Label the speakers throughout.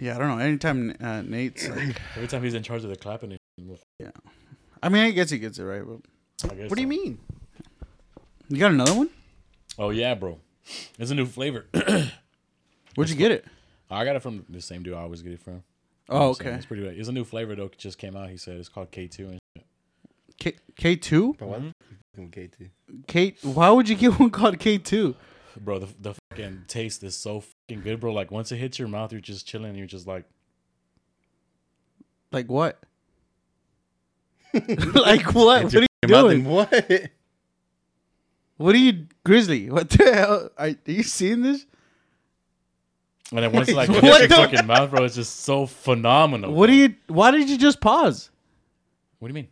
Speaker 1: Yeah, I don't know. Anytime uh, Nate's, like,
Speaker 2: Every time he's in charge of the clapping, and
Speaker 1: I mean, I guess he gets it right. But
Speaker 2: I guess
Speaker 3: What do you
Speaker 2: so.
Speaker 3: mean?
Speaker 1: you got another one?
Speaker 2: Oh yeah, bro. It's a new flavor. Oh,
Speaker 1: Where'd you get it?
Speaker 2: I got it from the same dude I always get it from.
Speaker 1: Oh,
Speaker 2: So
Speaker 1: okay.
Speaker 2: It's pretty. It's a new flavor though. It just came out. He said it's called K two. And shit.
Speaker 1: K K two
Speaker 3: Bro, why the fuck you fucking K2?
Speaker 1: K. Why would you get one called K two?
Speaker 2: bro, the the fucking taste is so fucking good, bro. Like once it hits your mouth, you're just chilling. And you're just like,
Speaker 1: Like what? like what? What are you doing?
Speaker 3: What?
Speaker 1: What are you, Grizzly? What the hell? Are, are you seeing this?
Speaker 2: and then once it like
Speaker 1: What
Speaker 2: hits your
Speaker 1: the-
Speaker 2: fucking mouth, bro, it's just so phenomenal.
Speaker 1: What
Speaker 2: bro.
Speaker 1: do you? Why did you just pause?
Speaker 2: What do you mean,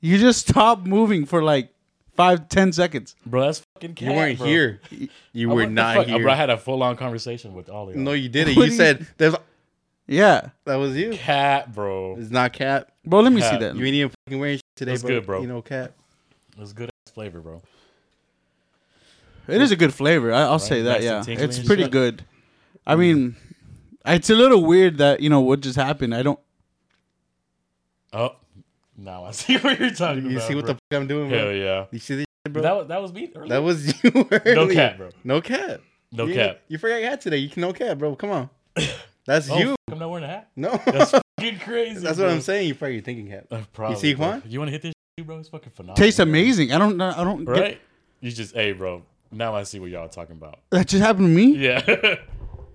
Speaker 1: You just stopped moving for like five, ten seconds.
Speaker 2: bro? That's fucking. Cat,
Speaker 3: You weren't
Speaker 2: bro.
Speaker 3: here. You
Speaker 2: I-
Speaker 3: were
Speaker 2: what the
Speaker 3: not
Speaker 2: fuck?
Speaker 3: here.
Speaker 2: Bro, I had a full on conversation with Ollie.
Speaker 3: no, you didn't.
Speaker 1: What
Speaker 3: You
Speaker 1: do you-
Speaker 3: said there's
Speaker 1: Yeah,
Speaker 3: that was you.
Speaker 2: cat, bro.
Speaker 3: It's not cap.
Speaker 1: bro. Let me
Speaker 2: Yeah,
Speaker 1: see that.
Speaker 3: You ain't even fucking wearing shit today,
Speaker 2: That's
Speaker 3: bro.
Speaker 2: good, bro.
Speaker 3: You know cap.
Speaker 2: It's good ass flavor, bro.
Speaker 1: It is a good flavor. I, I'll say that.
Speaker 2: Nice
Speaker 1: Yeah,
Speaker 2: and tingly
Speaker 1: it's
Speaker 2: and
Speaker 1: pretty
Speaker 2: shit.
Speaker 1: good. I mean, it's a little weird that you know what just happened. I don't.
Speaker 2: Oh, now I see what you're talking about.
Speaker 3: You see what the
Speaker 2: bro.
Speaker 3: fuck I'm doing, bro?
Speaker 2: hell yeah.
Speaker 3: You see this shit, bro?
Speaker 2: That was that was me. Earlier.
Speaker 3: That was you.
Speaker 2: no
Speaker 3: earlier.
Speaker 2: cat, bro.
Speaker 3: No cap.
Speaker 2: No
Speaker 3: you,
Speaker 2: cap.
Speaker 3: You forgot your hat today. You can no cap, bro. Come on. That's
Speaker 2: Oh,
Speaker 3: you.
Speaker 2: f- I'm not wearing a hat.
Speaker 3: No.
Speaker 2: That's
Speaker 3: That's,
Speaker 2: fucking crazy.
Speaker 3: what
Speaker 2: bro.
Speaker 3: I'm saying. You're probably thinking cap.
Speaker 2: Uh, probably,
Speaker 3: see
Speaker 2: bro.
Speaker 3: Juan?
Speaker 2: You want to hit this, shit, bro? It's fucking phenomenal.
Speaker 1: Tastes
Speaker 2: bro.
Speaker 1: amazing. I don't. know- I don't. Get,
Speaker 2: right? You just, hey, bro. Now I see what y'all talking about.
Speaker 1: that just happened to me.
Speaker 2: Yeah.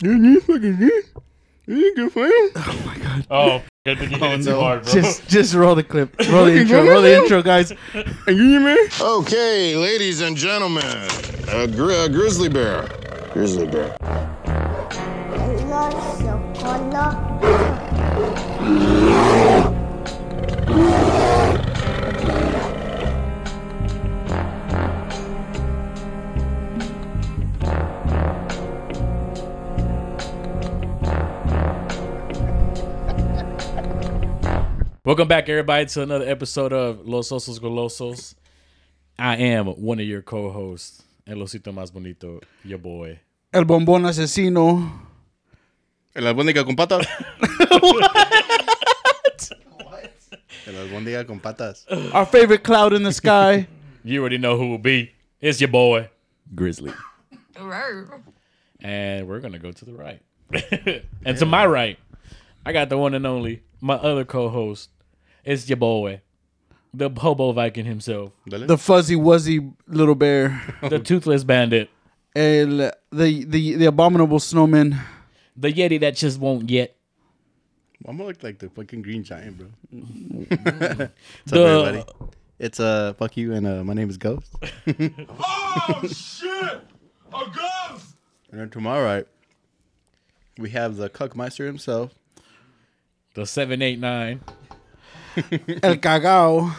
Speaker 3: You fucking You good for him?
Speaker 1: Oh my god.
Speaker 2: oh, good thing you hit it too hard, bro.
Speaker 1: Just, just roll the clip. Roll the intro.
Speaker 3: go
Speaker 1: Roll the
Speaker 3: now.
Speaker 1: intro, guys.
Speaker 3: And you, man?
Speaker 4: Okay, ladies and gentlemen, a, gri- a grizzly bear. Grizzly bear.
Speaker 5: color, so color.
Speaker 2: Welcome back, everybody, to another episode of Los Osos Golosos. I am one of your co hosts, El Osito Más Bonito, your boy.
Speaker 1: El bombón asesino.
Speaker 3: El albóndiga con patas. El albóndiga con patas.
Speaker 1: Our favorite cloud in the sky.
Speaker 2: You already know who will be. It's your boy, Grizzly. and we're going to go to the right. and to my right, I got the one and only, my other co host. It's your boy, the Hobo Viking himself,
Speaker 3: Dale.
Speaker 1: the fuzzy wuzzy little bear.
Speaker 2: the Toothless Bandit,
Speaker 1: El the the the abominable snowman.
Speaker 2: the Yeti that just won't yet.
Speaker 3: I'm gonna look like the fucking green giant, bro. What's
Speaker 2: The-
Speaker 3: up, everybody? It's uh, fuck you, and uh, my name is Ghost. oh shit, a Oh, ghost. And then to my right, we have the Cuckmeister himself.
Speaker 2: the 789,
Speaker 1: El cagao.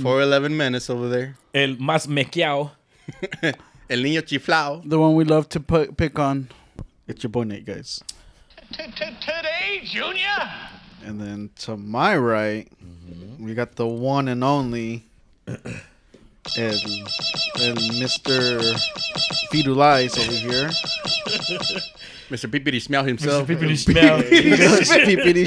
Speaker 3: Four eleven menace over there.
Speaker 2: El Mas Mequiao,
Speaker 3: El niño chiflao.
Speaker 1: The one we love to pu- pick on. It's your boy Nate, guys.
Speaker 6: Today, Junior.
Speaker 7: And then to my right,
Speaker 3: Mm-hmm.
Speaker 7: we got the one and only and, and Mr. Fidulais over here.
Speaker 3: Mr. Pipiri Smell himself.
Speaker 7: Pipiti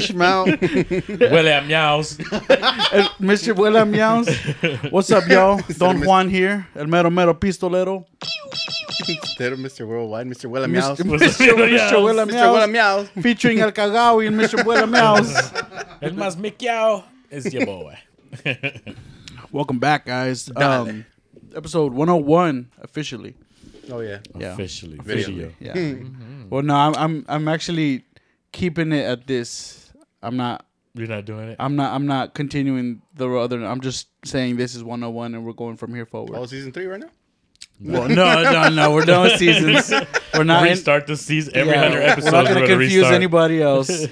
Speaker 7: Schmau.
Speaker 2: Willie at Meows,
Speaker 1: El Mr. Buela Meows. What's up, y'all? Don Juan here. El mero mero pistolero.
Speaker 3: Instead of Mr. Worldwide, Mr. Wella Meows.
Speaker 1: Mr.
Speaker 3: Mr.
Speaker 1: Mr.
Speaker 2: Meows.
Speaker 1: Mr. Buela
Speaker 3: Wella
Speaker 1: Meows.
Speaker 3: Meows.
Speaker 1: Featuring El Cagao and Mr. Buela Meows.
Speaker 2: El Mas Mequiao is your boy.
Speaker 1: Welcome back, guys. Um, episode 101 officially.
Speaker 3: Oh yeah.
Speaker 1: Yeah.
Speaker 2: Officially, video.
Speaker 3: Video.
Speaker 1: Yeah. Well, no, I'm, I'm I'm actually keeping it at this. I'm not
Speaker 2: You're not doing it.
Speaker 1: I'm not I'm not continuing the other. I'm just saying this is 101 and we're going from here forward.
Speaker 3: Oh, season three right now.
Speaker 1: Well, no, no, no. We're done with seasons. We're not in-
Speaker 2: restart the season every
Speaker 1: yeah,
Speaker 2: hundred episodes.
Speaker 1: We're not
Speaker 2: we're
Speaker 1: gonna
Speaker 2: gonna
Speaker 1: confuse
Speaker 2: restart.
Speaker 1: anybody else.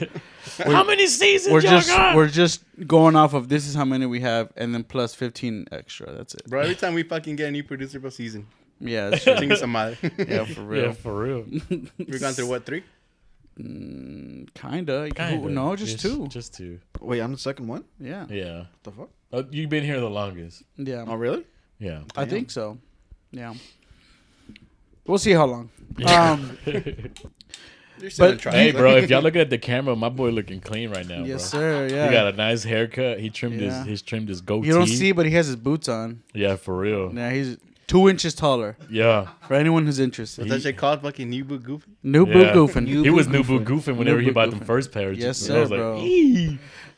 Speaker 2: How many seasons
Speaker 1: We're
Speaker 2: y'all
Speaker 1: just
Speaker 2: got?
Speaker 1: we're just going off of this is how many we have, and then plus 15 extra. That's it.
Speaker 3: Bro, every time we fucking get a new producer per season,
Speaker 1: Yeah, that's true.
Speaker 3: I think it's a madre.
Speaker 1: yeah, for real.
Speaker 2: yeah, for real.
Speaker 3: We've gone through what three?
Speaker 1: Kinda.
Speaker 2: Kinda.
Speaker 1: No, just two.
Speaker 2: Just two.
Speaker 7: Wait, I'm the second one?
Speaker 1: yeah. yeah,
Speaker 2: Yeah.
Speaker 7: The fuck?
Speaker 2: Oh, you've been here the longest.
Speaker 7: Oh, really?
Speaker 2: Yeah.
Speaker 1: I think so. Yeah. We'll see how long. Um,
Speaker 3: You're still
Speaker 1: But-
Speaker 3: trying.
Speaker 2: Hey, bro, if y'all looking at the camera, my boy looking clean right now,
Speaker 1: Yes,
Speaker 2: bro.
Speaker 1: sir. Yeah.
Speaker 2: He got a nice haircut. He trimmed
Speaker 1: Yeah.
Speaker 2: his he's trimmed his goatee.
Speaker 1: you don't see, but he has his boots on.
Speaker 2: Yeah, for real.
Speaker 1: Yeah, he's two inches taller.
Speaker 2: Yeah.
Speaker 1: For anyone who's interested,
Speaker 3: Is that shit called fucking new boot goofy?
Speaker 1: new boot
Speaker 2: Yeah.
Speaker 1: goofing.
Speaker 2: He was new boot goofing whenever
Speaker 1: New
Speaker 2: he
Speaker 1: boot
Speaker 2: bought the
Speaker 1: goofing.
Speaker 2: first pair. of
Speaker 1: Yes,
Speaker 2: jeans.
Speaker 1: sir, bro.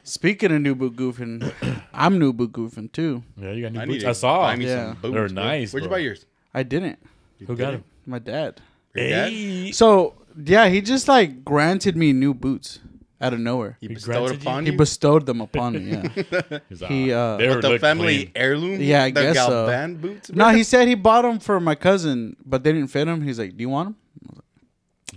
Speaker 1: Speaking of new boot goofing, I'm new boot goofing too.
Speaker 2: yeah, you got new
Speaker 3: I need
Speaker 2: boots.
Speaker 3: to
Speaker 2: I saw.
Speaker 3: buy me
Speaker 1: Yeah.
Speaker 3: some boots.
Speaker 2: They're
Speaker 3: bro.
Speaker 2: nice,
Speaker 3: Where'd you
Speaker 2: bro.
Speaker 3: buy yours?
Speaker 1: I didn't.
Speaker 2: Who got him?
Speaker 1: My dad.
Speaker 3: Your dad?
Speaker 2: Hey.
Speaker 1: So yeah, he just like granted me new boots out of nowhere.
Speaker 3: He
Speaker 2: He
Speaker 3: bestowed
Speaker 2: granted you-
Speaker 3: upon
Speaker 1: He
Speaker 3: you.
Speaker 1: bestowed them upon me. Yeah.
Speaker 2: He's, ah,
Speaker 1: He, uh,
Speaker 2: they were
Speaker 3: the
Speaker 2: look
Speaker 3: family
Speaker 2: clean.
Speaker 3: heirloom.
Speaker 1: Yeah, I
Speaker 3: that
Speaker 1: guess
Speaker 3: got
Speaker 1: so.
Speaker 3: band boots. bro?
Speaker 1: no, he said he bought them for my cousin, but they didn't fit him. He's like, "Do you want them?"
Speaker 2: Oh,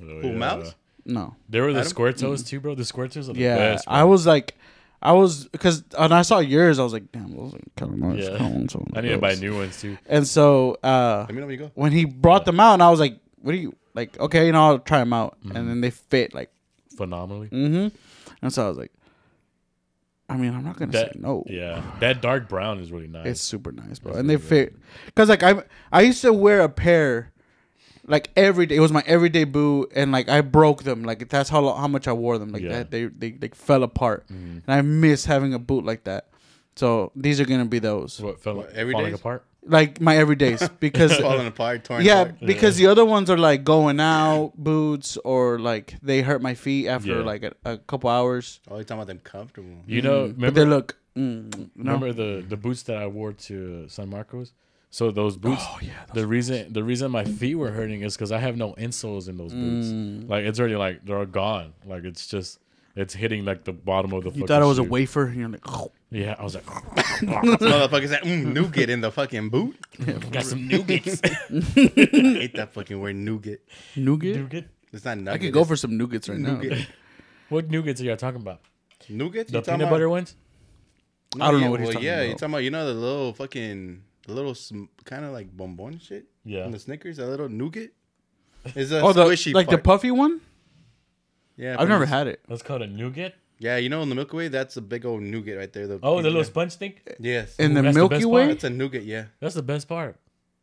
Speaker 3: Who, Mm-hmm. Mouse?
Speaker 1: No.
Speaker 2: They were the Squirtos too, bro. The Squirtos are the
Speaker 1: Yeah,
Speaker 2: best. Bro.
Speaker 1: I was like, I was because and I saw yours. I was like, "Damn, those are kind of nice."
Speaker 2: Yeah.
Speaker 1: I want some of
Speaker 2: I need to buy
Speaker 1: those."
Speaker 2: new ones too.
Speaker 1: And so uh,
Speaker 3: Let me know when you go.
Speaker 1: when he brought them out, and I was like, "What do you like?" Okay, you know, I'll try them out, and then they fit like,
Speaker 2: Phenomenally.
Speaker 1: mm-hmm. And so I was like, I mean, I'm not gonna
Speaker 2: That-
Speaker 1: say no.
Speaker 2: Yeah, that dark brown is really nice.
Speaker 1: It's super nice, bro. and they fit because like I I used to wear a pair like every day. It was my everyday boot, and like I broke them. Like that's how lo- how much I wore them. Like
Speaker 2: Yeah. Mm-hmm.
Speaker 1: that they they like fell apart, and I miss having a boot like that. So these are gonna be those
Speaker 2: what fell
Speaker 3: What, every
Speaker 2: falling
Speaker 3: days?
Speaker 2: apart.
Speaker 1: like my everydays because.
Speaker 3: Falling apart, torn
Speaker 1: Yeah,
Speaker 3: apart.
Speaker 1: because the other ones are like going out boots, or like they hurt my feet after
Speaker 2: Yeah.
Speaker 1: like a, a couple hours.
Speaker 3: Oh, you're talking about them comfortable.
Speaker 2: You know,
Speaker 1: Mm-hmm. But they
Speaker 2: remember
Speaker 1: look. Mm, no.
Speaker 2: remember the the boots that I wore to San Marcos. So those boots. Oh yeah. The reason the reason my feet were hurting is because I have no insoles in those boots.
Speaker 1: Mm.
Speaker 2: Like it's already like they're all gone. Like it's just it's hitting like the bottom of the.
Speaker 1: you thought I was a wafer, and you're like,
Speaker 2: Yeah, I was like,
Speaker 3: Motherfuckers that mm, nougat in the fucking boot.
Speaker 2: got some nougats.
Speaker 3: I hate that fucking word nougat.
Speaker 1: nougat.
Speaker 2: nougat.
Speaker 3: It's not nugget.
Speaker 1: I could go for some nougats right now.
Speaker 3: nougat.
Speaker 2: What nougats are y'all talking about?
Speaker 3: nougat.
Speaker 2: The
Speaker 3: You talking
Speaker 2: peanut
Speaker 3: about-
Speaker 2: butter ones.
Speaker 3: No,
Speaker 1: I don't know
Speaker 3: yeah,
Speaker 1: what he's talking
Speaker 3: yeah,
Speaker 1: about.
Speaker 3: you're talking about you know the little fucking the little sm- kind of like bonbon shit.
Speaker 2: Yeah.
Speaker 3: On the Snickers, that little nougat. Is a
Speaker 1: Oh, the
Speaker 3: squishy
Speaker 1: like the
Speaker 3: part.
Speaker 1: puffy one.
Speaker 3: Yeah,
Speaker 1: I've never
Speaker 3: pretty-
Speaker 1: had it.
Speaker 2: That's called a nougat.
Speaker 3: Yeah, you know in the Milky Way, that's a big old nougat right there. The
Speaker 2: Oh, the
Speaker 3: yeah.
Speaker 2: little sponge thing.
Speaker 3: yes,
Speaker 1: In the
Speaker 2: that's the
Speaker 1: Milky
Speaker 2: best
Speaker 1: Way.
Speaker 2: part.
Speaker 3: that's a nougat. Yeah,
Speaker 2: That's the best part.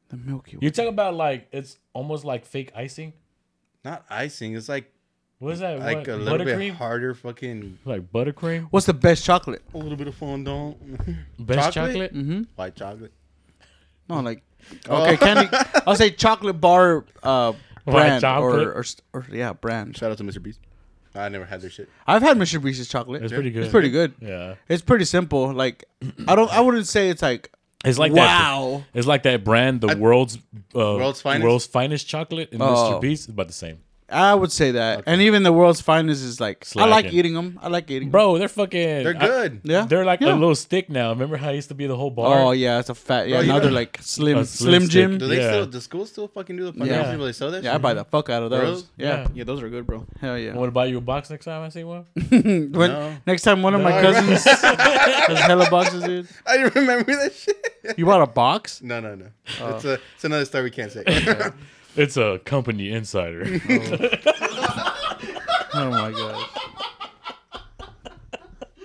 Speaker 1: The Milky Way.
Speaker 2: You talk about like it's almost like fake icing.
Speaker 3: not icing. It's like
Speaker 2: What is that?
Speaker 3: like
Speaker 2: what?
Speaker 3: a little bit
Speaker 2: buttercream?
Speaker 3: harder. Fucking
Speaker 2: Like buttercream.
Speaker 1: What's the best chocolate?
Speaker 3: a little bit of fondant.
Speaker 2: Best
Speaker 3: Chocolate?
Speaker 2: chocolate.
Speaker 1: Mm-hmm.
Speaker 3: White chocolate.
Speaker 1: No, like okay, candy. I'll say chocolate bar uh, brand
Speaker 2: chocolate?
Speaker 1: or, or st- or yeah brand.
Speaker 3: Shout out to Mr. Beast. I never had their shit.
Speaker 1: I've had Mr. Beast's chocolate.
Speaker 2: It's pretty good.
Speaker 1: It's pretty good.
Speaker 2: Yeah.
Speaker 1: It's pretty simple. Like I don't. I wouldn't say it's like
Speaker 2: It's like
Speaker 1: wow.
Speaker 2: That, it's like that brand, the world's uh,
Speaker 3: World's Finest?
Speaker 2: world's finest chocolate, and
Speaker 1: Oh.
Speaker 2: Mr. Beast is about the same.
Speaker 1: I would say that. And even the world's finest is like I like
Speaker 2: Slacking.
Speaker 1: eating them. I like eating. 'em.
Speaker 2: Bro, they're fucking.
Speaker 3: They're
Speaker 2: I-
Speaker 3: good.
Speaker 1: Yeah.
Speaker 2: they're like
Speaker 1: Yeah.
Speaker 2: a little stick now. Remember how it used to be the whole bar?
Speaker 1: Oh yeah, it's a fat. Yeah.
Speaker 3: Bro, you
Speaker 1: now
Speaker 3: know-
Speaker 1: they're like
Speaker 2: A
Speaker 1: slim,
Speaker 2: slim
Speaker 1: slim
Speaker 2: stick.
Speaker 1: Jim.
Speaker 3: Do they
Speaker 2: Yeah.
Speaker 3: still? Does school still fucking do the fucking
Speaker 1: Yeah.
Speaker 3: shit where they sell that?
Speaker 1: Yeah, I
Speaker 3: shit?
Speaker 1: buy the fuck out of those.
Speaker 3: Really?
Speaker 1: Yeah.
Speaker 2: Yeah.
Speaker 7: Yeah, those are good, bro.
Speaker 1: Hell yeah.
Speaker 2: I want to buy you a box next time I see one.
Speaker 1: When
Speaker 3: No.
Speaker 1: next time one of my
Speaker 2: No.
Speaker 1: cousins has hella boxes, dude.
Speaker 3: I didn't remember that shit.
Speaker 1: You bought a box?
Speaker 3: no, no, no. It's a. It's another story we can't say.
Speaker 2: It's a company insider.
Speaker 1: Oh my god.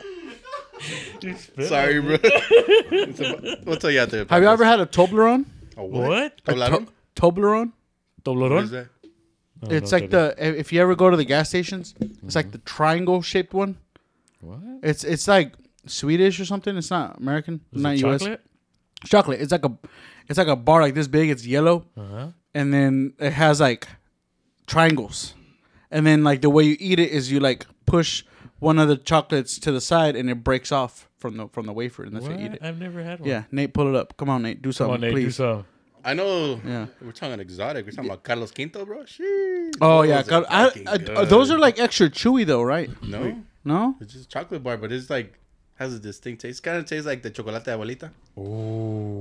Speaker 3: Sorry, bro. It's a, we'll tell you out there.
Speaker 1: Have you ever had a Toblerone?
Speaker 3: a
Speaker 2: what?
Speaker 3: Tablado?
Speaker 1: Toblerone?
Speaker 3: What is
Speaker 2: Toblerone?
Speaker 3: that?
Speaker 1: It's
Speaker 2: Oh, no, Mm-hmm.
Speaker 1: like the if you ever go to the gas stations, it's like the triangle shaped one.
Speaker 2: What?
Speaker 1: It's it's like Swedish or something. It's not American.
Speaker 2: Is it
Speaker 1: not US.
Speaker 2: chocolate?
Speaker 1: Chocolate. It's like a it's like a bar like this big. It's yellow.
Speaker 2: Uh-huh.
Speaker 1: and then it has like triangles and then like the way you eat it is you like push one of the chocolates to the side and it breaks off from the from the wafer and that's how
Speaker 2: What?
Speaker 1: you eat it
Speaker 2: I've never had one.
Speaker 1: yeah nate pull it up come on nate do
Speaker 2: Come
Speaker 1: something
Speaker 2: on, Nate, do
Speaker 1: please
Speaker 2: some.
Speaker 3: I know.
Speaker 1: Yeah.
Speaker 3: We're talking exotic. We're talking about Carlos Quinto, bro. Sheesh.
Speaker 1: oh
Speaker 3: Those
Speaker 1: yeah
Speaker 3: are
Speaker 1: Cal- I,
Speaker 3: fucking
Speaker 1: I-
Speaker 3: good.
Speaker 1: those are like extra chewy though right
Speaker 3: no.
Speaker 1: no
Speaker 3: It's just a chocolate bar, but it's like has a distinct taste. Kind of tastes like the chocolate abuelita.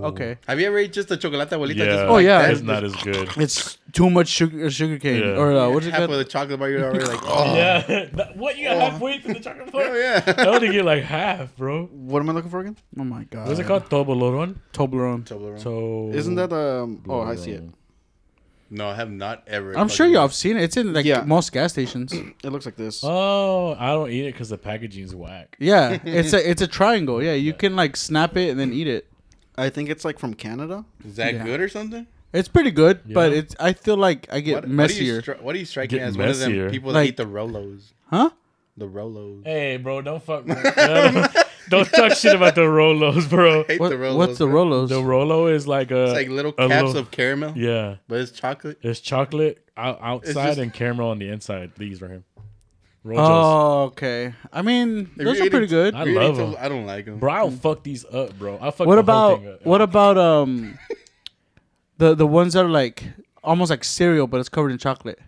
Speaker 1: okay
Speaker 3: Have you ever ate just the chocolate abuelita?
Speaker 2: Yeah.
Speaker 3: Just
Speaker 1: Oh, yeah.
Speaker 3: that?
Speaker 2: It's not as good.
Speaker 1: it's too much sugar sugar cane
Speaker 2: Yeah.
Speaker 1: or uh, what's it
Speaker 3: half of
Speaker 1: called
Speaker 3: the chocolate bar. You're already like, oh yeah.
Speaker 2: Yeah. what? You got halfway through the chocolate bar?
Speaker 3: Oh, yeah.
Speaker 2: I only get like half, bro.
Speaker 7: What am I looking for again?
Speaker 1: oh my god
Speaker 2: What's it called? Toblerone?
Speaker 1: Toblerone
Speaker 3: Toblerone.
Speaker 2: So
Speaker 7: Isn't that um? Oh, I see it.
Speaker 3: no, I have not ever.
Speaker 1: I'm sure
Speaker 3: fucking-
Speaker 1: y'all have seen it it's in like
Speaker 7: Yeah.
Speaker 1: most gas stations
Speaker 7: It looks like this.
Speaker 2: Oh, I don't eat it because the packaging's whack.
Speaker 1: yeah it's a it's a triangle yeah you can like snap it and then eat it
Speaker 7: I think it's like from Canada.
Speaker 3: Is that good or something?
Speaker 1: It's pretty good, but
Speaker 2: Yeah.
Speaker 1: it's. I feel like I get
Speaker 3: What, what do you
Speaker 1: messier.
Speaker 3: stri- what do you strike
Speaker 2: Get
Speaker 3: me as one of
Speaker 2: messier.
Speaker 3: them people
Speaker 1: Like-
Speaker 3: that eat the Rolos?
Speaker 1: huh?
Speaker 3: The Rolos.
Speaker 2: Hey, bro, don't fuck. don't talk shit about the Rolos, bro.
Speaker 3: hate
Speaker 1: What-
Speaker 3: the Rolos.
Speaker 1: what's the
Speaker 3: man.
Speaker 1: Rolos?
Speaker 2: The Rolo is like a
Speaker 3: It's like little
Speaker 2: a
Speaker 3: caps
Speaker 2: little-
Speaker 3: of caramel,
Speaker 2: yeah.
Speaker 3: but it's chocolate.
Speaker 2: It's chocolate out, outside
Speaker 3: just-
Speaker 2: and caramel on the inside. These right here. Rojos.
Speaker 1: oh, okay. I mean,
Speaker 3: If
Speaker 1: those
Speaker 3: you're
Speaker 1: are pretty
Speaker 3: eating-
Speaker 1: good.
Speaker 2: I
Speaker 3: You eat
Speaker 2: love
Speaker 3: those-
Speaker 2: them.
Speaker 3: I don't like them.
Speaker 2: Bro, I'll fuck these up, bro. I'll fuck
Speaker 1: What
Speaker 2: the
Speaker 1: about
Speaker 2: whole thing uh, up.
Speaker 1: what about um, the the ones that are like almost like cereal, but it's covered in chocolate.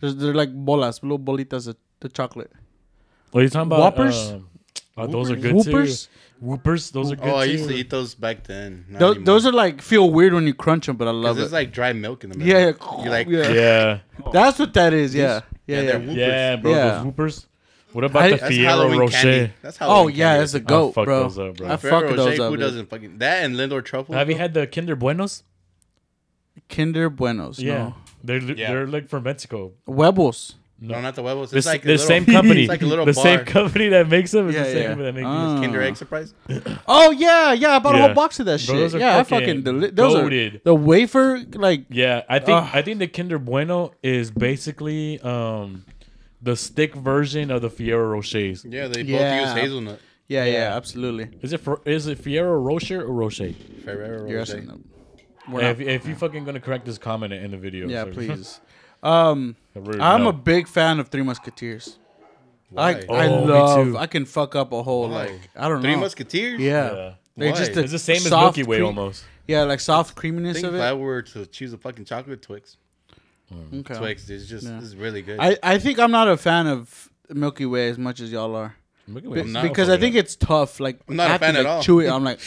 Speaker 1: They're, they're like bolas, little bolitas of the chocolate.
Speaker 2: What are you talking about?
Speaker 1: Whoppers?
Speaker 2: um, oh, those are good
Speaker 1: Whoopers?
Speaker 2: too. Whoopers, those are good
Speaker 3: Oh, I
Speaker 2: too.
Speaker 3: used to eat those back then. Not
Speaker 1: Tho-
Speaker 3: anymore.
Speaker 1: those are like feel weird when you crunch them, but I
Speaker 3: 'Cause
Speaker 1: love
Speaker 3: it's
Speaker 1: it.
Speaker 3: like dry milk in the middle.
Speaker 1: yeah,
Speaker 3: You like-
Speaker 1: yeah,
Speaker 2: Yeah,
Speaker 1: That's what that is. Yeah, yeah, yeah.
Speaker 3: they're whoopers.
Speaker 2: yeah, bro.
Speaker 1: Yeah.
Speaker 2: Those whoopers. What
Speaker 1: I-
Speaker 2: about the
Speaker 1: That's
Speaker 3: That's
Speaker 2: Fiero
Speaker 3: Halloween
Speaker 2: Rocher?
Speaker 3: candy. That's
Speaker 1: Oh
Speaker 3: Halloween
Speaker 1: yeah,
Speaker 3: candy.
Speaker 1: that's a
Speaker 2: I'll
Speaker 1: goat,
Speaker 2: fuck
Speaker 1: bro.
Speaker 2: those up, bro.
Speaker 1: I
Speaker 3: Ferrero
Speaker 1: fuck those
Speaker 3: Rocher,
Speaker 1: up.
Speaker 3: Who
Speaker 1: dude.
Speaker 3: doesn't fucking that and Lindor truffle?
Speaker 2: Have you
Speaker 3: bro?
Speaker 2: had the Kinder Buenos?
Speaker 1: Kinder Buenos.
Speaker 2: Yeah,
Speaker 1: Yeah.
Speaker 2: they're
Speaker 3: Yeah.
Speaker 2: they're like from Mexico.
Speaker 1: No. Webbles.
Speaker 3: No, not the huevos. It's
Speaker 2: This,
Speaker 3: like a
Speaker 2: the
Speaker 3: little-
Speaker 2: same company,
Speaker 3: It's like a little
Speaker 2: the
Speaker 3: bar.
Speaker 2: same company that makes them. Is
Speaker 1: Yeah,
Speaker 2: the same
Speaker 1: yeah.
Speaker 2: company that makes
Speaker 1: Ah.
Speaker 2: these.
Speaker 3: Kinder Egg surprise.
Speaker 1: Oh yeah, yeah. I bought a
Speaker 2: Yeah.
Speaker 1: whole box of that shit.
Speaker 2: Bro, those are
Speaker 1: yeah, I
Speaker 2: fucking
Speaker 1: fucking deli- those are
Speaker 2: goated.
Speaker 1: the wafer like
Speaker 2: Yeah, I think
Speaker 1: Ugh.
Speaker 2: I think the Kinder Bueno is basically um the stick version of the Fiero Rochers.
Speaker 3: Yeah, they
Speaker 1: Yeah.
Speaker 3: both use hazelnut.
Speaker 1: yeah, yeah,
Speaker 2: Yeah.
Speaker 1: absolutely.
Speaker 2: Is it for, is it Fiero Rocher or Rocher?
Speaker 3: Ferrero
Speaker 1: You're
Speaker 3: Rocher.
Speaker 1: asking them. We're
Speaker 2: If,
Speaker 1: not-
Speaker 2: if you fucking gonna correct this comment in the video,
Speaker 1: yeah,
Speaker 2: so-
Speaker 1: please. Um,
Speaker 2: I really
Speaker 1: I'm a
Speaker 2: know.
Speaker 1: big fan of Three Musketeers. I
Speaker 3: Why?
Speaker 1: I
Speaker 2: Oh, me
Speaker 1: love.
Speaker 2: too.
Speaker 1: I can fuck up a whole
Speaker 3: Why?
Speaker 1: like I don't
Speaker 3: Three
Speaker 1: know.
Speaker 3: Musketeers.
Speaker 1: yeah.
Speaker 2: Yeah.
Speaker 1: They
Speaker 3: Why?
Speaker 1: just
Speaker 2: It's the same as
Speaker 1: soft
Speaker 2: Milky Way
Speaker 1: cre-
Speaker 2: almost.
Speaker 1: Yeah, like soft
Speaker 3: I
Speaker 1: creaminess
Speaker 3: think
Speaker 1: of
Speaker 3: if I
Speaker 1: it.
Speaker 3: were to choose a fucking chocolate Twix,
Speaker 1: Okay.
Speaker 3: Twix is just is really good.
Speaker 1: I, I think I'm not a fan of Milky Way as much as y'all are.
Speaker 2: Milky
Speaker 1: Be-
Speaker 2: Way.
Speaker 3: not
Speaker 1: because I think it's tough. Like
Speaker 3: I'm not a
Speaker 1: I have to,
Speaker 3: fan at
Speaker 1: like,
Speaker 3: all.
Speaker 1: Chew it. I'm like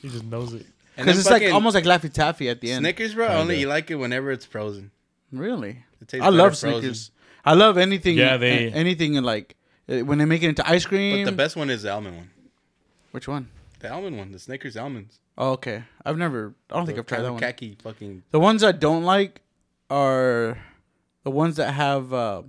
Speaker 2: he just knows it.
Speaker 1: because
Speaker 3: And then
Speaker 1: it's like
Speaker 3: fucking
Speaker 1: almost like Laffy Taffy at the end.
Speaker 3: Snickers, bro. I Only you like it whenever it's frozen.
Speaker 1: Really,
Speaker 3: It tastes
Speaker 1: I love
Speaker 3: better frozen.
Speaker 1: Snickers. I love anything.
Speaker 2: Yeah,
Speaker 1: Yeah,
Speaker 2: they-
Speaker 1: anything in like uh, when they make it into ice cream.
Speaker 3: But the best one is the almond one.
Speaker 1: Which one?
Speaker 3: The almond one, the Snickers almonds.
Speaker 1: Oh, okay. I've never. I don't think I've tried that one.
Speaker 3: Khaki fucking.
Speaker 1: The ones I don't like are the ones that have uh,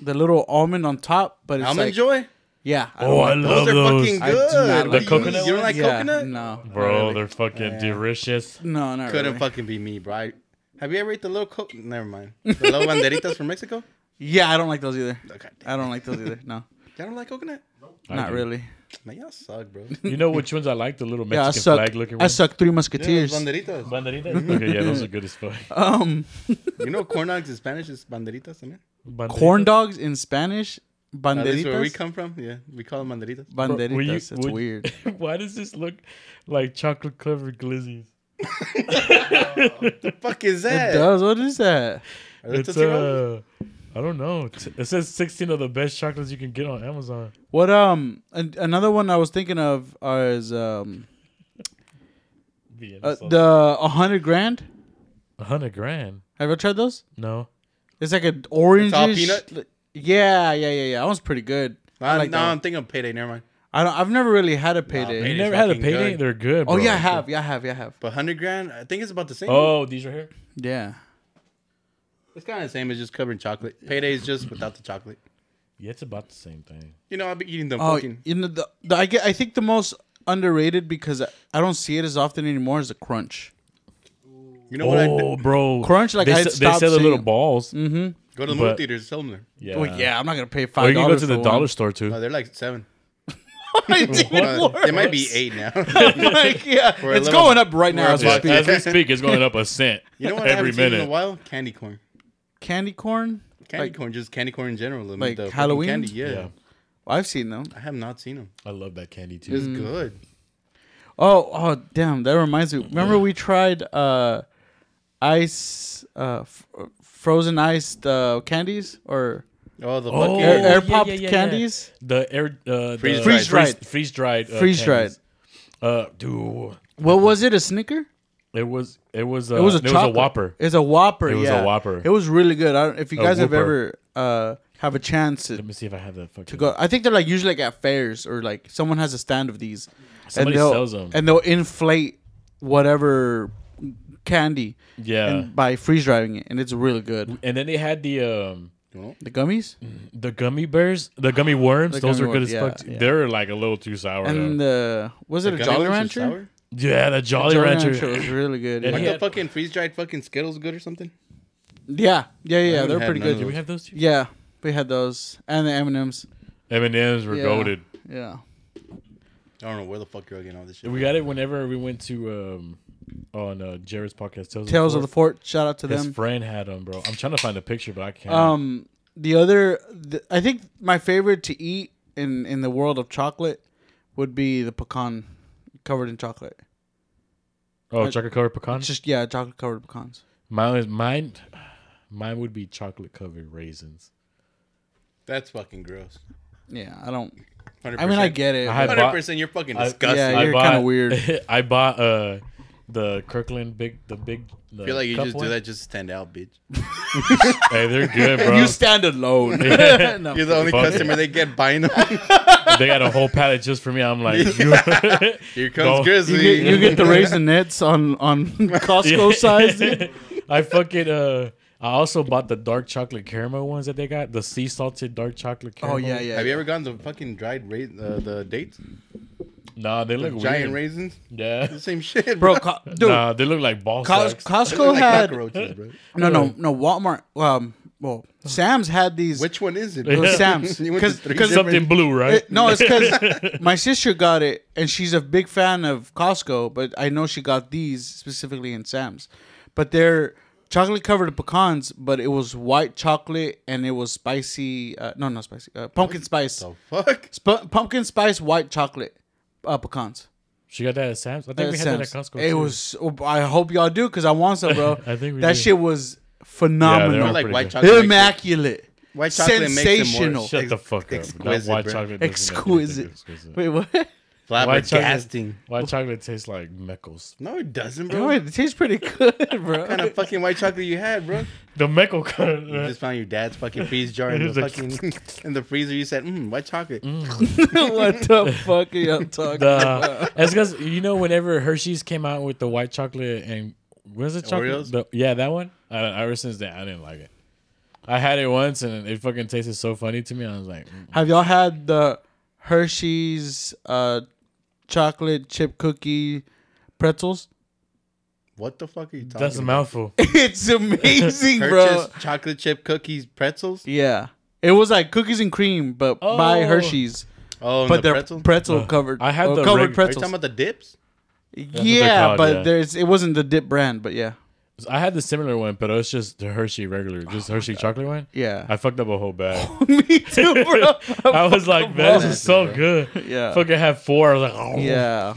Speaker 1: the little almond on top, but it's
Speaker 3: Almond
Speaker 1: like,
Speaker 3: Joy?
Speaker 1: Yeah. I
Speaker 2: Oh,
Speaker 1: don't
Speaker 2: I
Speaker 1: like-
Speaker 2: love
Speaker 3: Those are
Speaker 2: those,
Speaker 3: fucking
Speaker 1: I do not
Speaker 3: good. What
Speaker 1: like
Speaker 3: do
Speaker 2: The
Speaker 3: you-
Speaker 2: coconut
Speaker 3: You don't like
Speaker 1: yeah,
Speaker 3: coconut?
Speaker 1: No,
Speaker 2: bro. They're fucking delicious.
Speaker 1: no, not
Speaker 3: Couldn't
Speaker 1: really.
Speaker 3: fucking be me, bro. I- Have you ever ate the little co? Never mind. The little banderitas from Mexico?
Speaker 1: Yeah, I don't like those either.
Speaker 3: Okay. Y'all
Speaker 1: I don't like those either. No,
Speaker 3: don't like coconut?
Speaker 1: not
Speaker 2: do.
Speaker 1: really.
Speaker 3: Man, y'all suck, bro.
Speaker 2: You know which ones I like? The little
Speaker 1: Yeah, I
Speaker 2: Mexican
Speaker 1: suck.
Speaker 2: flag looking
Speaker 1: I
Speaker 2: ones.
Speaker 1: suck Three
Speaker 3: Yeah,
Speaker 1: Musketeers.
Speaker 3: banderitas.
Speaker 2: Banderitas. Okay, yeah, those are good as fuck.
Speaker 1: um,
Speaker 3: You know, corn dogs in Spanish is banderitas, man.
Speaker 2: Banderitas.
Speaker 1: corn dogs in Spanish,
Speaker 3: At least where we
Speaker 1: banderitas.
Speaker 3: come from, yeah, we call them banderitas.
Speaker 2: Bro,
Speaker 1: Banderitas.
Speaker 2: will you-
Speaker 1: it's
Speaker 2: would-
Speaker 1: weird.
Speaker 2: Why does this look like chocolate covered glizzies?
Speaker 3: Fuck is that?
Speaker 1: It does. What is that?
Speaker 3: Are those
Speaker 2: It's
Speaker 3: Tootsie
Speaker 2: uh, I don't know. T- It says 16 of the best chocolates you can get on Amazon.
Speaker 1: What um an- another one I was thinking of is um
Speaker 2: Be
Speaker 1: uh,
Speaker 2: insult.
Speaker 1: the a hundred grand.
Speaker 2: A hundred grand.
Speaker 1: Have you ever tried those?
Speaker 2: No.
Speaker 1: It's like an orange.
Speaker 3: peanut?
Speaker 1: Yeah, yeah, yeah, yeah. That one's pretty good.
Speaker 3: Roll?
Speaker 1: I like
Speaker 3: no,
Speaker 1: that.
Speaker 3: I'm thinking of payday. Never mind.
Speaker 1: I don't. I've never really had a payday.
Speaker 3: It
Speaker 2: You
Speaker 3: is
Speaker 2: never had a
Speaker 3: fucking
Speaker 2: payday?
Speaker 3: good.
Speaker 2: They're good.
Speaker 1: oh
Speaker 2: bro.
Speaker 1: yeah, I have. Yeah, I have. Yeah, I have.
Speaker 3: But hundred grand, I think it's about the same.
Speaker 2: Oh, these right here.
Speaker 1: Yeah.
Speaker 3: It's kind of the same. It's just covered in chocolate. Payday is just without the chocolate.
Speaker 2: Yeah, it's about the same thing.
Speaker 3: You know, I'll be eating them
Speaker 1: Oh,
Speaker 3: fucking.
Speaker 1: you know the, the I get. I think the most underrated because I, I don't see it as often anymore is the crunch.
Speaker 3: You know what? I
Speaker 2: Oh, bro.
Speaker 1: Crunch, like,
Speaker 2: they,
Speaker 1: I
Speaker 2: se- they
Speaker 1: stopped
Speaker 2: sell the little
Speaker 1: seeing-
Speaker 2: balls.
Speaker 3: Go to the
Speaker 2: But-
Speaker 3: movie theaters, sell them there.
Speaker 2: Yeah.
Speaker 1: Yeah. Well, yeah, I'm not gonna pay
Speaker 2: Or
Speaker 1: five
Speaker 2: you can go
Speaker 1: dollars
Speaker 2: to the
Speaker 1: for
Speaker 2: dollar
Speaker 1: one.
Speaker 2: store too.
Speaker 3: No, they're like seven.
Speaker 1: It didn't
Speaker 3: Uh, they
Speaker 1: work.
Speaker 3: might be eight now.
Speaker 1: Like, yeah,
Speaker 3: a
Speaker 1: it's
Speaker 3: little-
Speaker 1: going up right
Speaker 3: for
Speaker 1: now
Speaker 3: a
Speaker 1: as we
Speaker 3: buck.
Speaker 1: speak.
Speaker 2: As we speak, it's going up a cent
Speaker 3: you know what? I
Speaker 2: every
Speaker 3: haven't seen in a
Speaker 2: minute.
Speaker 3: while. Candy corn.
Speaker 1: Candy corn.
Speaker 3: Candy
Speaker 1: Like-
Speaker 3: corn, just candy corn in general. the-
Speaker 1: like
Speaker 3: the fucking
Speaker 1: Halloween?
Speaker 3: Candy, yeah.
Speaker 2: Yeah.
Speaker 1: I've seen them.
Speaker 3: I have not seen them.
Speaker 2: I love that candy too. Mm.
Speaker 3: It's good.
Speaker 1: Oh, oh, damn! That reminds me. Remember we tried uh, ice, uh, f- frozen iced uh, candies or
Speaker 3: Oh, the
Speaker 2: Oh,
Speaker 3: fucking
Speaker 1: air, air
Speaker 2: yeah,
Speaker 1: popped
Speaker 2: yeah, yeah,
Speaker 1: candies,
Speaker 2: The air, uh,
Speaker 3: Freeze-dried.
Speaker 2: freeze
Speaker 1: Freeze-dried.
Speaker 2: freeze dried, uh,
Speaker 1: freeze dried.
Speaker 2: candies. Uh, dude,
Speaker 1: What was it? A Snicker?
Speaker 2: it was it was uh,
Speaker 1: It was a
Speaker 2: it was a
Speaker 1: chocolate.
Speaker 2: Whopper.
Speaker 1: It's a Whopper.
Speaker 2: It was a
Speaker 1: yeah.
Speaker 2: Whopper.
Speaker 1: It was really good. I don't, if you
Speaker 2: A
Speaker 1: guys have
Speaker 2: Whooper.
Speaker 1: ever uh, have a chance to
Speaker 2: Let me see if I have that fucking.
Speaker 1: go, I think they're like usually like at fairs or like someone has a stand of these.
Speaker 2: Somebody
Speaker 1: and they'll,
Speaker 2: sells 'em.
Speaker 1: and they'll inflate whatever candy
Speaker 2: Yeah.
Speaker 1: and by freeze driving it, and it's really good.
Speaker 2: And then they had the um
Speaker 1: The gummies.
Speaker 2: the gummy bears, the gummy worms.
Speaker 1: The
Speaker 2: those
Speaker 1: gummy
Speaker 2: are good
Speaker 1: worms,
Speaker 2: as fuck.
Speaker 1: yeah,
Speaker 2: too.
Speaker 1: yeah.
Speaker 2: They're like a little too sour.
Speaker 1: And
Speaker 2: though.
Speaker 1: the was it a Jolly Rancher?
Speaker 3: Sour?
Speaker 2: Yeah, the Jolly,
Speaker 1: Jolly
Speaker 2: Rancher.
Speaker 1: Rancher was really good.
Speaker 2: And
Speaker 1: Yeah,
Speaker 3: Aren't
Speaker 2: he
Speaker 1: yeah,
Speaker 3: the
Speaker 2: had-
Speaker 3: fucking freeze dried fucking Skittles good or something?
Speaker 1: yeah, yeah.
Speaker 3: haven't
Speaker 1: they're
Speaker 3: had
Speaker 1: pretty
Speaker 3: none
Speaker 1: good.
Speaker 3: of
Speaker 2: Did we have those two?
Speaker 1: Yeah, we had those and the M and M's.
Speaker 2: M and M's were
Speaker 1: Yeah.
Speaker 2: goaded.
Speaker 1: Yeah.
Speaker 3: I don't know where the fuck you're getting all this shit.
Speaker 2: We got it whenever we went to um on uh, Jared's podcast. Tales,
Speaker 1: Tales
Speaker 2: of
Speaker 1: of the Fort. Shout out to
Speaker 2: His
Speaker 1: them.
Speaker 2: friend had them, bro. I'm trying to find a picture, but I can't.
Speaker 1: Um, the other, the, I think my favorite to eat in in the world of chocolate would be the pecan covered in chocolate.
Speaker 2: oh, chocolate covered pecan.
Speaker 1: It's just yeah, chocolate covered pecans.
Speaker 2: Mine is mine. Mine would be chocolate covered raisins.
Speaker 3: That's fucking gross.
Speaker 1: Yeah, I don't.
Speaker 3: 100%.
Speaker 1: I mean, I get it.
Speaker 2: I had
Speaker 1: but-
Speaker 3: Hundred percent, you're fucking disgusting.
Speaker 1: yeah,
Speaker 2: I
Speaker 1: you're
Speaker 2: bought-
Speaker 1: kind of weird.
Speaker 2: I bought uh the Kirkland big the big. The
Speaker 3: I feel like you
Speaker 2: cup
Speaker 3: just
Speaker 2: one.
Speaker 3: do that just to stand out, bitch.
Speaker 2: Hey, they're good, bro.
Speaker 1: You stand alone. No.
Speaker 3: You're the only
Speaker 2: Fuck.
Speaker 3: customer they get buying them.
Speaker 2: they got a whole pallet just for me. I'm like,
Speaker 3: Here
Speaker 2: No.
Speaker 3: comes
Speaker 1: You
Speaker 3: Grizzly.
Speaker 1: get, you get the raisinets on on Costco size. dude.
Speaker 2: I fucking uh. I also bought the dark chocolate caramel ones that they got, the sea salted dark chocolate
Speaker 1: Oh
Speaker 2: caramel.
Speaker 1: yeah, yeah.
Speaker 3: Have you ever gone to fucking dried ra- uh, the dates?
Speaker 2: Nah, they
Speaker 3: The
Speaker 2: look weird.
Speaker 3: giant raisins?
Speaker 2: yeah,
Speaker 3: The same shit,
Speaker 1: bro? Co- dude,
Speaker 2: nah, they look like ball
Speaker 1: Cos-
Speaker 2: sacks.
Speaker 3: They
Speaker 1: Costco
Speaker 3: look like
Speaker 1: had
Speaker 3: cockroaches, bro.
Speaker 1: no, no, no. Walmart. Um, well, Sam's had these.
Speaker 3: Which one is it?
Speaker 1: It
Speaker 3: bro?
Speaker 1: was Sam's.
Speaker 3: You went to
Speaker 1: 'Cause-
Speaker 3: three
Speaker 1: 'cause
Speaker 3: different-
Speaker 2: Something blue, right?
Speaker 1: It- Eh, no, it's because my sister got it, and she's a big fan of Costco. But I know she got these specifically in Sam's. But they're chocolate covered pecans, but it was white chocolate and it was spicy. Uh, no, not spicy. Uh, pumpkin spice.
Speaker 3: The fuck?
Speaker 1: Sp- pumpkin spice white chocolate uh, pecans.
Speaker 2: She got that at Sam's. I think we
Speaker 1: At
Speaker 2: had
Speaker 1: Sam's.
Speaker 2: that at Costco.
Speaker 1: It
Speaker 2: too.
Speaker 1: was. oh, I hope y'all do because I want some, bro.
Speaker 2: I think we
Speaker 1: that
Speaker 2: do.
Speaker 1: shit was phenomenal.
Speaker 2: Yeah,
Speaker 3: I like
Speaker 2: Pretty
Speaker 3: white
Speaker 2: good.
Speaker 3: chocolate. makes
Speaker 1: immaculate.
Speaker 3: White chocolate makes it more-
Speaker 1: sensational.
Speaker 2: Shut the
Speaker 3: Ex-
Speaker 2: fuck up. That
Speaker 3: exquisite,
Speaker 2: white
Speaker 3: bro.
Speaker 2: chocolate. doesn't make
Speaker 1: Exquisite.
Speaker 2: anything exquisite.
Speaker 1: Wait, what?
Speaker 3: it
Speaker 2: White chocolate,
Speaker 3: Flabbergasting.
Speaker 2: white chocolate tastes like Meckles.
Speaker 3: No, it doesn't, bro. What
Speaker 1: Wait, it tastes pretty good, bro.
Speaker 3: kind of fucking white chocolate you had, bro?
Speaker 2: The Meckle
Speaker 3: You
Speaker 2: kind.
Speaker 3: just found your dad's fucking freeze jar in the
Speaker 2: It's like- Mm.
Speaker 3: fucking in the freezer. You said, "Mmm, white chocolate."
Speaker 1: what the fuck are y'all talking?
Speaker 2: The, that's because you know whenever Hershey's came out with the white chocolate and where's the chocolate?
Speaker 3: Oreos?
Speaker 2: The- yeah, that one. I don't, ever since then, I didn't like it. I had it once and it fucking tasted so funny to me. I was like, mm.
Speaker 1: Have y'all had the Hershey's uh, chocolate chip cookie pretzels?
Speaker 3: What the fuck are you talking?
Speaker 2: that's a
Speaker 3: about?
Speaker 2: mouthful.
Speaker 1: It's amazing, bro.
Speaker 3: Purchase chocolate chip cookies, pretzels.
Speaker 1: Yeah, it was like cookies and cream, but by
Speaker 2: Oh.
Speaker 1: Hershey's,
Speaker 3: Oh, and
Speaker 1: but
Speaker 3: the
Speaker 1: they're
Speaker 3: pretzel.
Speaker 1: pretzel,
Speaker 3: are
Speaker 1: covered.
Speaker 2: I had
Speaker 1: or
Speaker 2: the
Speaker 1: covered
Speaker 2: reg-
Speaker 3: you talking
Speaker 1: pretzels.
Speaker 3: about the dips?
Speaker 1: yeah,
Speaker 2: called,
Speaker 1: but
Speaker 2: yeah.
Speaker 1: there's it wasn't the dip brand, but yeah,
Speaker 2: I had the similar one, but it was just the Hershey regular, just Hershey chocolate one.
Speaker 1: Oh yeah.
Speaker 2: I fucked up a whole bag.
Speaker 1: Me too, bro.
Speaker 2: I was like, man, this is so good.
Speaker 1: Yeah.
Speaker 2: Fucking have four. I was like, oh,
Speaker 1: yeah,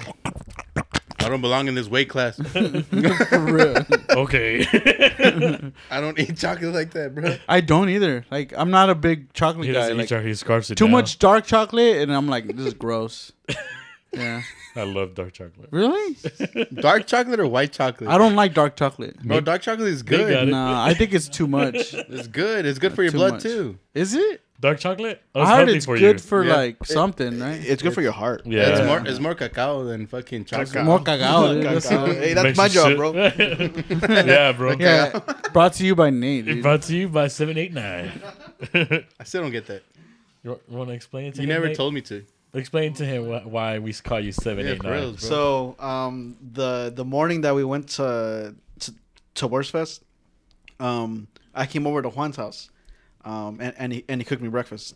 Speaker 3: I don't belong in this weight class.
Speaker 1: for real.
Speaker 2: okay.
Speaker 3: I don't eat chocolate like that, bro.
Speaker 1: I don't either. Like I'm not a big chocolate
Speaker 2: he
Speaker 1: guy.
Speaker 2: doesn't eat
Speaker 1: Like,
Speaker 2: chocolate. He scarfs it
Speaker 1: too
Speaker 2: down.
Speaker 1: much dark chocolate, and I'm like, this is gross. yeah,
Speaker 2: I love dark chocolate.
Speaker 1: really?
Speaker 3: Dark chocolate or white chocolate?
Speaker 1: I don't like dark chocolate.
Speaker 3: Bro, dark chocolate is
Speaker 2: got
Speaker 3: good.
Speaker 2: it.
Speaker 1: Nah, I think it's too much.
Speaker 3: It's good. It's good for your
Speaker 1: Too
Speaker 3: blood
Speaker 1: much.
Speaker 3: too.
Speaker 1: Is it?
Speaker 2: Dark chocolate? Oh,
Speaker 1: I heard it's good for
Speaker 3: Yeah.
Speaker 1: like something, right?
Speaker 7: It's good for your heart.
Speaker 2: you. Yeah.
Speaker 3: It's more. It's more cacao than fucking chocolate.
Speaker 1: More cacao. dude. That's-
Speaker 7: Hey,
Speaker 2: Makes
Speaker 7: that's my
Speaker 2: you
Speaker 7: job,
Speaker 2: sit-
Speaker 7: bro.
Speaker 2: yeah, bro.
Speaker 1: Yeah, brought to you by Nate. dude.
Speaker 2: Brought to you by 789.
Speaker 3: I still don't get that.
Speaker 2: you want to explain it to
Speaker 3: You
Speaker 2: him?
Speaker 3: never
Speaker 2: Nate?
Speaker 3: told me to.
Speaker 2: Explain to him wh- why we call you
Speaker 3: Yeah, for
Speaker 2: 789.
Speaker 3: reals, bro.
Speaker 7: So, um, the the morning that we went to to, to Worst Fest, um, I came over to Juan's house, um, and, and he and he cooked me breakfast,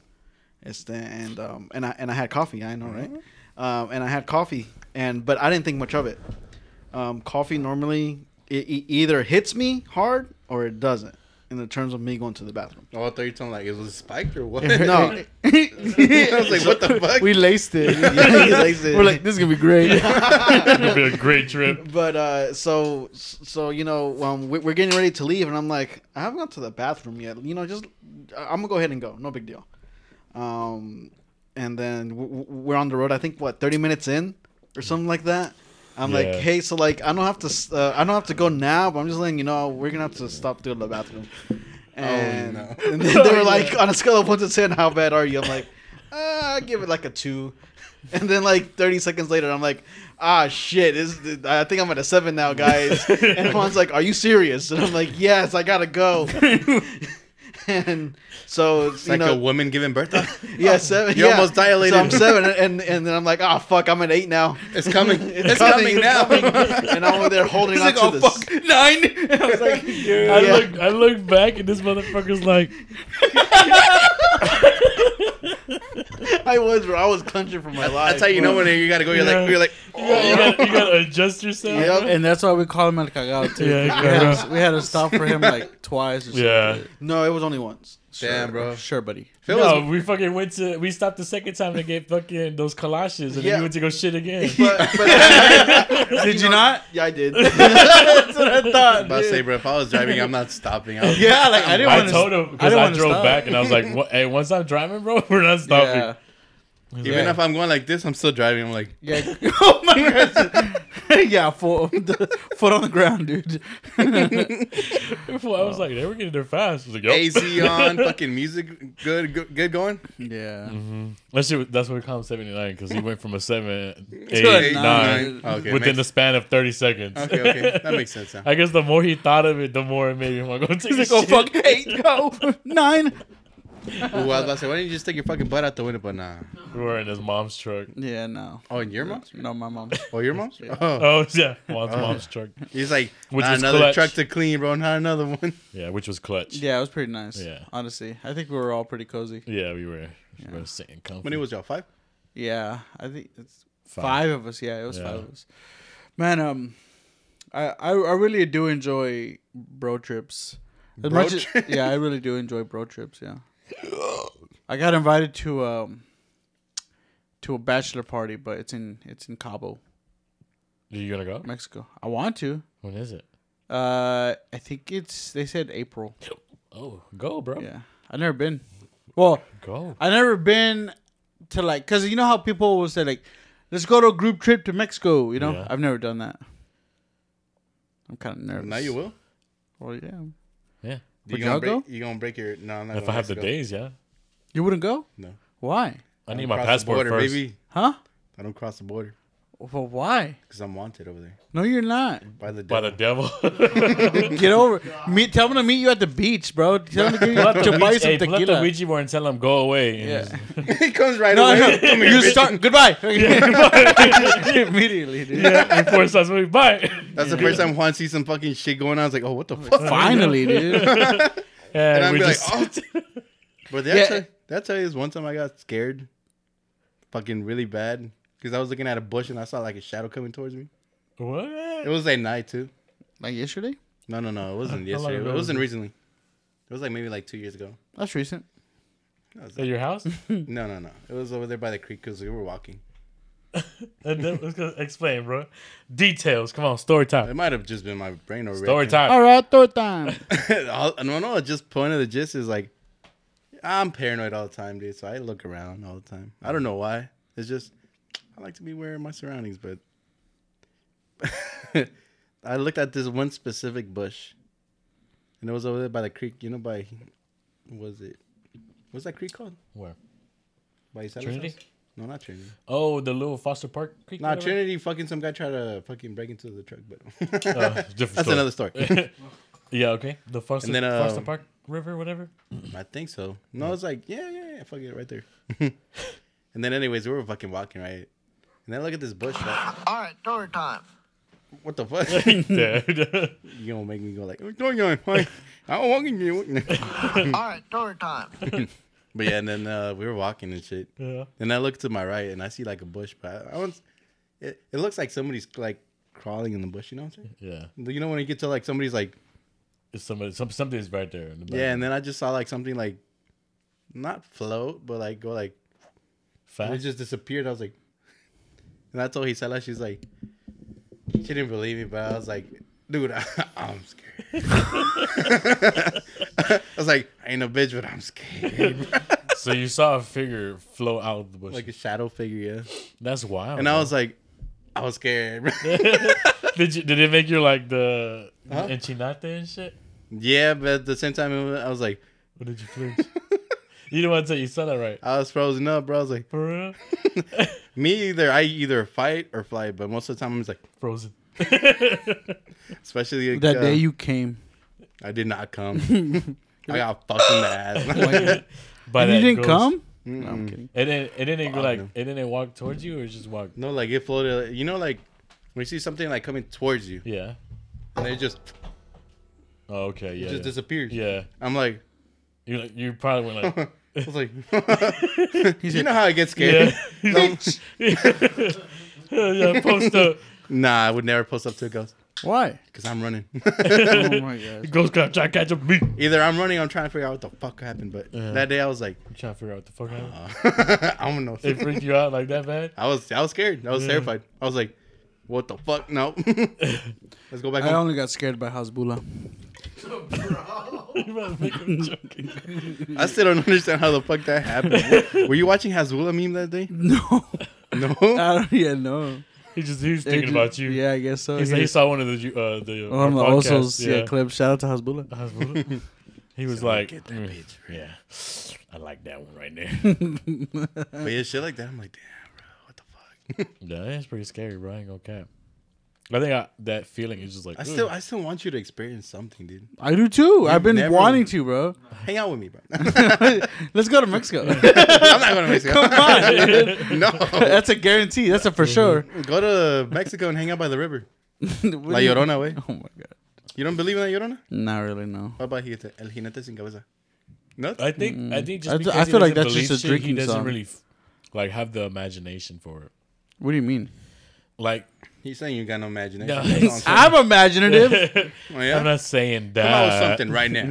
Speaker 7: it's the, and um, and I and I had coffee. I know, right? Um, and I had coffee, and but I didn't think much of it. Um, coffee normally it, it either hits me hard or it doesn't, in the terms of me going to the bathroom.
Speaker 3: Oh, I thought you were talking like it was spiked or what?
Speaker 7: No,
Speaker 3: I was like, what the fuck?
Speaker 1: we laced it. We're like, this is gonna be great.
Speaker 2: It'll be a great trip.
Speaker 7: But uh, so so you know um, we- we're getting ready to leave, and I'm like, I haven't gone to the bathroom yet. You know, just I- I'm gonna go ahead and go. No big deal. Um, and then w- w- we're on the road. I think what 30 minutes in or something like that. I'm like,
Speaker 2: Yeah.
Speaker 7: hey, so like I don't have to s- uh, I don't have to go now, but I'm just letting you know we're gonna have to stop to go to the bathroom. And,
Speaker 3: no.
Speaker 7: and then they were like, on a scale of one to ten, how bad are you? I'm like, ah, I give it like a two. And then like 30 seconds later, I'm like, ah, shit, is I think I'm at a seven now, guys. and Juan's like, are you serious? And I'm like, yes, I gotta go. and so
Speaker 3: It's
Speaker 7: you
Speaker 3: like
Speaker 7: know,
Speaker 3: a woman giving birth.
Speaker 7: yeah, seven.
Speaker 3: You
Speaker 7: yeah.
Speaker 3: almost dilated.
Speaker 7: So I'm seven, and and then I'm like, oh fuck, I'm an eight now.
Speaker 3: it's coming. It's, coming, now.
Speaker 7: and I'm over there holding on
Speaker 1: like,
Speaker 7: to
Speaker 1: oh
Speaker 7: this.
Speaker 1: fuck, nine. I was like,
Speaker 2: I
Speaker 7: Yeah.
Speaker 2: look, I look back, and this motherfucker's like,
Speaker 7: I was, bro. I was clenching for my life.
Speaker 3: That's how you know when you gotta go. You're
Speaker 2: Yeah.
Speaker 3: like, you're like, "Oh,
Speaker 2: you gotta, you gotta, you gotta adjust yourself.
Speaker 7: Yep.
Speaker 1: and that's why we call him El Cagao too.
Speaker 2: Yeah,
Speaker 1: we, had
Speaker 2: Cagao.
Speaker 1: to, we had to stop for him like twice. Or something.
Speaker 2: Yeah.
Speaker 7: No, it was only once.
Speaker 1: Sure,
Speaker 3: Damn, bro.
Speaker 1: Sure, buddy.
Speaker 3: Phil
Speaker 2: no,
Speaker 3: was,
Speaker 2: we fucking went to. We stopped the second time to get fucking those collages, and then
Speaker 7: Yeah.
Speaker 2: you went to go shit again.
Speaker 7: But, but
Speaker 1: Did you not?
Speaker 7: yeah, I did.
Speaker 1: That's what I thought.
Speaker 3: about to say, bro. If I was driving, I'm not stopping. I was,
Speaker 1: Yeah, like I didn't
Speaker 2: I
Speaker 1: want to.
Speaker 2: told him because
Speaker 1: didn't
Speaker 2: I,
Speaker 1: wanna
Speaker 2: drove
Speaker 1: stop.
Speaker 2: back, and I was like, "What- "Hey, once I'm driving, bro, we're not stopping."
Speaker 1: Yeah.
Speaker 3: Even if I'm going like this, I'm still driving. I'm like,
Speaker 1: Yeah. Oh my god. yeah, foot, foot on the ground, dude.
Speaker 2: Before, I was like, "They were getting there fast." I was like, yup.
Speaker 3: AC on, fucking music, good, good, good going.
Speaker 1: yeah.
Speaker 2: That shit, was- that's what we call him 79 because he went from a 7, 8,
Speaker 1: a
Speaker 2: 9,
Speaker 1: nine.
Speaker 3: Okay,
Speaker 2: within the
Speaker 3: makes-
Speaker 2: span of 30 seconds.
Speaker 3: Okay, okay, that makes sense. Now.
Speaker 2: I guess the more he thought of it, the more it made him want to go take
Speaker 1: He's
Speaker 2: a
Speaker 1: like, oh
Speaker 2: shit.
Speaker 1: fuck, eight, oh, nine.
Speaker 3: Ooh, I was about to say, why didn't you just take your fucking butt out the window? But nah.
Speaker 2: We were in his mom's truck.
Speaker 1: Yeah, no,
Speaker 3: Oh, and your mom's?
Speaker 1: no, my mom.
Speaker 3: Oh, your mom's? Oh.
Speaker 2: Oh, yeah. Juan's mom's truck.
Speaker 3: He's like,
Speaker 2: Which
Speaker 3: not
Speaker 2: was
Speaker 3: another
Speaker 2: clutch.
Speaker 3: truck to clean, bro. Not another one.
Speaker 2: Yeah, which was clutch. Yeah,
Speaker 1: Yeah, it was pretty nice.
Speaker 2: Yeah.
Speaker 1: honestly, I think we were all pretty cozy.
Speaker 2: we were, we were sitting comfy.
Speaker 3: When it was y'all five?
Speaker 1: Yeah, I think it's
Speaker 2: Five.
Speaker 1: five, of us. Yeah, it was
Speaker 2: Yeah.
Speaker 1: five of us. Man, um, I I, I really do enjoy bro trips. As
Speaker 3: Bro
Speaker 1: much as-
Speaker 3: trip?
Speaker 1: yeah, I really do enjoy bro trips. Yeah, I got invited to um to a bachelor party, but it's in it's in Cabo,
Speaker 2: Are you gonna go?
Speaker 1: Mexico. I want to.
Speaker 2: When is it?
Speaker 1: Uh, I think it's they said April.
Speaker 2: Oh, go, bro.
Speaker 1: Yeah, I've never been. Well,
Speaker 2: Go.
Speaker 1: I never been to like because you know how people will say like, let's go to a group trip to Mexico. You know,
Speaker 2: Yeah.
Speaker 1: I've never done that. I'm kind of nervous.
Speaker 3: Now you will.
Speaker 1: Well, yeah.
Speaker 2: Yeah.
Speaker 3: You
Speaker 1: Would y'all
Speaker 3: gonna break,
Speaker 1: go?
Speaker 3: you gonna break your? No, I'm not.
Speaker 2: If
Speaker 3: going
Speaker 2: I have the
Speaker 3: Mexico.
Speaker 2: days, yeah.
Speaker 1: You wouldn't go?
Speaker 3: No.
Speaker 1: Why?
Speaker 2: I need
Speaker 3: Don't
Speaker 2: my
Speaker 3: cross the
Speaker 2: passport
Speaker 3: border,
Speaker 2: first.
Speaker 3: baby.
Speaker 1: Huh?
Speaker 3: I don't cross the border
Speaker 1: Well, why?
Speaker 3: because I'm wanted over there
Speaker 1: No, you're not.
Speaker 3: by the
Speaker 2: By
Speaker 3: devil.
Speaker 2: the devil.
Speaker 1: Get over. Meet. Tell them to meet you at the beach, bro. Tell them to, give you, to buy
Speaker 2: Ouija-
Speaker 1: some
Speaker 2: hey, pull up the
Speaker 1: tequila.
Speaker 2: Ouija board and tell him go away. And
Speaker 1: Yeah.
Speaker 3: he comes right
Speaker 1: No,
Speaker 3: away.
Speaker 1: no. You start. Goodbye. Immediately, dude.
Speaker 2: yeah, and force us to bye.
Speaker 3: That's the first time Juan sees some fucking shit going on. I was like, oh, what the fuck?
Speaker 1: Finally, dude.
Speaker 2: And,
Speaker 3: And I'm
Speaker 2: we
Speaker 3: like,
Speaker 2: just
Speaker 3: oh. But
Speaker 1: Yeah.
Speaker 3: that's yeah. that's how is one time I got scared, fucking really bad, because I was looking at a bush and I saw like a shadow coming towards me. It
Speaker 2: what?
Speaker 3: was at night too.
Speaker 1: Like yesterday.
Speaker 3: No, no, no. It wasn't
Speaker 2: How long
Speaker 3: yesterday.
Speaker 2: ago
Speaker 3: It
Speaker 2: was
Speaker 3: wasn't
Speaker 2: it?
Speaker 3: recently. It was like maybe like two years ago.
Speaker 1: That's recent.
Speaker 2: At your house?
Speaker 3: No, no, no. It was over there by the creek because we were walking.
Speaker 2: And then- let's go- explain, bro. Details. Come on, story
Speaker 3: It
Speaker 2: time.
Speaker 3: might have just been my brain already.
Speaker 2: Story time.
Speaker 1: All right, third time.
Speaker 3: All- no, no. Just point of the gist is like, I'm paranoid all the time, dude. So I look around all the time. I don't know why. It's just I like to be aware of my surroundings, but I looked at this one specific bush, and it was over there by the creek. You know, by what was it? What's that creek called?
Speaker 2: Where?
Speaker 3: By Isalas
Speaker 2: Trinity?
Speaker 3: house? No, not Trinity.
Speaker 2: Oh, the little Foster Park Creek.
Speaker 3: Not
Speaker 2: whatever?
Speaker 3: Trinity. Fucking some guy tried to fucking break into the truck, but
Speaker 2: Uh, different
Speaker 3: that's
Speaker 2: story.
Speaker 3: another story.
Speaker 2: Yeah, okay. The Foster,
Speaker 3: And then, uh,
Speaker 2: Foster Park River, whatever.
Speaker 3: I think so. No, it's like, yeah, yeah, yeah, fuck it, right there. and then, anyways, we were fucking walking, right? And then look at this bush. Right?
Speaker 6: All right, story time.
Speaker 3: What the fuck?
Speaker 2: yeah.
Speaker 3: you gonna make me go like, what's going on? Like, I'm walking you.
Speaker 6: All right, story time.
Speaker 3: but yeah, and then uh, we were walking and shit.
Speaker 2: yeah.
Speaker 3: And I look to my right and I see like a bush, but I, I was, it, it looks like somebody's like crawling in the bush. You know what I'm
Speaker 2: Yeah.
Speaker 3: saying? You know when you get to like somebody's like,
Speaker 2: It's somebody, some, something's right there. In the back.
Speaker 3: yeah. And then I just saw like something like, not float, but like go like And it
Speaker 2: Fast.
Speaker 3: just disappeared. I was like, and I told Hisela, she's like, she didn't believe me, but I was like, dude, I, am scared. I was like, I ain't a bitch, but I'm scared.
Speaker 2: so you saw a figure flow out of the bush.
Speaker 3: like a shadow figure, yeah.
Speaker 2: That's wild.
Speaker 3: And I was like, I was scared.
Speaker 2: did you, did it make you like the
Speaker 3: Huh?
Speaker 2: enchinate and shit?
Speaker 3: yeah, but at the same time, it was- I was like,
Speaker 2: Or did you flinch? you didn't want to say you saw that right.
Speaker 3: I was frozen up, bro. I was like,
Speaker 2: For real?
Speaker 3: me either. I either fight or flight, but most of the time, I'm just like,
Speaker 2: Frozen.
Speaker 3: especially like,
Speaker 1: That
Speaker 3: uh,
Speaker 1: day you came.
Speaker 3: I did not come. I got fucked in the ass.
Speaker 2: But
Speaker 1: you didn't come?
Speaker 3: Mm-mm.
Speaker 2: It didn't. It didn't go, like.
Speaker 3: no.
Speaker 2: It didn't walk towards you, or it just walked.
Speaker 3: no, like it floated. You know, like when you see something like coming towards you,
Speaker 2: Yeah.
Speaker 3: and it just
Speaker 2: Oh, okay. Yeah.
Speaker 3: just
Speaker 2: yeah.
Speaker 3: disappears.
Speaker 2: Yeah.
Speaker 3: I'm like,
Speaker 2: You like, you probably went like.
Speaker 3: I was like, you know how I get scared.
Speaker 2: yeah. yeah. Post up.
Speaker 3: Nah, I would never post up to a ghost
Speaker 1: Why?
Speaker 3: because I'm running.
Speaker 1: Oh my god.
Speaker 2: Ghost gonna try to catch up with me. I'm
Speaker 3: Either I'm running, or I'm trying to figure out what the fuck happened. But that day I was like,
Speaker 2: trying to figure out what the fuck happened.
Speaker 3: I don't know.
Speaker 2: It freaked you out like that bad.
Speaker 3: I was I was scared. I was terrified. I was like, what the fuck? No. Let's go back
Speaker 1: I
Speaker 3: home.
Speaker 1: only got scared by House Bula.
Speaker 3: I still don't understand how the fuck that happened. Were you watching Hazula meme that day?
Speaker 1: No.
Speaker 3: No.
Speaker 1: I don't yeah, no.
Speaker 2: He just he's
Speaker 1: It
Speaker 2: thinking
Speaker 1: ju-
Speaker 2: about you.
Speaker 1: Yeah, I guess so.
Speaker 2: He's like, he saw one of the you- uh the
Speaker 1: One of the
Speaker 2: our
Speaker 1: Osos,
Speaker 2: podcasts,
Speaker 1: yeah. clip. Shout out to House Bula.
Speaker 2: He was like, "Mm, yeah, I like that one right there.
Speaker 3: But yeah, shit like that. I'm like, damn, bro, what the fuck?
Speaker 2: yeah, it's pretty scary, bro. I ain't gonna cap. I think I, that feeling is just like
Speaker 3: I
Speaker 2: "Ugh."
Speaker 3: still I still want you to experience something, dude.
Speaker 1: I do too. I've been
Speaker 3: never-
Speaker 1: wanting to, bro.
Speaker 3: Hang out with me, bro.
Speaker 1: Let's go to Mexico.
Speaker 3: I'm not going to Mexico.
Speaker 1: Come on, dude.
Speaker 3: no.
Speaker 1: That's a guarantee. That's a for
Speaker 2: Mm-hmm.
Speaker 1: sure.
Speaker 3: Go to Mexico and hang out by the river. La Llorona, way.
Speaker 1: Oh my god.
Speaker 3: You don't believe in La Llorona?
Speaker 1: Not really. No.
Speaker 3: What about Jinete- El Jinete Sin Cabeza? No?
Speaker 2: I think I think
Speaker 1: Mm.
Speaker 2: just
Speaker 1: I th-
Speaker 2: because
Speaker 1: I
Speaker 2: he
Speaker 1: feel like
Speaker 2: doesn't
Speaker 1: that's just
Speaker 2: believe
Speaker 1: a
Speaker 2: shit,
Speaker 1: drinking
Speaker 2: He doesn't
Speaker 1: song.
Speaker 2: really f- like have the imagination for it.
Speaker 1: What do you mean?
Speaker 2: Like
Speaker 3: He's saying you got no imagination.
Speaker 2: No,
Speaker 3: That's all I'm saying.
Speaker 1: I'm imaginative.
Speaker 3: Oh, yeah?
Speaker 2: I'm not saying that.
Speaker 3: Come out with something right now.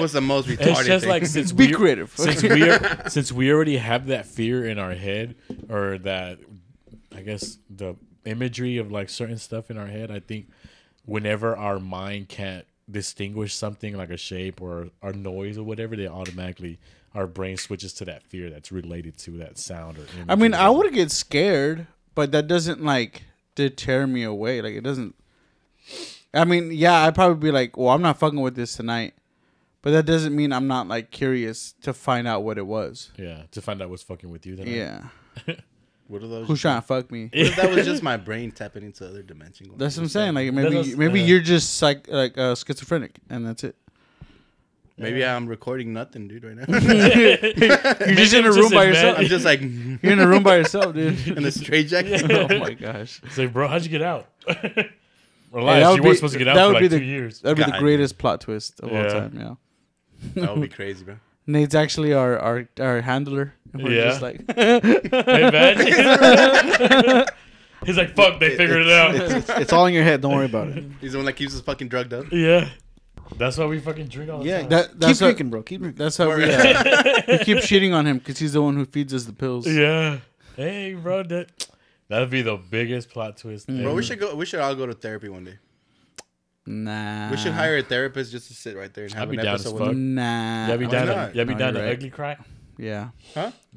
Speaker 3: What's the most retarded
Speaker 2: It's just
Speaker 3: thing?
Speaker 2: like since
Speaker 1: Be
Speaker 2: we
Speaker 1: creative.
Speaker 2: since we are, since we already have that fear in our head or that I guess the imagery of like certain stuff in our head. I think whenever our mind can't distinguish something like a shape or or noise or whatever, they automatically our brain switches to that fear that's related to that sound
Speaker 1: I
Speaker 2: or.
Speaker 1: mean,
Speaker 2: imagery.
Speaker 1: I would get scared, but that doesn't like deter me away. Like it doesn't. I mean, yeah, I'd probably be like, "Well, I'm not fucking with this tonight," but that doesn't mean I'm not like curious to find out what it was.
Speaker 2: yeah to find out what's fucking with you. Then
Speaker 1: Yeah,
Speaker 3: what are those?
Speaker 1: who's trying to fuck me?
Speaker 3: If that was just my brain tapping into other dimension. going,
Speaker 1: That's what I'm saying. Like maybe
Speaker 2: was-
Speaker 1: maybe
Speaker 2: yeah.
Speaker 1: you're just psych like uh, schizophrenic, and that's it.
Speaker 3: Maybe I'm recording nothing, dude, right now.
Speaker 1: You're just in a
Speaker 2: him
Speaker 1: room
Speaker 2: just
Speaker 1: by
Speaker 2: admit-
Speaker 1: yourself.
Speaker 3: I'm just like in
Speaker 1: You're in a room by yourself, dude.
Speaker 3: a straitjacket.
Speaker 1: oh my gosh,
Speaker 2: it's like, bro, how'd you get out?
Speaker 1: Yeah,
Speaker 2: Relax,
Speaker 1: that would
Speaker 2: you weren't
Speaker 1: be-
Speaker 2: supposed to get out
Speaker 1: that
Speaker 2: for
Speaker 1: would
Speaker 2: like
Speaker 1: be
Speaker 2: two
Speaker 1: the-
Speaker 2: years.
Speaker 1: that'd be the
Speaker 3: God.
Speaker 1: greatest plot twist of all
Speaker 2: Yeah.
Speaker 1: time. Yeah,
Speaker 3: That would be crazy, bro.
Speaker 1: Nate's actually our our, our handler. And we're
Speaker 2: Yeah.
Speaker 1: just like
Speaker 2: Hey, man. He's like, fuck, they figured it out.
Speaker 7: It's, it's all in your head. Don't worry about it.
Speaker 3: He's the one that keeps us fucking drugged up.
Speaker 2: Yeah. That's why we fucking drink all the
Speaker 7: Yeah,
Speaker 2: time.
Speaker 1: That- that's
Speaker 7: keep
Speaker 1: what-
Speaker 7: drinking, bro. Keep drinking.
Speaker 1: That's how we, uh, we keep shitting on him because he's the one who feeds us the pills.
Speaker 2: Yeah. Hey, bro, that that'd be the biggest plot twist.
Speaker 3: Mm. Bro,
Speaker 2: ever.
Speaker 3: we should go. We should all go to therapy one day.
Speaker 1: Nah.
Speaker 3: We should hire a therapist just to sit right there and have
Speaker 2: Uh, I'd be
Speaker 3: an
Speaker 2: down
Speaker 3: episode.
Speaker 2: as
Speaker 3: With
Speaker 2: fuck.
Speaker 3: them.
Speaker 1: Nah.
Speaker 2: Y'all be
Speaker 1: Why
Speaker 2: down,
Speaker 1: not?
Speaker 2: to, y'all be
Speaker 1: No,
Speaker 2: down
Speaker 1: you're
Speaker 2: to
Speaker 1: right.
Speaker 2: ugly cry?
Speaker 1: Yeah.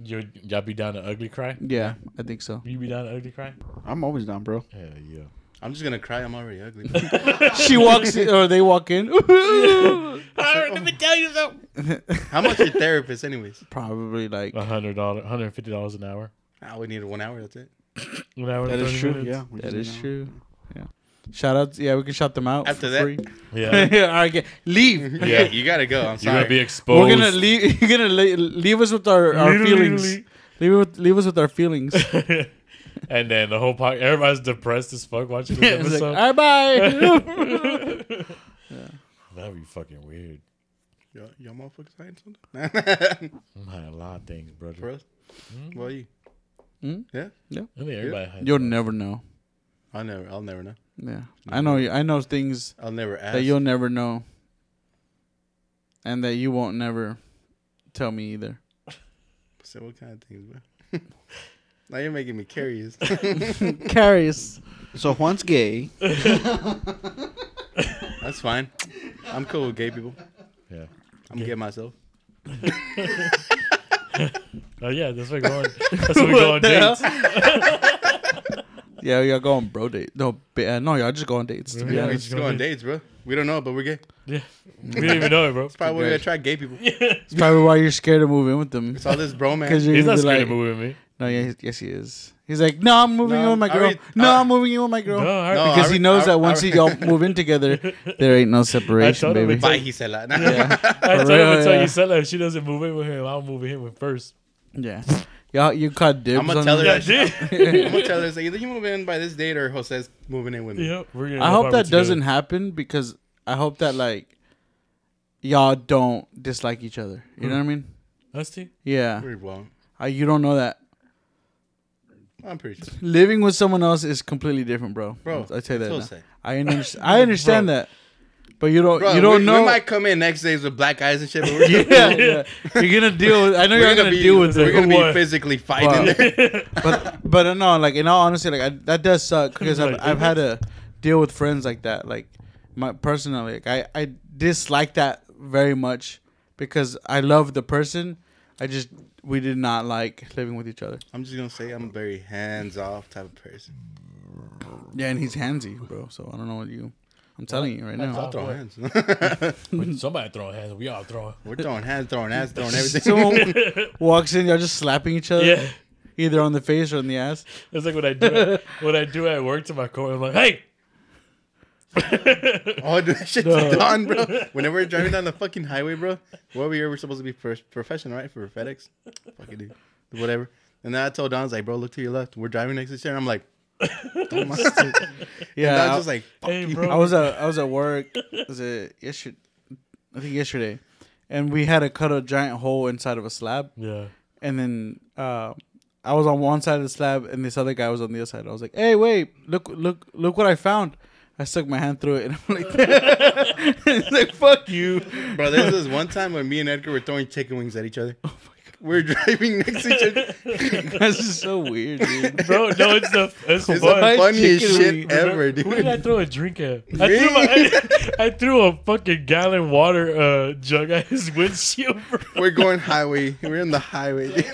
Speaker 2: You, y'all be down to ugly cry?
Speaker 1: Yeah. I think so.
Speaker 2: You be down to ugly cry?
Speaker 7: I'm always down, bro.
Speaker 2: Hell yeah.
Speaker 3: I'm just gonna cry. I'm already ugly.
Speaker 1: she walks in, or they walk in.
Speaker 3: How much your therapist, anyways?
Speaker 1: Probably like.
Speaker 2: $100, $150 an hour.
Speaker 3: Ah, we needed one hour. That's it.
Speaker 2: An hour and
Speaker 7: That is
Speaker 2: 30
Speaker 7: true.
Speaker 2: minutes.
Speaker 7: Yeah,
Speaker 1: That is true. Yeah. Shout out. Yeah, we can shout them out.
Speaker 3: After
Speaker 1: for
Speaker 3: that-
Speaker 1: free.
Speaker 2: Yeah.
Speaker 1: All right, get, leave.
Speaker 2: Yeah.
Speaker 3: you gotta go. I'm
Speaker 2: You're going
Speaker 3: sorry.
Speaker 2: to be exposed.
Speaker 1: We're gonna leave. You're gonna leave, leave us with our, our
Speaker 2: Literally,
Speaker 1: feelings.
Speaker 2: literally.
Speaker 1: Leave, it with, leave us with our feelings.
Speaker 2: and then the whole podcast, everybody's depressed as fuck watching this
Speaker 1: It's like,
Speaker 2: episode.
Speaker 1: all right, bye.
Speaker 2: That'd be fucking weird.
Speaker 3: Y'all, y'all motherfuckers hiding something?
Speaker 2: Man, a lot of things, brother.
Speaker 3: For us?
Speaker 2: Mm.
Speaker 3: What are you?
Speaker 2: I think everybody hides
Speaker 1: You'll
Speaker 2: something.
Speaker 1: never know.
Speaker 3: I'll never. I'll never know.
Speaker 1: Yeah, I know. I know things
Speaker 3: I'll never ask.
Speaker 1: that you'll never know, and that you won't never tell me either.
Speaker 3: So what kind of things, bro? now you're making me curious.
Speaker 1: Carious.
Speaker 7: So Juan's gay.
Speaker 3: That's fine. I'm cool with gay people.
Speaker 2: Yeah.
Speaker 3: I'm gay myself.
Speaker 2: Oh yeah, that's what we go on. That's what we go on dates.
Speaker 1: Yeah, y'all go on bro date. No, ba- uh, no, y'all just go on dates. To be
Speaker 2: Yeah.
Speaker 3: we
Speaker 1: honest.
Speaker 3: just go on dates, bro. We don't know, but we're gay.
Speaker 2: Yeah, we didn't even know it, bro.
Speaker 3: Probably we attract gay people.
Speaker 1: It's probably why you're scared to move in with them.
Speaker 3: It's all this bromance.
Speaker 1: Because you're
Speaker 2: He's
Speaker 1: gonna
Speaker 2: not
Speaker 1: be
Speaker 2: scared
Speaker 1: like,
Speaker 2: of moving me.
Speaker 1: No, yes, yes, he is. He's like, no, I'm moving
Speaker 3: No,
Speaker 1: in with my
Speaker 3: I
Speaker 1: girl.
Speaker 3: already-
Speaker 1: no,
Speaker 3: I-
Speaker 1: I'm moving in with my girl.
Speaker 2: No, I already-
Speaker 3: No,
Speaker 1: because he
Speaker 3: I-
Speaker 1: knows
Speaker 3: I-
Speaker 1: that once
Speaker 3: I-
Speaker 1: you y'all move in together, there ain't no separation,
Speaker 2: him
Speaker 1: baby.
Speaker 2: it's like-
Speaker 3: Gisela.
Speaker 2: I told
Speaker 1: For
Speaker 2: him
Speaker 1: real,
Speaker 2: until
Speaker 1: yeah.
Speaker 2: you said that if she doesn't move in with him, I'll move in with him first.
Speaker 1: Yeah, y'all, you caught dibs.
Speaker 3: I'ma
Speaker 1: on
Speaker 3: tell her
Speaker 1: that.
Speaker 2: I
Speaker 3: that she-
Speaker 2: did.
Speaker 3: I'm gonna tell her say, either you move in by this date or Jose's moving in with me.
Speaker 2: yep, we're gonna
Speaker 1: I hope
Speaker 2: go
Speaker 1: that
Speaker 2: apartment together.
Speaker 1: doesn't happen because I hope that like y'all don't dislike each other. You know what I mean?
Speaker 2: Us two?
Speaker 1: Yeah,
Speaker 3: We won't.
Speaker 1: I, you don't know that
Speaker 3: I'm pretty sure.
Speaker 1: living with someone else is completely different, bro.
Speaker 3: Bro,
Speaker 1: I tell you that.
Speaker 3: that's
Speaker 1: now.
Speaker 3: Jose.
Speaker 1: I understand. I understand that, but you don't.
Speaker 3: Bro,
Speaker 1: you don't
Speaker 3: we,
Speaker 1: know.
Speaker 3: We might come in next days with black eyes and shit, but we're,
Speaker 1: yeah, yeah. You're gonna deal. With, I know
Speaker 3: we're
Speaker 1: you're
Speaker 3: gonna,
Speaker 1: gonna,
Speaker 3: be
Speaker 1: deal with
Speaker 3: we're
Speaker 1: it.
Speaker 3: gonna be
Speaker 2: What?
Speaker 3: physically fighting.
Speaker 1: but but uh, no, like in all honesty, like I, that does suck because I've,
Speaker 2: Like,
Speaker 1: I've had to deal with friends like that. Like my personally, like I I dislike that very much because I love the person. I just we did not like living with each other.
Speaker 3: I'm just gonna say I'm a very hands off type of person.
Speaker 1: Yeah, and he's handsy, bro. So I don't know what you. I'm telling you right now.
Speaker 3: I'll throw hands.
Speaker 2: But Somebody throwing hands. We all throwing.
Speaker 3: we're throwing hands, throwing ass, throwing everything.
Speaker 1: Someone walks in, y'all just slapping each other,
Speaker 2: Yeah.
Speaker 1: either on the face or in the ass.
Speaker 2: That's like what I do. At, what I do at work to my coworker. I'm like, hey,
Speaker 3: Oh, dude, that shit's done, bro. Whenever we're driving down the fucking highway, bro, where we are, we're supposed to be pro- professional, right? For FedEx. Fucking dude. Whatever. And then I told Don, I was like, bro, look to your left. We're driving next to each other. I'm like, don't mind.
Speaker 1: Yeah,
Speaker 3: And I
Speaker 1: I-
Speaker 3: was just like, fuck
Speaker 2: hey,
Speaker 3: you.
Speaker 2: bro.
Speaker 1: I was at I was at work. Was it yesterday? I think yesterday, and we had to cut a giant hole inside of a slab.
Speaker 2: yeah.
Speaker 1: And then uh, I was on one side of the slab, and this other guy was on the other side. I was like, "Hey, wait! Look, look, look what I found!" I stuck my hand through it, and I'm like, "It's like fuck you!"
Speaker 3: Bro, there's this one time when me and Edgar were throwing chicken wings at each other. Oh my God. We're driving next to each other.
Speaker 1: That's just so weird, dude.
Speaker 2: Bro, no, it's the it's,
Speaker 3: It's
Speaker 2: fun.
Speaker 3: the funniest
Speaker 1: chicken
Speaker 3: shit
Speaker 1: wings.
Speaker 3: ever,
Speaker 2: Who did I
Speaker 3: dude.
Speaker 2: throw a drink at? I threw, my, I, threw a fucking gallon water uh, jug at his windshield, bro.
Speaker 3: We're going highway. We're in the highway. dude.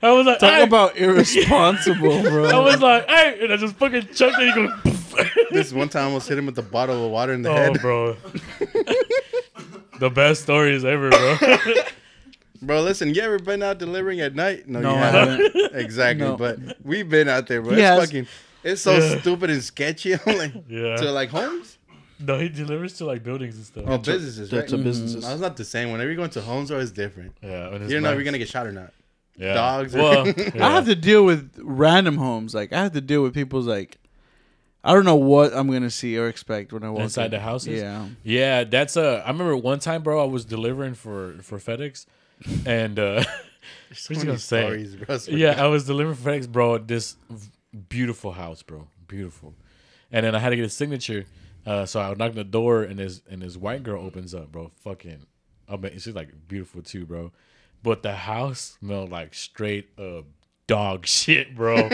Speaker 2: I was like,
Speaker 1: Talk
Speaker 2: hey,
Speaker 1: about irresponsible, bro.
Speaker 2: I was like, hey, and I just fucking chucked it. He goes, poof.
Speaker 3: this one time I almost hit him with a bottle of water in the
Speaker 2: oh,
Speaker 3: head. Bro.
Speaker 2: bro. the best stories ever, bro.
Speaker 3: listen, you ever been out delivering at night? No,
Speaker 1: no,
Speaker 3: you
Speaker 1: I
Speaker 3: haven't.
Speaker 1: haven't.
Speaker 3: Exactly,
Speaker 1: No.
Speaker 3: but we've been out there, bro.
Speaker 1: He
Speaker 3: It's
Speaker 1: has.
Speaker 3: fucking, it's so
Speaker 2: Yeah.
Speaker 3: stupid and sketchy. I'm like,
Speaker 2: Yeah.
Speaker 3: to like homes,
Speaker 2: no, he delivers to like buildings and stuff.
Speaker 3: well, businesses, right? Mm-hmm.
Speaker 7: to businesses.
Speaker 3: No, it's not the same. Whenever you're going to homes, or it's different.
Speaker 2: Yeah,
Speaker 3: You don't know if you're gonna get shot or not.
Speaker 2: yeah.
Speaker 3: dogs or-
Speaker 2: Well,
Speaker 1: I have to deal with random homes. Like I have to deal with people's like I don't know what I'm gonna see or expect when I walk
Speaker 2: inside
Speaker 1: in.
Speaker 2: the houses.
Speaker 1: Yeah,
Speaker 2: yeah. That's uh, I remember one time, bro. I was delivering for for FedEx, and uh,
Speaker 3: There's
Speaker 2: What you gonna say?
Speaker 3: bro. It's like-
Speaker 2: yeah, I was delivering for FedEx, bro. This v- beautiful house, bro, beautiful. And then I had to get a signature, uh, so I knocked on the door, and this and this white girl opens up, bro. Fucking, I mean, she's like beautiful too, bro. But the house smelled like straight up dog shit, bro.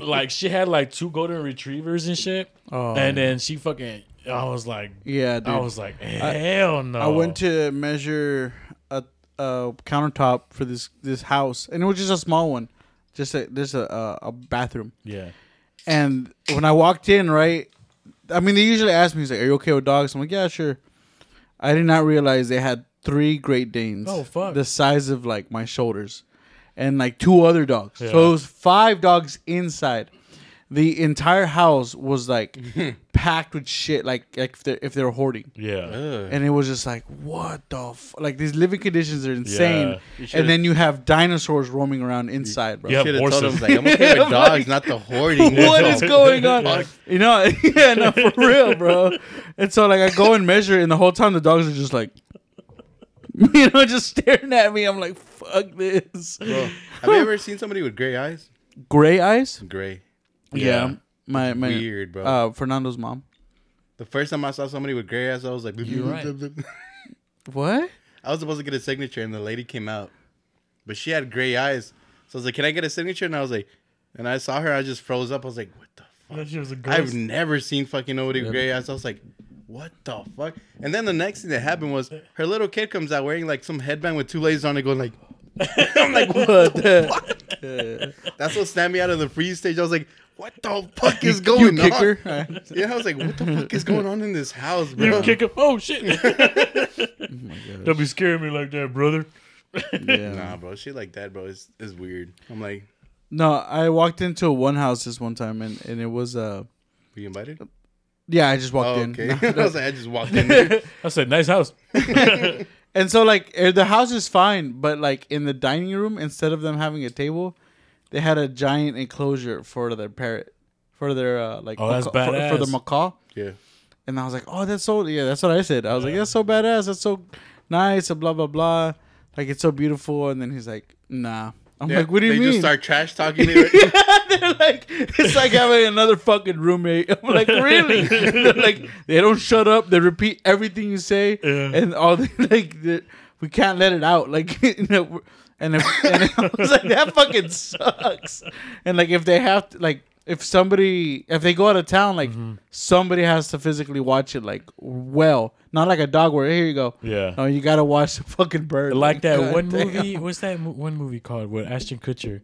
Speaker 2: like she had like two golden retrievers and shit,
Speaker 1: Oh.
Speaker 2: and then she fucking. I was like,
Speaker 1: yeah, dude.
Speaker 2: I was like, hell no.
Speaker 1: I went to measure a, a countertop for this this house, and it was just a small one, just a just a a, a bathroom.
Speaker 2: yeah,
Speaker 1: And when I walked in, right, I mean, they usually ask me, "He's like, are you okay with dogs?" I'm like, "Yeah, sure." I did not realize they had three Great Danes,
Speaker 2: Oh, fuck.
Speaker 1: the size of like my shoulders, and like two other dogs. So
Speaker 2: Yeah.
Speaker 1: it was five dogs inside. The entire house was like packed with shit, like like if they're if they're hoarding
Speaker 2: yeah.
Speaker 3: Ugh.
Speaker 1: and it was just like what the f-? like these living conditions are insane
Speaker 2: You
Speaker 1: and
Speaker 3: should've-
Speaker 1: then you have dinosaurs roaming around inside bro
Speaker 2: Yeah.
Speaker 3: Should have told
Speaker 2: horses.
Speaker 3: him like I'm okay with dogs, not the hoarding.
Speaker 1: what
Speaker 3: bro.
Speaker 1: is going on you know yeah no for real bro and so like i go and measure it, and the whole time the dogs are just like you know just staring at me i'm like fuck this
Speaker 3: Bro, have you ever seen somebody with gray eyes?
Speaker 1: gray eyes
Speaker 3: Gray,
Speaker 1: yeah,
Speaker 2: Yeah.
Speaker 1: my my
Speaker 3: weird, bro.
Speaker 1: uh fernando's mom
Speaker 3: the first time I saw somebody with gray eyes, I was like,
Speaker 2: You're right.
Speaker 1: what
Speaker 3: I was supposed to get a signature, and the lady came out, but she had gray eyes. So I was like, "Can I get a signature?" And I was like, and I saw her, I just froze up. I was like, "What the fuck?"
Speaker 2: She was a ghost.
Speaker 3: I've never seen fucking nobody with gray eyes. I was like, what the fuck? And then the next thing that happened was her little kid comes out wearing like some headband with two lasers on it, going like, I'm like, what?
Speaker 1: but uh,
Speaker 3: That's what snapped me out of the freeze stage. I was like, what the fuck is
Speaker 1: you
Speaker 3: going on?
Speaker 1: kicker
Speaker 3: Yeah, I was like, what the fuck is going on in this house, bro?
Speaker 2: You kick him. Oh shit! Don't be scaring me like that, brother.
Speaker 1: Yeah.
Speaker 3: Nah, bro, shit like that, bro, is is weird. I'm like,
Speaker 1: No, I walked into one house this one time and, and it was uh
Speaker 3: we invited?
Speaker 1: yeah, I just walked
Speaker 3: Oh,
Speaker 1: in.
Speaker 3: okay. I was like, I just walked in. there.
Speaker 2: I said, nice house.
Speaker 1: And so like eh, the house is fine, but like in the dining room, instead of them having a table, they had a giant enclosure for their parrot, for their uh, like
Speaker 2: Oh, that's
Speaker 1: macaw- for, for the
Speaker 2: badass.
Speaker 1: macaw.
Speaker 3: Yeah.
Speaker 1: And I was like, oh, that's so yeah, that's what I said. I was like, that's so badass, that's so nice, and blah blah blah, like it's so beautiful. And then he's like, nah. I'm
Speaker 3: Yeah,
Speaker 1: like, what do you
Speaker 3: they
Speaker 1: mean?
Speaker 3: just start trash talking. it.
Speaker 1: They're like, it's like having another fucking roommate. I'm like, really? They're like, they don't shut up. They repeat everything you say, and all the like, the, we can't let it out. Like, you know, we're- and if, and I was like, that fucking sucks. And like, if they have to, like, if somebody, if they go out of town, like,
Speaker 2: Mm-hmm.
Speaker 1: somebody has to physically watch it, like, well, not like a dog where here you go.
Speaker 2: Yeah.
Speaker 1: No, you gotta watch the fucking bird.
Speaker 2: like that
Speaker 1: God
Speaker 2: one
Speaker 1: damn.
Speaker 2: movie. What's that mo- one movie called? With Ashton Kutcher,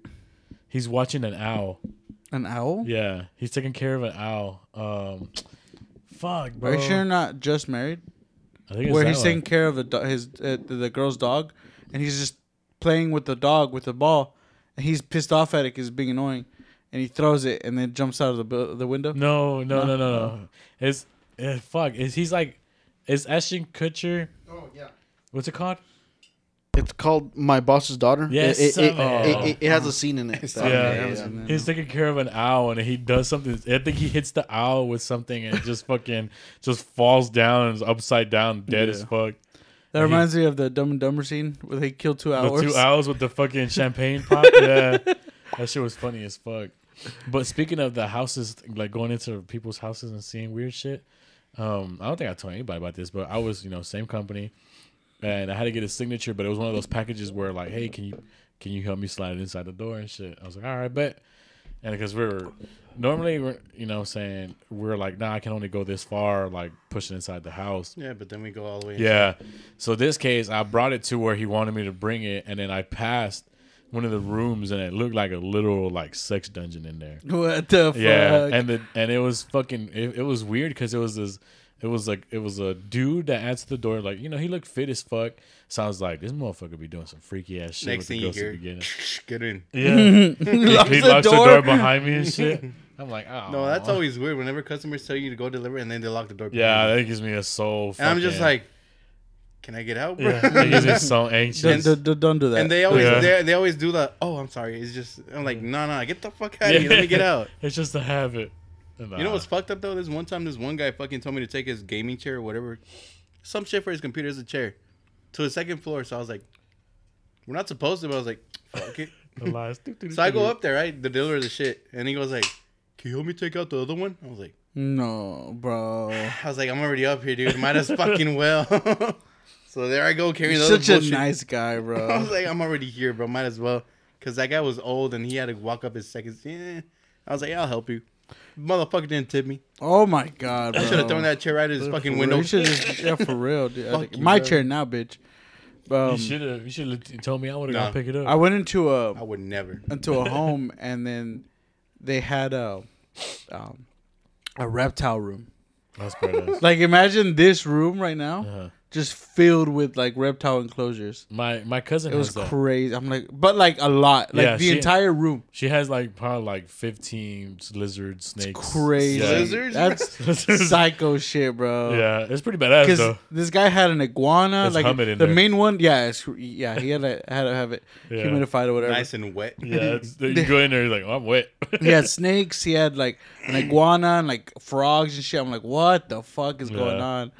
Speaker 2: he's watching an owl.
Speaker 1: An owl?
Speaker 2: Yeah, he's taking care of an owl. Um, fuck, bro.
Speaker 1: Are you sure you're not just married?
Speaker 2: I think it's
Speaker 1: where
Speaker 2: that
Speaker 1: he's
Speaker 2: one.
Speaker 1: taking care of the do- his uh, the- the girl's dog, and he's just playing with the dog with the ball, and he's pissed off at it because it's being annoying, and he throws it and then jumps out of the bu- the window.
Speaker 2: No, no, no, no, no. It's eh, fuck. It's, he's like, it's Ashton Kutcher.
Speaker 7: Oh yeah.
Speaker 2: What's it called?
Speaker 7: It's called My Boss's Daughter.
Speaker 2: Yes,
Speaker 7: It, it, it,
Speaker 2: son.
Speaker 7: it- it- it has
Speaker 1: Oh.
Speaker 7: a scene in it. that-
Speaker 2: yeah,
Speaker 1: yeah,
Speaker 2: he's-
Speaker 1: yeah.
Speaker 2: he's taking care of an owl and he does something. I think he hits the owl with something and it just fucking just falls down and is upside down, dead as
Speaker 1: Yeah.
Speaker 2: fuck.
Speaker 1: That reminds me of the Dumb and Dumber scene where they kill two
Speaker 2: The
Speaker 1: hours.
Speaker 2: two owls with the fucking champagne pop. Yeah, that shit was funny as fuck. But speaking of the houses, like going into people's houses and seeing weird shit, um, I don't think I told anybody about this, but I was, you know, same company, and I had to get a signature, but it was one of those packages where like, hey, can you can you help me slide it inside the door and shit? I was like, all right, bet. And because we were normally, we're, you know, what I'm saying we're like, nah, I can only go this far, like pushing inside the house.
Speaker 3: yeah, but then we go all the way.
Speaker 2: Yeah. So this case, I brought it to where he wanted me to bring it, and then I passed one of the rooms, and it looked like a literal like sex dungeon in there.
Speaker 1: what the
Speaker 2: Yeah,
Speaker 1: fuck?
Speaker 2: and the and it was fucking it, it was weird because it was this it was like it was a dude that answered the door like you know he looked fit as fuck. Sounds like this motherfucker be doing some freaky ass shit.
Speaker 3: Next
Speaker 2: with
Speaker 3: thing
Speaker 2: the
Speaker 3: you
Speaker 2: girls at the
Speaker 3: hear,
Speaker 2: beginning.
Speaker 3: get in.
Speaker 2: yeah, he, he locks,
Speaker 1: the
Speaker 2: the, door.
Speaker 1: door.
Speaker 2: behind me and shit. I'm like, oh
Speaker 3: No, that's always weird. Whenever customers tell you to go deliver and then they lock the door. behind
Speaker 2: yeah.
Speaker 3: you.
Speaker 2: That gives me a soul.
Speaker 3: and I'm just
Speaker 2: fucking-
Speaker 3: like, can I get out, bro?
Speaker 2: yeah, that gives me so anxious.
Speaker 1: D- d- d- don't do that.
Speaker 3: And they always
Speaker 2: Yeah.
Speaker 3: they, they always do that. Oh, I'm sorry. It's just I'm like, no, no, get the fuck out of here. Let me get out.
Speaker 2: It's just a habit.
Speaker 3: You know what's
Speaker 1: Uh-huh.
Speaker 3: fucked up though? This one time, this one guy fucking told me to take his gaming chair or whatever, some shit for his computer as a chair, to the second floor. So I was like, we're not supposed to, but I was like, fuck it.
Speaker 2: the lies. Doo, doo, doo,
Speaker 3: So I go
Speaker 2: doo.
Speaker 3: up there, right? The dealer of the shit, and he goes like, "Can you help me take out the other one?" I was like,
Speaker 1: no, bro.
Speaker 3: "I was like, I'm already up here, dude. Might as fucking well." so there I go carrying
Speaker 1: You're
Speaker 3: the other
Speaker 1: such a
Speaker 3: bullshit.
Speaker 1: nice guy,
Speaker 3: I was
Speaker 1: bro.
Speaker 3: like, "I'm already here, bro. Might as well," because that guy was old and he had to walk up his second. Yeah. I was like, "I'll help you." Motherfucker didn't tip me.
Speaker 1: oh my god, bro.
Speaker 3: I should have thrown that chair right at his
Speaker 1: For
Speaker 3: fucking
Speaker 1: real.
Speaker 3: window.
Speaker 1: You should just, yeah, for real, dude.
Speaker 3: Fuck you,
Speaker 1: My
Speaker 3: bro.
Speaker 1: chair now, bitch.
Speaker 2: You
Speaker 1: Um,
Speaker 2: should have. You should have told me. I would have
Speaker 3: Nah.
Speaker 2: gone pick it up.
Speaker 1: I went into a
Speaker 3: I would never.
Speaker 1: into a home and then they had a um, a reptile room.
Speaker 2: That's badass.
Speaker 1: Like imagine this room right now
Speaker 2: Uh-huh.
Speaker 1: just filled with like reptile enclosures.
Speaker 2: my my cousin
Speaker 1: It was
Speaker 2: has that.
Speaker 1: crazy. I'm like but like a lot. Like
Speaker 2: Yeah,
Speaker 1: the
Speaker 2: she-
Speaker 1: entire room.
Speaker 2: she has like probably like fifteen lizards, snakes.
Speaker 1: Crazy.
Speaker 2: Yeah,
Speaker 3: Lizard? Lizards, bro?
Speaker 1: That's psycho shit, bro.
Speaker 2: Yeah, it's pretty badass
Speaker 1: Because
Speaker 2: though.
Speaker 1: this guy had an iguana,
Speaker 2: There's
Speaker 1: like
Speaker 2: humid
Speaker 1: the
Speaker 2: in there.
Speaker 1: main one. Yeah, it's, yeah, he had to, had to have it
Speaker 2: Yeah.
Speaker 1: humidified or whatever.
Speaker 3: Nice and wet.
Speaker 2: Yeah, it's, you go in there, you're like, oh, I'm wet.
Speaker 1: he had snakes. He had like an iguana and like frogs and shit. I'm like, what the fuck is going
Speaker 2: Yeah.
Speaker 1: on?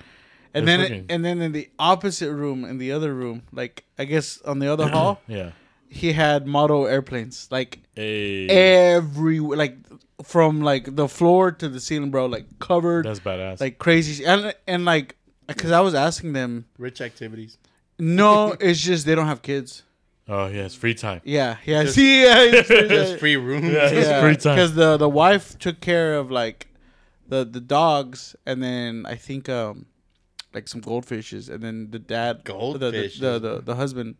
Speaker 1: And
Speaker 2: It's
Speaker 1: then,
Speaker 2: fucking-
Speaker 1: and then in the opposite room, in the other room, like I guess on the other hall,
Speaker 2: yeah.
Speaker 1: he had model airplanes, like
Speaker 2: Hey,
Speaker 1: every like from like the floor to the ceiling, bro, like covered,
Speaker 2: that's badass.
Speaker 1: like crazy, sh- and and like because I was asking them,
Speaker 3: Rich activities.
Speaker 1: no, it's just they don't have kids.
Speaker 2: oh yeah, it's free time.
Speaker 1: Yeah, yeah, see, yeah, it's-
Speaker 3: Just free rooms.
Speaker 2: Yeah. It's free time.
Speaker 1: Because the the wife took care of like the the dogs, and then I think um like some goldfishes, and then the dad the- the the,
Speaker 3: Goldfishes.
Speaker 1: the, the, husband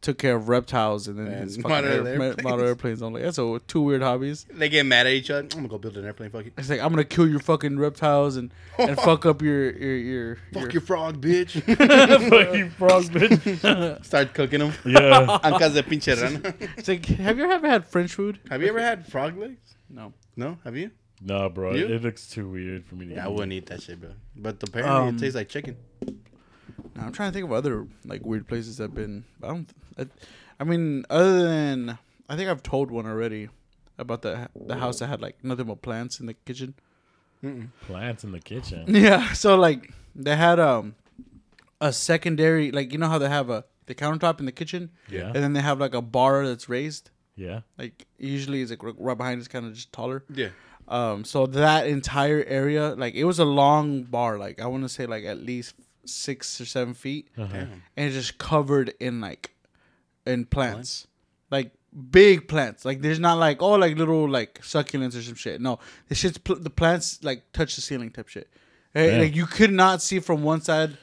Speaker 1: took care of reptiles and then his fucking
Speaker 3: model
Speaker 1: air,
Speaker 3: airplanes.
Speaker 1: model airplanes. I'm like, that's a, two weird hobbies.
Speaker 3: They get mad at each other. I'm gonna go build an airplane. Fuck it.
Speaker 1: It's like I'm gonna kill your fucking reptiles and, and fuck up your your your,
Speaker 3: Fuck
Speaker 1: your-
Speaker 3: your frog, bitch.
Speaker 2: Fuck you, frog, bitch.
Speaker 3: Start cooking them.
Speaker 2: Yeah.
Speaker 3: Ancas de pinche rana.
Speaker 1: It's like, have you ever had French food?
Speaker 3: Have you ever had frog legs?
Speaker 1: No.
Speaker 3: No, have you?
Speaker 2: Nah, bro.
Speaker 3: You?
Speaker 2: It, it looks too weird for me to
Speaker 3: Yeah, I
Speaker 2: eat.
Speaker 3: wouldn't eat that shit, bro. But apparently,
Speaker 1: Um,
Speaker 3: it tastes like chicken.
Speaker 1: No, I'm trying to think of other like weird places I've been. I don't. I, I mean, other than I think I've told one already about the the house that had like nothing but plants in the kitchen.
Speaker 2: Plants in the kitchen.
Speaker 1: Yeah. So like they had um a secondary like you know how they have a the countertop in the kitchen.
Speaker 2: Yeah.
Speaker 1: And then they have like a bar that's raised.
Speaker 2: Yeah.
Speaker 1: Like usually it's like r- right behind it's kind of just taller.
Speaker 3: Yeah.
Speaker 1: Um. So that entire area like it was a long bar like I want to say like at least six or seven feet,
Speaker 2: Uh-huh.
Speaker 1: and it's just covered in like in plants, like. Big plants, like there's not like oh like little like succulents or some shit. No, the shit's pl- the plants like touch the ceiling type shit. Hey,
Speaker 2: Yeah.
Speaker 1: Like you could not see from one side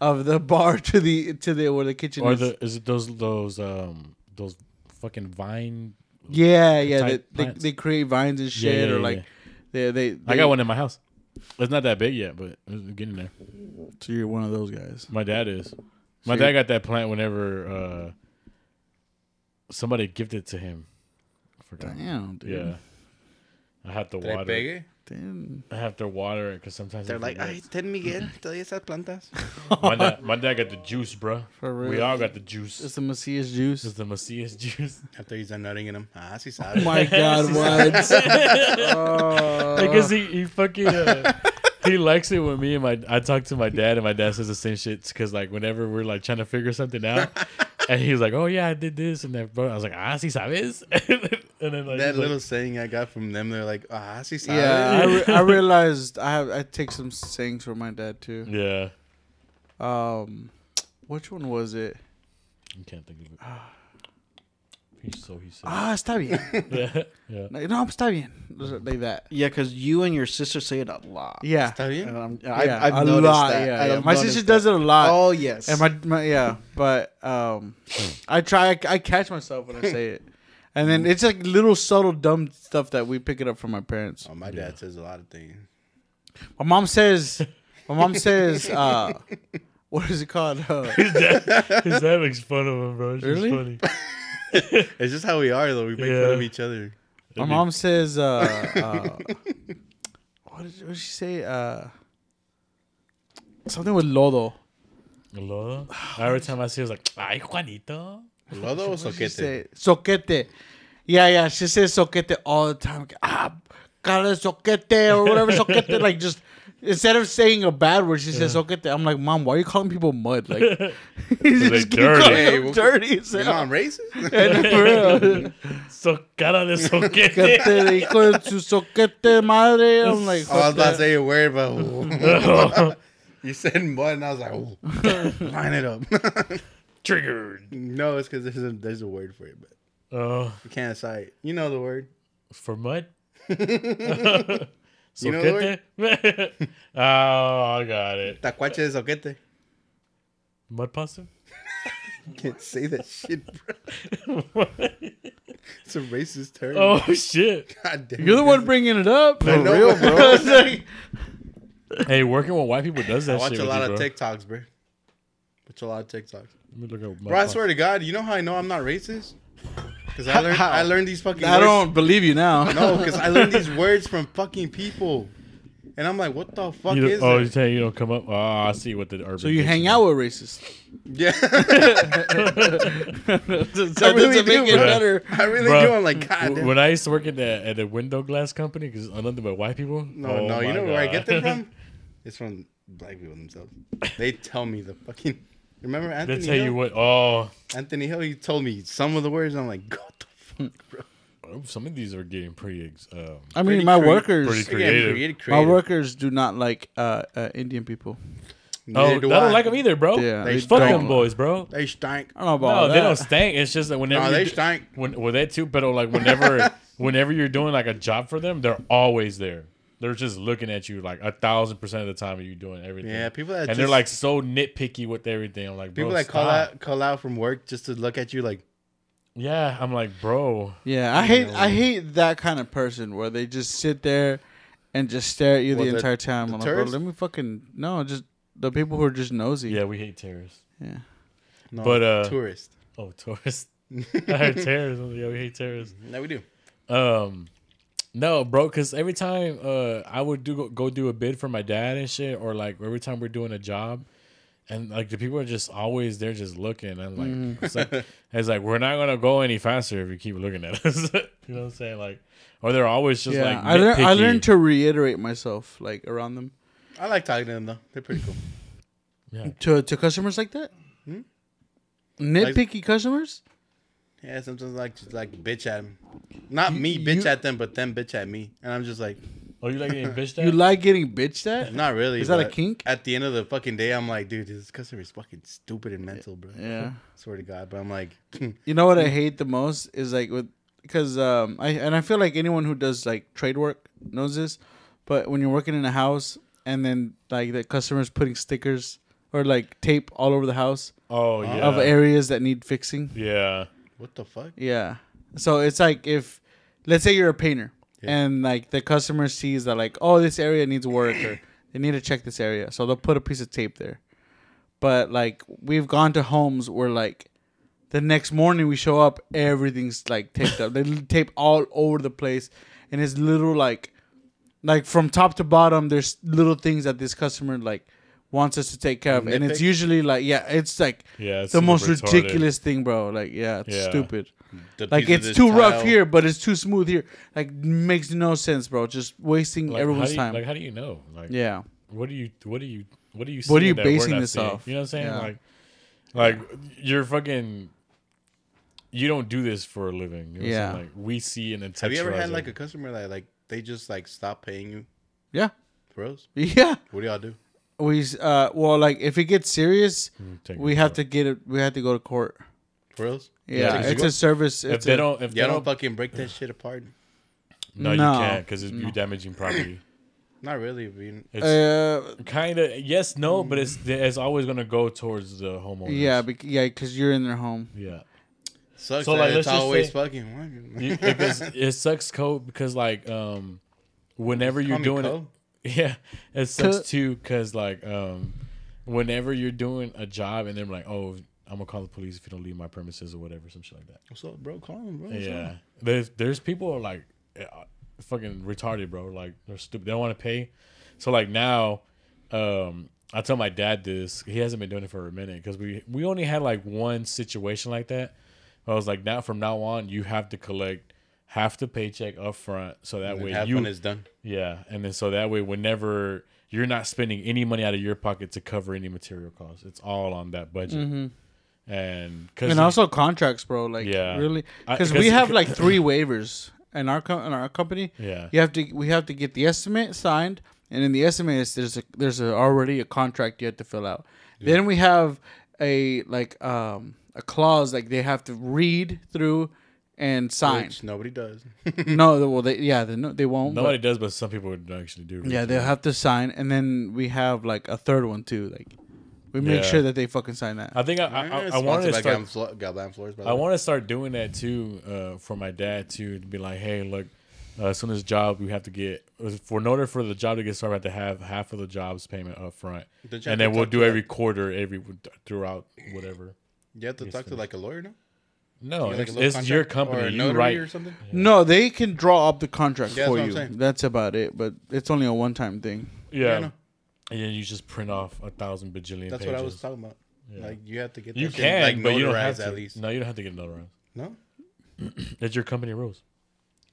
Speaker 1: of the bar to the to the where the kitchen
Speaker 2: Or
Speaker 1: is.
Speaker 2: the is it those those um those fucking vine?
Speaker 1: yeah, yeah. They,
Speaker 2: type
Speaker 1: they,
Speaker 2: plants.
Speaker 1: they create vines and shit,
Speaker 2: yeah,
Speaker 1: or
Speaker 2: yeah,
Speaker 1: like
Speaker 2: yeah.
Speaker 1: they, they
Speaker 2: I
Speaker 1: they-
Speaker 2: got one in my house. It's not that big yet, but it's getting there.
Speaker 1: So you're one of those guys.
Speaker 2: My dad is. My
Speaker 1: See?
Speaker 2: dad got that plant whenever uh, somebody gifted it to him. I forgot.
Speaker 1: Damn, dude.
Speaker 2: Yeah. I have to
Speaker 3: Did I
Speaker 2: water
Speaker 3: beg
Speaker 2: it.
Speaker 3: it?
Speaker 1: Damn.
Speaker 2: I have to water it because sometimes I
Speaker 3: They're like,
Speaker 2: forget.
Speaker 3: ay, ten Miguel, todavía esas plantas.
Speaker 2: my, dad, my dad got the juice, bro.
Speaker 1: For real.
Speaker 2: We all got the juice.
Speaker 1: It's
Speaker 2: This
Speaker 1: the Macias juice.
Speaker 2: is the Macias juice.
Speaker 3: After he's done nutting in them. Ah, sí
Speaker 1: Oh
Speaker 3: sabe.
Speaker 1: my God, what?
Speaker 3: Oh.
Speaker 2: Because he, he fucking uh, he likes it when me and my I talk to my dad and my dad says the same shit because like whenever we're like trying to figure something out and he's like oh yeah I did this and that bro I was like ah si sabes and then like,
Speaker 3: That
Speaker 2: he's like,
Speaker 3: little saying I got from them, they're like, ah, sí sabe.
Speaker 1: yeah, I, re- I realized I have I take some sayings from my dad too.
Speaker 2: yeah
Speaker 1: Um, which one was it?
Speaker 2: I can't think of it he's so he's so
Speaker 1: Ah, está bien.
Speaker 2: yeah yeah
Speaker 1: Like, no, está bien. Like that.
Speaker 7: Yeah, because you and your sister say it a lot.
Speaker 1: Yeah.
Speaker 3: Está bien?
Speaker 7: And I'm,
Speaker 1: yeah,
Speaker 7: I've, I've noticed that.
Speaker 1: Yeah,
Speaker 7: I
Speaker 1: yeah.
Speaker 7: have
Speaker 1: my
Speaker 7: noticed
Speaker 1: sister does it
Speaker 7: that.
Speaker 1: a lot.
Speaker 7: Oh yes.
Speaker 1: And my, my yeah, but um, I try. I, I catch myself when I say it, and then it's like little subtle dumb stuff that we pick it up from my parents.
Speaker 3: Oh, my dad says a lot of things.
Speaker 1: My mom says, my mom says, uh, what is it called? Uh,
Speaker 2: his dad makes fun of him bro it's just
Speaker 1: Really?
Speaker 2: funny
Speaker 3: It's just how we are, though. We make fun
Speaker 2: Yeah.
Speaker 3: of each other.
Speaker 1: my mom says, uh, uh, what, did, what did she say? Uh, something with lodo.
Speaker 2: Hello? every time I see him, I was like ay Juanito
Speaker 3: Lodo o
Speaker 1: What did she
Speaker 3: soquete?
Speaker 1: say? Soquete. Yeah, yeah. She says soquete all the time. Ah, cara de soquete or whatever soquete. like just instead of saying a bad word, she says soquete. I'm like, mom, why are you calling people mud? Like, you
Speaker 2: They're
Speaker 1: just keep
Speaker 2: dirty.
Speaker 1: calling
Speaker 3: Hey,
Speaker 1: them
Speaker 3: what-
Speaker 1: dirty. as
Speaker 3: Your
Speaker 1: hell.
Speaker 3: mom racist?
Speaker 1: And for real,
Speaker 2: so cara de soquete
Speaker 1: soquete, de hijo de su soquete madre. I'm like,
Speaker 3: Oh, I
Speaker 1: what
Speaker 3: was about to
Speaker 1: the-
Speaker 3: say a word, but you said mud, and I was like, oh, line it up.
Speaker 2: triggered
Speaker 3: no, it's because there's a, there's a word for it, but
Speaker 2: oh
Speaker 3: you can't say it. You know the word.
Speaker 2: For mud?
Speaker 3: You know the
Speaker 2: Soquete? oh, I got it.
Speaker 3: Tacuache de soquete.
Speaker 2: Mud pasta?
Speaker 3: Can't say that shit, bro. It's a racist term.
Speaker 2: oh, shit.
Speaker 3: God damn
Speaker 1: You're the
Speaker 3: it.
Speaker 1: one bringing it up. For
Speaker 3: know.
Speaker 1: real, bro. It's like-
Speaker 2: Hey, working with white people does
Speaker 3: I
Speaker 2: that
Speaker 3: watch
Speaker 2: shit.
Speaker 3: a lot
Speaker 2: with you,
Speaker 3: of
Speaker 2: bro.
Speaker 3: TikToks, bro. Watch a lot of TikToks.
Speaker 2: Let me look up mud
Speaker 3: Bro, I
Speaker 2: pasta.
Speaker 3: swear to God, you know how I know I'm not racist? Because I learned I learned these fucking.
Speaker 1: I
Speaker 3: words-
Speaker 1: don't believe you now.
Speaker 3: No, because I learned these words from fucking people, and I'm like, what the fuck
Speaker 2: You don't-
Speaker 3: is
Speaker 2: oh,
Speaker 3: it?
Speaker 2: you're saying you don't come up? Oh, I see what the urban.
Speaker 1: So you hang out with racists.
Speaker 3: Yeah,
Speaker 1: That
Speaker 3: I really
Speaker 1: doesn't
Speaker 3: do,
Speaker 1: make it
Speaker 3: bro.
Speaker 1: better.
Speaker 3: I really
Speaker 2: Bro,
Speaker 3: do. I'm like, God. damn.
Speaker 2: When I used to work at the, at the window glass company, because I'm nothing but white people.
Speaker 3: No,
Speaker 2: oh
Speaker 3: no. You
Speaker 2: my
Speaker 3: know where I get that
Speaker 2: God.
Speaker 3: from? It's from black people themselves. They tell me the fucking. Remember
Speaker 2: They
Speaker 3: Anthony
Speaker 2: tell
Speaker 3: Hill?
Speaker 2: you what. Oh,
Speaker 3: Anthony Hill, he told me some of the words. I'm like, God the fuck, bro.
Speaker 2: oh, some of these are getting pretty. ex- Um,
Speaker 1: I mean,
Speaker 3: Pretty
Speaker 1: my
Speaker 3: crea-
Speaker 1: workers.
Speaker 2: pretty
Speaker 3: They get
Speaker 2: Creative.
Speaker 3: creative-
Speaker 1: My
Speaker 3: creative.
Speaker 1: workers do not like uh, uh, Indian people.
Speaker 2: oh, I
Speaker 3: Neither
Speaker 2: don't like them either, bro.
Speaker 1: Yeah,
Speaker 2: they
Speaker 1: they
Speaker 2: fuck
Speaker 1: don't.
Speaker 2: them boys, bro.
Speaker 3: They stank.
Speaker 1: I don't know about all
Speaker 2: No, they
Speaker 1: that.
Speaker 2: don't stink. It's just that whenever
Speaker 3: No,
Speaker 2: you
Speaker 3: they
Speaker 2: do-
Speaker 3: stink.
Speaker 2: When well, they too, but like whenever whenever you're doing like a job for them, they're always there. they're just looking at you like a thousand percent of the time. You're doing everything.
Speaker 3: Yeah, people that
Speaker 2: and they're
Speaker 3: just-
Speaker 2: like so nitpicky with everything. I'm like,
Speaker 3: People
Speaker 2: bro,
Speaker 3: that call
Speaker 2: stop.
Speaker 3: out call out from work just to look at you like
Speaker 2: Yeah, I'm like, bro.
Speaker 1: Yeah, I hate I hate that kind of person where they just sit there and just stare at you
Speaker 3: What,
Speaker 1: the
Speaker 3: the-
Speaker 1: entire time.
Speaker 3: the
Speaker 1: I'm like, bro,
Speaker 3: tourists?
Speaker 1: let me fucking no, just the people who are just nosy.
Speaker 2: Yeah, we hate terrorists.
Speaker 1: yeah.
Speaker 3: no,
Speaker 2: But, uh,
Speaker 3: tourist.
Speaker 2: Oh, tourists. I heard terrorists. I'm like, Yeah, we hate terrorists.
Speaker 3: No, we do.
Speaker 2: Um, no, bro, because every time uh I would do go, go do a bid for my dad and shit, or like every time we're doing a job, and like the people are just always there, just looking, and like
Speaker 1: Mm-hmm.
Speaker 2: it's like it's like we're not gonna go any faster if you keep looking at us. you know what I'm saying? Like, or they're always just
Speaker 1: yeah.
Speaker 2: like
Speaker 1: I learned I
Speaker 2: nitpicky.
Speaker 1: learned to reiterate myself like around them
Speaker 3: I like talking to them though. They're pretty cool.
Speaker 1: to to customers like that. Nitpicky customers?
Speaker 3: Yeah, sometimes like just like bitch at them. Not me bitch
Speaker 1: you-
Speaker 3: at them, but them bitch at me. And I'm just like,
Speaker 2: Oh, you like getting bitched at?
Speaker 1: You like getting bitched at?
Speaker 3: not really.
Speaker 1: Is that a
Speaker 3: but
Speaker 1: kink?
Speaker 3: At the end of the fucking day, I'm like, dude, this customer is fucking stupid and mental, bro.
Speaker 1: Yeah.
Speaker 3: Swear to God. But I'm like,
Speaker 1: You know what I hate the most is like with because um I and I feel like anyone who does like trade work knows this, but when you're working in a house and then like the customers putting stickers or like tape all over the house
Speaker 2: oh yeah,
Speaker 1: of areas that need fixing.
Speaker 2: yeah.
Speaker 3: what the fuck?
Speaker 1: Yeah. So it's like if let's say you're a painter and like the customer sees that like oh this area needs work or they need to check this area. So they'll put a piece of tape there. But like we've gone to homes where like the next morning we show up everything's like taped up. They li- tape all over the place and it's little like like from top to bottom there's little things that this customer like wants us to take care of and it's
Speaker 3: Nitpick?
Speaker 1: usually like yeah it's like
Speaker 2: Yeah, it's
Speaker 1: the most
Speaker 2: retarded.
Speaker 1: ridiculous thing bro like yeah it's
Speaker 2: Yeah.
Speaker 1: stupid
Speaker 3: The
Speaker 1: like
Speaker 3: piece of
Speaker 1: it's
Speaker 3: this
Speaker 1: too rough
Speaker 3: tile-
Speaker 1: here, but it's too smooth here. Like makes no sense, bro. Just wasting
Speaker 2: Like, how
Speaker 1: everyone's
Speaker 2: do you,
Speaker 1: time.
Speaker 2: Like, how do you know? Like,
Speaker 1: yeah,
Speaker 2: what do you what do you what do you
Speaker 1: What are you
Speaker 2: seeing that we're
Speaker 1: basing
Speaker 2: not
Speaker 1: this
Speaker 2: seeing?
Speaker 1: off?
Speaker 2: You know what I'm saying?
Speaker 1: Yeah.
Speaker 2: Like like you're fucking you don't do this for a living. You know yeah.
Speaker 1: Yeah.
Speaker 2: Like we see an intense.
Speaker 3: Have you ever had like a customer that like they just like stop paying you
Speaker 1: yeah,
Speaker 3: bros?
Speaker 1: yeah.
Speaker 3: What do y'all do?
Speaker 1: We s- uh, well, like if it gets serious,
Speaker 2: take
Speaker 1: we
Speaker 2: it
Speaker 1: have to get it. We have to go to court.
Speaker 3: Bros?
Speaker 1: Yeah,
Speaker 2: Yeah,
Speaker 1: it's a service.
Speaker 2: if
Speaker 1: It's
Speaker 2: they
Speaker 1: a-
Speaker 2: don't if they
Speaker 3: Y'all
Speaker 2: don't,
Speaker 3: don't fucking break that shit apart.
Speaker 2: no, you
Speaker 1: No.
Speaker 2: can't because it's you damaging property.
Speaker 3: Not really. I mean,
Speaker 2: It's
Speaker 1: Uh, mm.
Speaker 2: kind of yes no, but it's it's always gonna go towards the homeowner.
Speaker 1: yeah, bec- yeah, because you're in their home.
Speaker 2: yeah.
Speaker 3: sucks.
Speaker 2: So,
Speaker 3: that
Speaker 2: like,
Speaker 3: it's
Speaker 2: let's just
Speaker 3: always
Speaker 2: say-
Speaker 3: fucking.
Speaker 2: You- because it sucks coat because like um whenever you're
Speaker 3: me
Speaker 2: doing
Speaker 3: Cole.
Speaker 2: it yeah it sucks
Speaker 1: Coat.
Speaker 2: too because like um whenever you're doing a job and they're like oh i'm gonna call the police if you don't leave my premises or whatever some shit like that
Speaker 3: What's up, bro? Call him, bro.
Speaker 2: yeah there's there's people who are like uh, fucking retarded bro like they're stupid they don't want to pay so like now um i tell my dad this he hasn't been doing it for a minute because we we only had like one situation like that i was like now from now on you have to collect half the paycheck up front so that way
Speaker 3: Half
Speaker 2: you
Speaker 3: fun is done.
Speaker 2: yeah, and then so that way, whenever you're not spending any money out of your pocket to cover any material costs, it's all on that budget. And because
Speaker 1: Mm-hmm. And also contracts, bro. Like
Speaker 2: Yeah.
Speaker 1: really,
Speaker 2: I-
Speaker 1: because
Speaker 2: 'cause-
Speaker 1: we have like three waivers in our co- in our company.
Speaker 2: Yeah.
Speaker 1: you have to we have to get the estimate signed, and in the estimate is there's a there's a, already a contract you have to fill out. Then we have a like um a clause like they have to read through and sign.
Speaker 3: Which nobody does.
Speaker 1: no, they- well they yeah they no, they won't. but-
Speaker 2: nobody does, but some people would actually do.
Speaker 1: yeah, they'll have to sign, and then we have like a third one too. Like we make
Speaker 2: Yeah.
Speaker 1: sure that they fucking sign that.
Speaker 2: I think I I, I, I wanted to start.
Speaker 3: Goblin, Flo- Goblin Floors, by the
Speaker 2: I
Speaker 3: way.
Speaker 2: want to start doing that too uh, for my dad too to be like, hey, look, uh, as soon as job, we have to get for in order for the job to get started, we have to have half of the job's payment up front,
Speaker 3: Don't you have
Speaker 2: and
Speaker 3: to
Speaker 2: then we'll
Speaker 3: talk to
Speaker 2: do every
Speaker 3: that-
Speaker 2: quarter, every throughout whatever.
Speaker 3: You have to talk to like a lawyer now?
Speaker 2: No,
Speaker 3: Like a
Speaker 2: it's,
Speaker 3: little
Speaker 2: it's your
Speaker 3: contract
Speaker 2: company.
Speaker 3: Or a
Speaker 2: You
Speaker 3: notary
Speaker 2: write
Speaker 3: or something?
Speaker 1: No, they can draw up the contract
Speaker 3: Yeah, that's
Speaker 1: for
Speaker 3: what I'm
Speaker 1: you.
Speaker 3: saying.
Speaker 1: That's about it, but it's only a one-time thing.
Speaker 2: Yeah.
Speaker 3: no.
Speaker 2: And then you just print off a thousand bajillion
Speaker 3: That's
Speaker 2: pages.
Speaker 3: what I was talking about. Like, you have to get that
Speaker 2: You
Speaker 3: shit,
Speaker 2: can,
Speaker 3: like,
Speaker 2: but you don't
Speaker 3: notarized
Speaker 2: have to.
Speaker 3: at least.
Speaker 2: No, you don't have to get notarized.
Speaker 3: No?
Speaker 2: It's your company rules.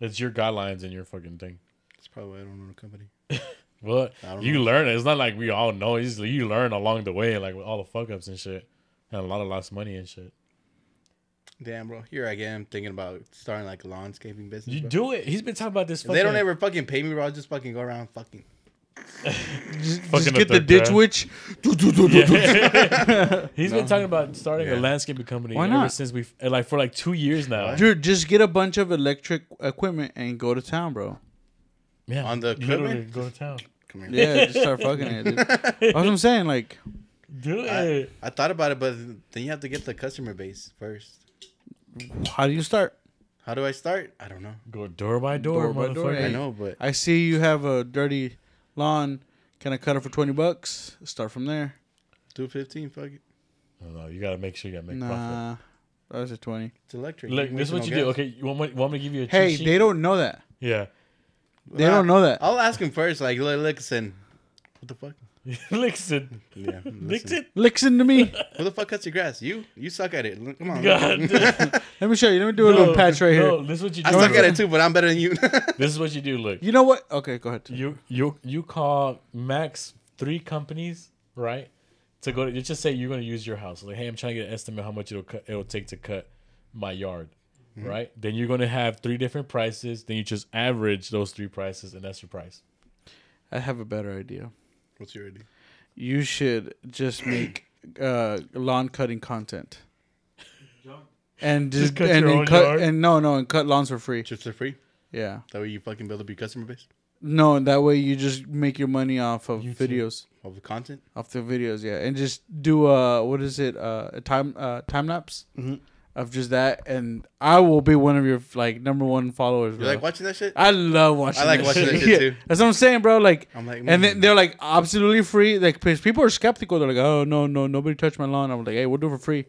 Speaker 2: It's your guidelines and your fucking thing.
Speaker 3: That's probably why I don't own a company.
Speaker 2: Well,
Speaker 3: don't
Speaker 2: you learn it. It's not like we all know. It's, just- you learn along the way, like with all the fuck ups and shit, and a lot of lost money and shit.
Speaker 3: Damn, bro. Here I am thinking about starting like a landscaping business.
Speaker 2: You
Speaker 3: bro.
Speaker 2: do it. He's been talking about this.
Speaker 3: If they don't ever fucking pay me, bro. I'll just fucking go around fucking.
Speaker 2: fucking
Speaker 1: Just get the ditch witch.
Speaker 2: He's been talking about starting a landscaping company
Speaker 1: Why
Speaker 2: ever
Speaker 1: not?
Speaker 2: since we like for like two years now.
Speaker 1: Dude, just get a bunch of electric equipment and go to town, bro.
Speaker 2: Yeah,
Speaker 3: On the
Speaker 2: literally
Speaker 3: equipment?
Speaker 2: go to town.
Speaker 3: Come here.
Speaker 1: Yeah, just start fucking it. Dude. That's what I'm saying. Like,
Speaker 2: Do
Speaker 3: I,
Speaker 2: it.
Speaker 3: I thought about it, but then you have to get the customer base first.
Speaker 1: how do you start?
Speaker 3: How do I start? I don't know.
Speaker 2: Go door by door,
Speaker 1: Door by door,
Speaker 2: motherfucker.
Speaker 1: Hey.
Speaker 3: I know, but
Speaker 1: I see you have a dirty lawn. Can I cut it for twenty bucks? Start from there.
Speaker 3: two fifteen. Fuck it.
Speaker 2: No, no, you gotta make sure you gotta make profit.
Speaker 1: Nah, that was a twenty.
Speaker 3: It's electric.
Speaker 2: Look,
Speaker 3: can
Speaker 2: this is
Speaker 3: waste
Speaker 2: what
Speaker 3: it
Speaker 2: you do.
Speaker 3: on gas.
Speaker 2: Okay, you want, me- want me to give you a cheat
Speaker 1: Hey,
Speaker 2: sheet?
Speaker 1: they don't know that.
Speaker 2: yeah.
Speaker 1: They don't know that.
Speaker 3: I'll ask him first. Like, look, listen. What the fuck?
Speaker 2: Lixon.
Speaker 3: Yeah. listen.
Speaker 2: Lixon.
Speaker 1: Listen to me.
Speaker 3: Who the fuck cuts your grass? You? You suck at it. Look, Come on.
Speaker 2: God. damn.
Speaker 1: Let me show you. Let me do a little patch right
Speaker 2: no,
Speaker 1: here.
Speaker 2: this is what you do.
Speaker 3: I suck at it too, but I'm better than you.
Speaker 2: This is what you do, look.
Speaker 1: You know what? Okay, go ahead.
Speaker 2: You you you call max three companies, right? To go to you just say you're gonna use your house. Like, hey, I'm trying to get an estimate how much it'll cut, it'll take to cut my yard.
Speaker 1: Mm-hmm.
Speaker 2: Right? Then you're gonna have three different prices, then you just average those three prices and that's your price.
Speaker 1: I have a better idea.
Speaker 3: What's your idea?
Speaker 1: You should just make uh, lawn cutting content. And just,
Speaker 2: cut
Speaker 1: and,
Speaker 2: your
Speaker 1: and
Speaker 2: own
Speaker 1: cut
Speaker 2: yard?
Speaker 1: and no no and cut lawns for free.
Speaker 3: Chips are free.
Speaker 1: Yeah.
Speaker 3: That way you fucking build up your customer base
Speaker 1: No, and that way you just make your money off of
Speaker 2: YouTube.
Speaker 1: videos.
Speaker 3: of the content.
Speaker 1: Off the videos, yeah. And just do uh what is it? Uh a time uh time lapse
Speaker 2: Mm-hmm.
Speaker 1: of just that and I will be one of your like number one followers.
Speaker 3: You
Speaker 1: bro.
Speaker 3: like watching that shit?
Speaker 1: Uh, I love watching.
Speaker 3: I like
Speaker 1: that
Speaker 3: watching
Speaker 1: shit.
Speaker 3: that shit, too.
Speaker 1: That's what I'm saying, bro. Like,
Speaker 3: I'm like,
Speaker 1: and then
Speaker 3: mm.
Speaker 1: they're like absolutely free. Like, 'cause people are skeptical. They're like, oh no, no, nobody touched my lawn. I'm like, hey, we'll do it for free.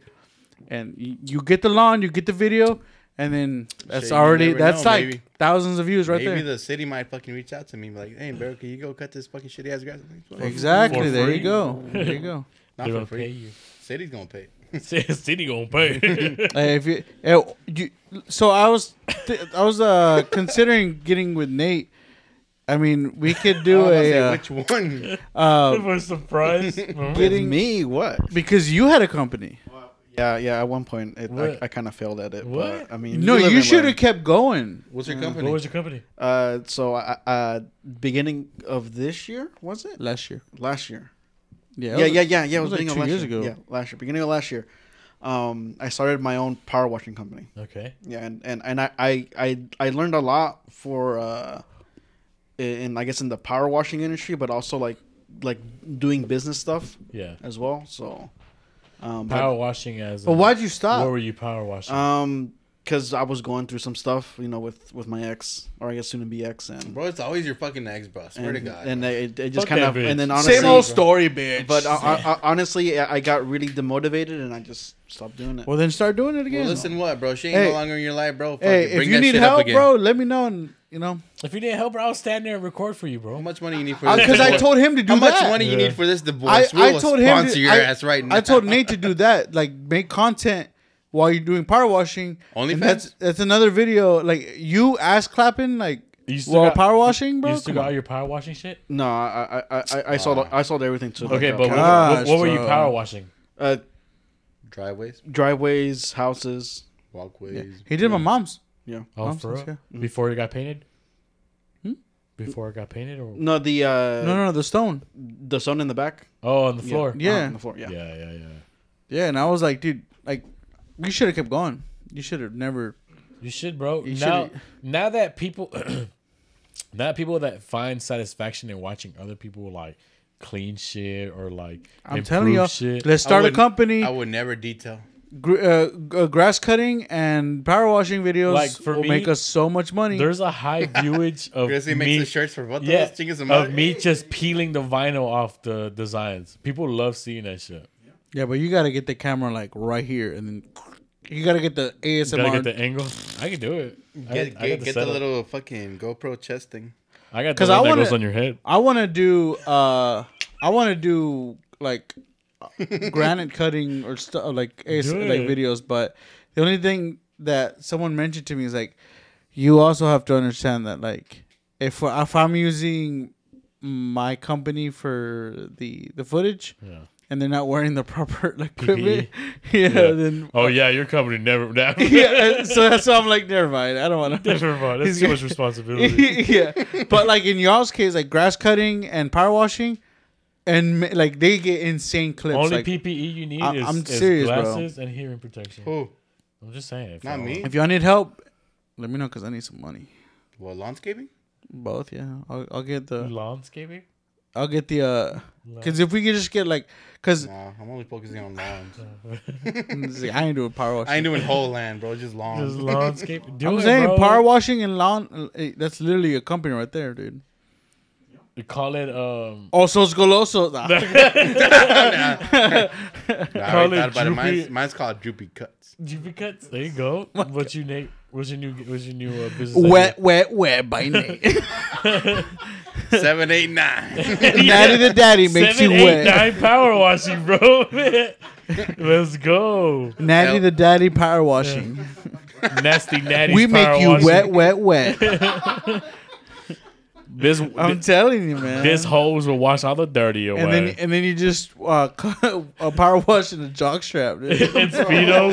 Speaker 1: And y- you get the lawn, you get the video, and then that's
Speaker 3: Shit, you
Speaker 1: already
Speaker 3: never
Speaker 1: that's
Speaker 3: know,
Speaker 1: like
Speaker 3: maybe.
Speaker 1: thousands of views right
Speaker 3: Maybe
Speaker 1: there.
Speaker 3: the city might fucking reach out to me and be like, hey, bro, can you go cut this fucking shitty ass grass? I'm like,
Speaker 1: exactly.
Speaker 2: For
Speaker 1: There
Speaker 2: free.
Speaker 1: you go. There you go.
Speaker 3: Not
Speaker 2: They're
Speaker 3: for
Speaker 2: gonna
Speaker 3: free.
Speaker 2: pay you.
Speaker 3: City's gonna pay.
Speaker 2: City gonna pay.
Speaker 1: Hey, if you, eh, you, so I was, th- I was uh considering getting with Nate. I mean, we could
Speaker 3: I
Speaker 1: do
Speaker 3: was about to
Speaker 1: a
Speaker 3: say,
Speaker 1: uh,
Speaker 3: which one?
Speaker 1: Um,
Speaker 2: For a surprise.
Speaker 1: getting
Speaker 7: me what?
Speaker 1: because you had a company.
Speaker 7: Yeah, yeah. At one point, it, I,
Speaker 2: What?
Speaker 7: I kind of failed at it.
Speaker 2: What?
Speaker 7: But, I mean,
Speaker 1: No,
Speaker 7: live
Speaker 1: you
Speaker 7: and
Speaker 1: should
Speaker 7: learn.
Speaker 1: have kept going.
Speaker 3: What's your
Speaker 2: what
Speaker 3: company?
Speaker 2: was your company?
Speaker 7: Uh, so I, I- uh, beginning of this year was it?
Speaker 1: last year.
Speaker 7: Last year.
Speaker 1: Yeah,
Speaker 7: Yeah, yeah, yeah, yeah. It was,
Speaker 1: was like two
Speaker 7: beginning of last
Speaker 1: years
Speaker 7: year.
Speaker 1: ago.
Speaker 7: Yeah, last year. Beginning of last year. Um, I started my own power washing company.
Speaker 2: Okay.
Speaker 7: Yeah, and and, and I, I I I learned a lot for uh, in I guess in the power washing industry, but also like like doing business stuff
Speaker 2: Yeah.
Speaker 7: as well. So, um, but-
Speaker 2: Power washing as
Speaker 1: But why'd you
Speaker 2: where
Speaker 1: stop?
Speaker 2: were you power washing?
Speaker 7: um, because I was going through some stuff, you know, with with my ex, or I guess soon to be ex, and
Speaker 3: Bro, it's always your fucking ex, bro. I Swear
Speaker 7: and,
Speaker 3: to God.
Speaker 7: and it, it
Speaker 2: Fuck
Speaker 7: just kind of
Speaker 2: that bitch.
Speaker 7: and then honestly,
Speaker 1: story, bitch.
Speaker 7: But I,
Speaker 3: uh,
Speaker 7: I, I, honestly, I I got really demotivated, and I just stopped doing it.
Speaker 1: well, then start doing it again.
Speaker 3: well, listen, what, bro? She ain't
Speaker 1: Hey.
Speaker 3: no longer in your life, bro. Fuck
Speaker 1: hey,
Speaker 3: it.
Speaker 1: if
Speaker 3: Bring
Speaker 1: you
Speaker 3: that
Speaker 1: need
Speaker 3: shit up
Speaker 1: help,
Speaker 3: again.
Speaker 1: bro, let me know, and you know,
Speaker 2: if you need help, bro, I'll stand there and record for you, bro.
Speaker 3: how much money you need for this?
Speaker 1: because Uh, I
Speaker 3: divorce?
Speaker 1: told him to do
Speaker 3: how much
Speaker 1: that.
Speaker 3: money you
Speaker 2: Yeah.
Speaker 3: need for this
Speaker 1: I,
Speaker 3: divorce? We
Speaker 1: I
Speaker 3: will
Speaker 1: told him.
Speaker 3: sponsor
Speaker 1: To,
Speaker 3: your
Speaker 1: I,
Speaker 3: ass right now.
Speaker 1: I told Nate to do that. Like make content while you're doing power washing.
Speaker 3: Only
Speaker 1: And
Speaker 3: fans?
Speaker 1: that's that's another video. Like you ass clapping, like
Speaker 2: You still
Speaker 1: while
Speaker 2: got-
Speaker 1: power washing, bro.
Speaker 2: you still
Speaker 1: Come
Speaker 2: got all
Speaker 1: on.
Speaker 2: your power washing shit?
Speaker 7: no, I I, I, I- I sold I sold everything to
Speaker 2: Ah. Okay,
Speaker 7: like,
Speaker 2: but
Speaker 7: uh,
Speaker 2: what, what,
Speaker 1: Gosh,
Speaker 2: what were you
Speaker 1: bro.
Speaker 2: power washing?
Speaker 7: uh,
Speaker 3: driveways,
Speaker 7: driveways, houses.
Speaker 3: walkways.
Speaker 1: he did my mom's.
Speaker 7: Yeah.
Speaker 2: Oh,
Speaker 1: Nonsense,
Speaker 2: for real?
Speaker 1: yeah. Mm. Hmm?
Speaker 2: Before it got painted? Before it got painted? Or...
Speaker 7: No, the uh,
Speaker 1: No, no, no, the stone.
Speaker 7: the sun in the back.
Speaker 2: Oh, on the floor?
Speaker 1: Yeah.
Speaker 7: on the floor. Yeah.
Speaker 2: Yeah, yeah, yeah.
Speaker 1: Yeah, and I was like, dude, like you should have kept going. You should have never.
Speaker 2: You should, bro.
Speaker 1: You
Speaker 2: now,
Speaker 1: should've-
Speaker 2: now that people, now people that find satisfaction in watching other people like clean shit or like
Speaker 1: I'm telling
Speaker 2: improve
Speaker 1: you,
Speaker 2: shit.
Speaker 1: let's
Speaker 3: I
Speaker 1: start a
Speaker 3: would-
Speaker 1: company.
Speaker 3: I would never detail.
Speaker 1: gr- uh, g- uh, grass cutting and power washing videos
Speaker 2: Like, for
Speaker 1: will
Speaker 2: me,
Speaker 1: make us so much money.
Speaker 2: There's a high viewage of
Speaker 3: Grizzly
Speaker 2: me,
Speaker 3: makes the shirts for both
Speaker 2: yeah,
Speaker 3: of us. Chingas and
Speaker 2: of
Speaker 3: mine.
Speaker 2: me just peeling the vinyl off the designs. People love seeing that shit.
Speaker 1: yeah, but you gotta get the camera like right here, and then you gotta get the ASMR.
Speaker 2: Gotta get the angle. I can do it. I
Speaker 3: Get,
Speaker 2: got-
Speaker 3: get,
Speaker 2: I got
Speaker 3: get the
Speaker 2: setup.
Speaker 3: little fucking GoPro chest thing.
Speaker 2: I got the
Speaker 1: 'Cause
Speaker 2: one
Speaker 1: I
Speaker 2: that
Speaker 1: wanna-
Speaker 2: goes on your head.
Speaker 1: I want to do. Uh, I want to do like granite cutting or stuff like AS-
Speaker 2: Do
Speaker 1: like
Speaker 2: it.
Speaker 1: videos. But the only thing that someone mentioned to me is like, you also have to understand that like if if I'm using my company for the the footage. And they're not wearing the proper equipment. Yeah, then
Speaker 2: oh yeah, your company never. That,
Speaker 1: yeah. So that's why I'm like, never mind. I don't want to.
Speaker 2: never mind. That's too much responsibility.
Speaker 1: yeah, but like in y'all's case, like grass cutting and power washing, and ma- like they get insane clips.
Speaker 2: Only
Speaker 1: like,
Speaker 2: PPE you need
Speaker 1: I-
Speaker 2: is,
Speaker 1: I'm
Speaker 2: is
Speaker 1: serious, bro.
Speaker 2: glasses and hearing protection.
Speaker 3: Who?
Speaker 2: I'm just saying. if
Speaker 3: Not
Speaker 2: y'all-
Speaker 3: me.
Speaker 1: if y'all need help, let me know because I need some money.
Speaker 3: Well, landscaping?
Speaker 1: Both, yeah. I'll, I'll get the
Speaker 2: Landscaping?
Speaker 1: I'll get the uh because if we could just get like because
Speaker 3: Nah, I'm only focusing on lawns.
Speaker 1: I ain't doing power washing.
Speaker 3: I ain't doing whole land, bro. Just lawns.
Speaker 2: Just landscaping. Do
Speaker 1: I'm
Speaker 2: it,
Speaker 1: saying
Speaker 2: bro.
Speaker 1: power washing and lawn. eh, That's literally a company right there, dude.
Speaker 2: You call it um.
Speaker 1: Osos golosos. Ah,
Speaker 3: Nah, I
Speaker 2: Call
Speaker 3: already
Speaker 2: it
Speaker 3: thought about it. Mine's,
Speaker 2: droopy-
Speaker 3: mine's called droopy cuts.
Speaker 2: Jupy cuts. There you go. What's your name? What's your new? What's your new uh, business?
Speaker 1: Oh wet, wet, wet by name.
Speaker 3: Seven, eight, nine.
Speaker 1: Natty the daddy
Speaker 2: idea?
Speaker 1: makes
Speaker 2: Seven,
Speaker 1: you
Speaker 2: eight,
Speaker 1: wet.
Speaker 2: nine power washing, bro. Let's go.
Speaker 1: Natty the daddy power washing.
Speaker 2: Nasty natty.
Speaker 1: we make you wet, wet, wet.
Speaker 2: This
Speaker 1: I'm telling you, man.
Speaker 2: this hose will wash all the dirty away.
Speaker 1: and then and then you just uh, a power wash and a jock strap, dude.
Speaker 2: it's Speedo.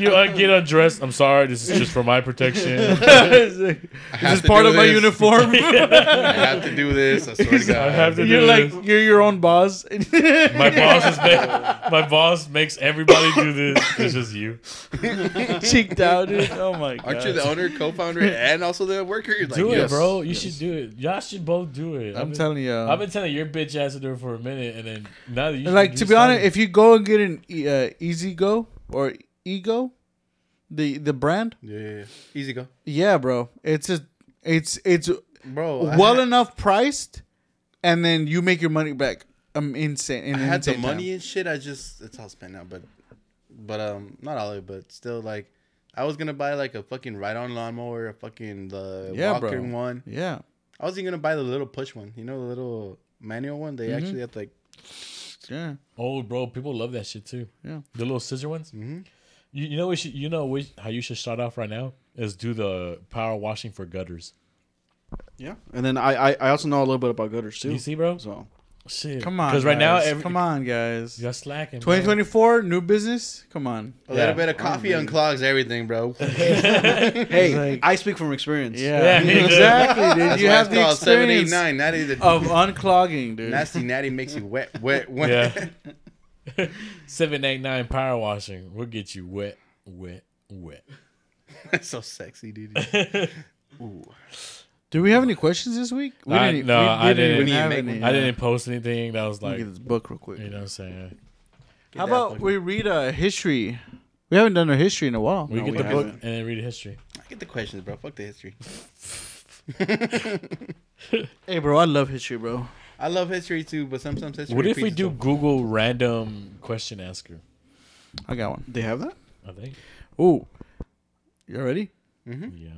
Speaker 2: you uh, get undressed. I'm sorry. This is just for my protection.
Speaker 1: It's like,
Speaker 3: have
Speaker 1: this is
Speaker 3: to
Speaker 1: part
Speaker 3: do
Speaker 1: of my
Speaker 3: this.
Speaker 1: uniform.
Speaker 3: I have to do this. I swear to God.
Speaker 2: I have to
Speaker 1: You're
Speaker 2: do
Speaker 1: like
Speaker 2: this.
Speaker 1: you're your own boss.
Speaker 2: My boss is ma- my boss makes everybody do this. It's just you.
Speaker 1: cheeked out, dude. Oh my god.
Speaker 3: Aren't you the owner, co-founder, and also the worker? You're like,
Speaker 2: Do
Speaker 3: yes.
Speaker 2: it, bro. You should do it. Y'all should both do it.
Speaker 1: I'm
Speaker 2: I've
Speaker 1: telling you. um,
Speaker 2: been, I've been telling your bitch ass to do it for a minute, and then now that you
Speaker 1: like
Speaker 2: you
Speaker 1: to be
Speaker 2: started-
Speaker 1: honest, if you go and get an E- uh, Easy Go or Ego, the the brand,
Speaker 3: Yeah, yeah, yeah. Easy go,
Speaker 1: yeah, bro, it's a it's it's
Speaker 3: bro. I
Speaker 1: well
Speaker 3: had,
Speaker 1: enough priced, and then you make your money back. I'm insane. In
Speaker 3: I had the
Speaker 1: insane time.
Speaker 3: money and shit. I just it's all spent out, but but um not all of it, but still like I was gonna buy like a fucking ride-on lawnmower, a fucking the
Speaker 1: Yeah, bro.
Speaker 3: walking one.
Speaker 1: Yeah,
Speaker 3: I was even gonna buy the little push one. You know the little manual one. They
Speaker 1: Mm-hmm.
Speaker 3: actually have to, like
Speaker 1: yeah.
Speaker 2: Oh, bro, people love that shit too.
Speaker 1: Yeah.
Speaker 2: the little scissor ones. Mm-hmm. You, you know what? You, you know which, how you should start off right now is do the power washing for gutters.
Speaker 7: Yeah, and then I, I I also know a little bit about gutters too.
Speaker 2: You see, bro?
Speaker 7: So
Speaker 2: Shit,
Speaker 1: Come on,
Speaker 2: because right now,
Speaker 1: guys.
Speaker 2: every,
Speaker 1: come on, guys.
Speaker 2: you're slacking. bro.
Speaker 1: 2024 new business. Come on.
Speaker 3: a
Speaker 2: Yeah.
Speaker 3: little bit of coffee unclogs everything, bro.
Speaker 7: hey,
Speaker 1: Like-
Speaker 7: I speak from experience.
Speaker 1: Yeah,
Speaker 2: Yeah.
Speaker 1: exactly, dude.
Speaker 3: That's
Speaker 1: You
Speaker 3: why
Speaker 1: have
Speaker 3: it's
Speaker 1: the
Speaker 3: called seven, eight,
Speaker 1: experience
Speaker 3: nine. Natty the
Speaker 1: of unclogging, dude.
Speaker 3: nasty natty makes you wet, wet, wet.
Speaker 2: Yeah. Seven eight nine power washing. We'll get you wet, wet, wet.
Speaker 3: That's so sexy, dude.
Speaker 1: Do we have any questions this week? We
Speaker 2: I- no, I didn't.
Speaker 1: even
Speaker 2: We
Speaker 1: have
Speaker 3: didn't make
Speaker 1: any.
Speaker 2: I didn't post anything that was
Speaker 1: Let
Speaker 2: like,
Speaker 1: me
Speaker 2: you
Speaker 1: get this book real quick.
Speaker 2: know, what I'm saying
Speaker 1: How
Speaker 3: that
Speaker 1: about
Speaker 3: book.
Speaker 1: we read a history? We haven't done a history in a while.
Speaker 2: we
Speaker 7: No,
Speaker 2: get
Speaker 7: we
Speaker 2: the book and
Speaker 7: haven't.
Speaker 2: then read history.
Speaker 3: Get the questions, bro. Fuck the history.
Speaker 1: Hey, bro, I love history, bro.
Speaker 3: I love history too, but sometimes history.
Speaker 2: What if we
Speaker 3: repeats
Speaker 2: do
Speaker 3: itself.
Speaker 2: Google random question asker?
Speaker 1: I got one.
Speaker 7: They have that?
Speaker 2: I think.
Speaker 1: Ooh, you ready?
Speaker 3: Mm-hmm.
Speaker 2: Yeah.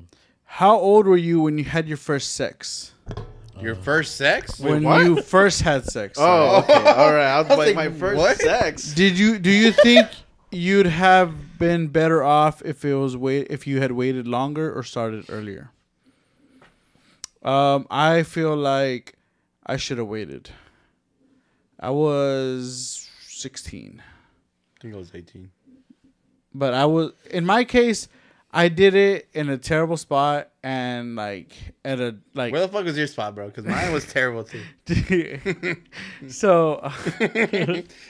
Speaker 1: How old were you when you had your first sex?
Speaker 3: your first sex?
Speaker 1: when
Speaker 7: what?
Speaker 1: you first had sex?
Speaker 7: Oh, okay. all right. I was,
Speaker 3: was like,
Speaker 7: like, my first
Speaker 3: what?
Speaker 7: sex.
Speaker 1: Did you do you think you'd have been better off if it was wait if you had waited longer or started earlier? Um, I feel like I should have waited. I was sixteen,
Speaker 3: I think I was eighteen.
Speaker 1: but I was in my case. I did it in a terrible spot and like at a like
Speaker 3: Where the fuck was your spot, bro? Because mine was terrible too.
Speaker 1: so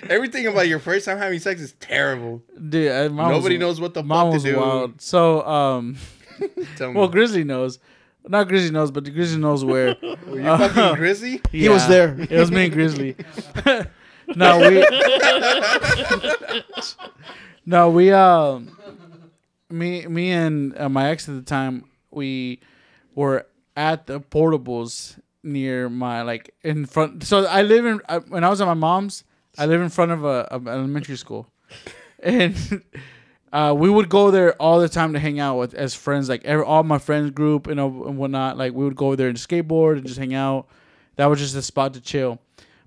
Speaker 3: Everything about your first time having sex is terrible.
Speaker 1: dude, uh, mine was-
Speaker 3: Nobody knows what the
Speaker 1: mine
Speaker 3: fuck to
Speaker 1: was
Speaker 3: do.
Speaker 1: wild. So um
Speaker 3: Tell me.
Speaker 1: Well, Grizzly knows. Not Grizzly knows, but the Grizzly knows where.
Speaker 3: Were you fucking grizzly?
Speaker 1: Yeah,
Speaker 7: was there.
Speaker 1: It was me and Grizzly. no, we. no, we. Um, me, me, and uh, my ex at the time, we were at the portables near my like in front. So I live in I, when I was at my mom's. I live in front of a of an elementary school, and uh, we would go there all the time to hang out with as friends, like every, all my friends group and, uh, and whatnot. Like we would go there and skateboard and just hang out. That was just a spot to chill.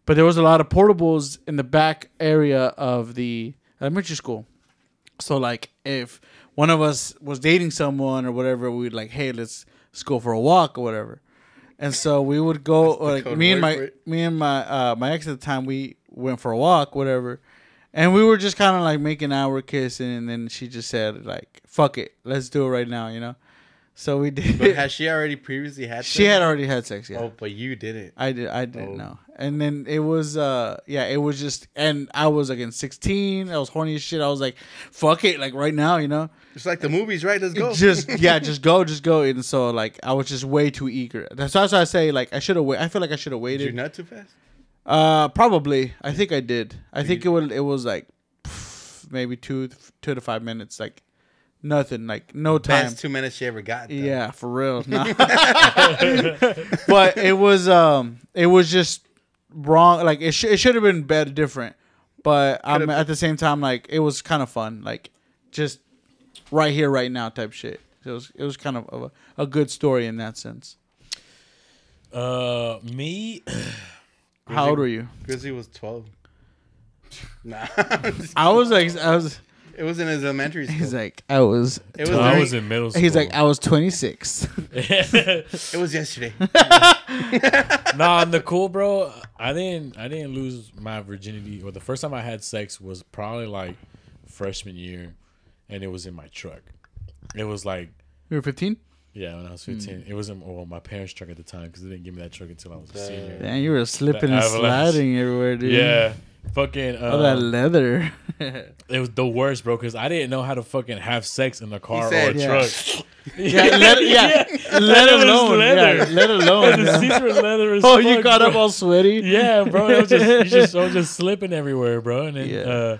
Speaker 1: But there was a lot of portables in the back area of the elementary school. So like if one of us was dating someone or whatever, we'd like, hey, let's let's go for a walk or whatever. And so we would go like
Speaker 3: code
Speaker 1: me and
Speaker 3: word for
Speaker 1: my
Speaker 3: it.
Speaker 1: me and my uh, my ex at the time we went for a walk whatever, and we were just kind of like making out, we're kissing, and then she just said like, "Fuck it, let's do it right now," you know. So we
Speaker 3: But
Speaker 1: did.
Speaker 3: has she already previously had?
Speaker 1: She
Speaker 3: sex?
Speaker 1: had already had sex. Yeah.
Speaker 3: Oh, but you didn't.
Speaker 1: I did. I didn't know. And then it was, uh, yeah, it was just, and I was like in 16. I was horny as shit. I was like, fuck it, like right now, you know.
Speaker 3: It's like the movies, right? Let's go.
Speaker 1: Just yeah, just go, just go. And so like, I was just way too eager. That's that's why I say like I should have. Wait. I feel like I should have
Speaker 3: Did you
Speaker 1: waited.
Speaker 3: not too fast?
Speaker 1: Uh, probably. I think I did. I think it was it was like pff, maybe two two to five minutes. Like nothing. Like no time.
Speaker 3: Best two minutes she ever got. though.
Speaker 1: Yeah, for real. Nah. but it was um it was just wrong. Like it sh- it should have been better different. But I'm at the same time like it was kind of fun. Like just right here right now type shit. It was it was kind of a, a good story in that sense.
Speaker 2: Uh, me.
Speaker 1: How old were you?
Speaker 3: Grizzly was twelve. Nah,
Speaker 1: I was like I was
Speaker 3: it was in his elementary school.
Speaker 1: he's like I was
Speaker 3: it was.
Speaker 2: Well, I
Speaker 3: during-
Speaker 2: was in middle school.
Speaker 1: he's like I was 26.
Speaker 3: It was yesterday.
Speaker 2: nah, Nicole, bro. I didn't. I didn't lose my virginity. Or the first time I had sex was probably like freshman year, and it was in my truck. It was like
Speaker 1: you were 15?
Speaker 2: yeah, when I
Speaker 1: Hmm.
Speaker 2: was fifteen. It was in well my parents' truck at the time because they didn't give me that truck until I was a senior.
Speaker 1: Damn, you were slipping and
Speaker 2: avalanche.
Speaker 1: sliding everywhere, dude.
Speaker 2: Yeah, fucking. Uh,
Speaker 1: All that leather.
Speaker 2: It was the worst, bro, because I didn't know how to fucking have sex in the car or
Speaker 3: said-
Speaker 2: a
Speaker 1: Yeah.
Speaker 2: truck.
Speaker 1: Yeah, let, yeah. let
Speaker 2: It was
Speaker 1: alone, yeah,
Speaker 2: leather.
Speaker 1: let alone.
Speaker 2: the
Speaker 1: yeah.
Speaker 2: seats were leather as
Speaker 1: Oh,
Speaker 2: fuck,
Speaker 1: you got
Speaker 2: bro.
Speaker 1: up all sweaty.
Speaker 2: Yeah, bro. It was just, you just, I was just slipping everywhere, bro. And then,
Speaker 1: Yeah.
Speaker 2: uh,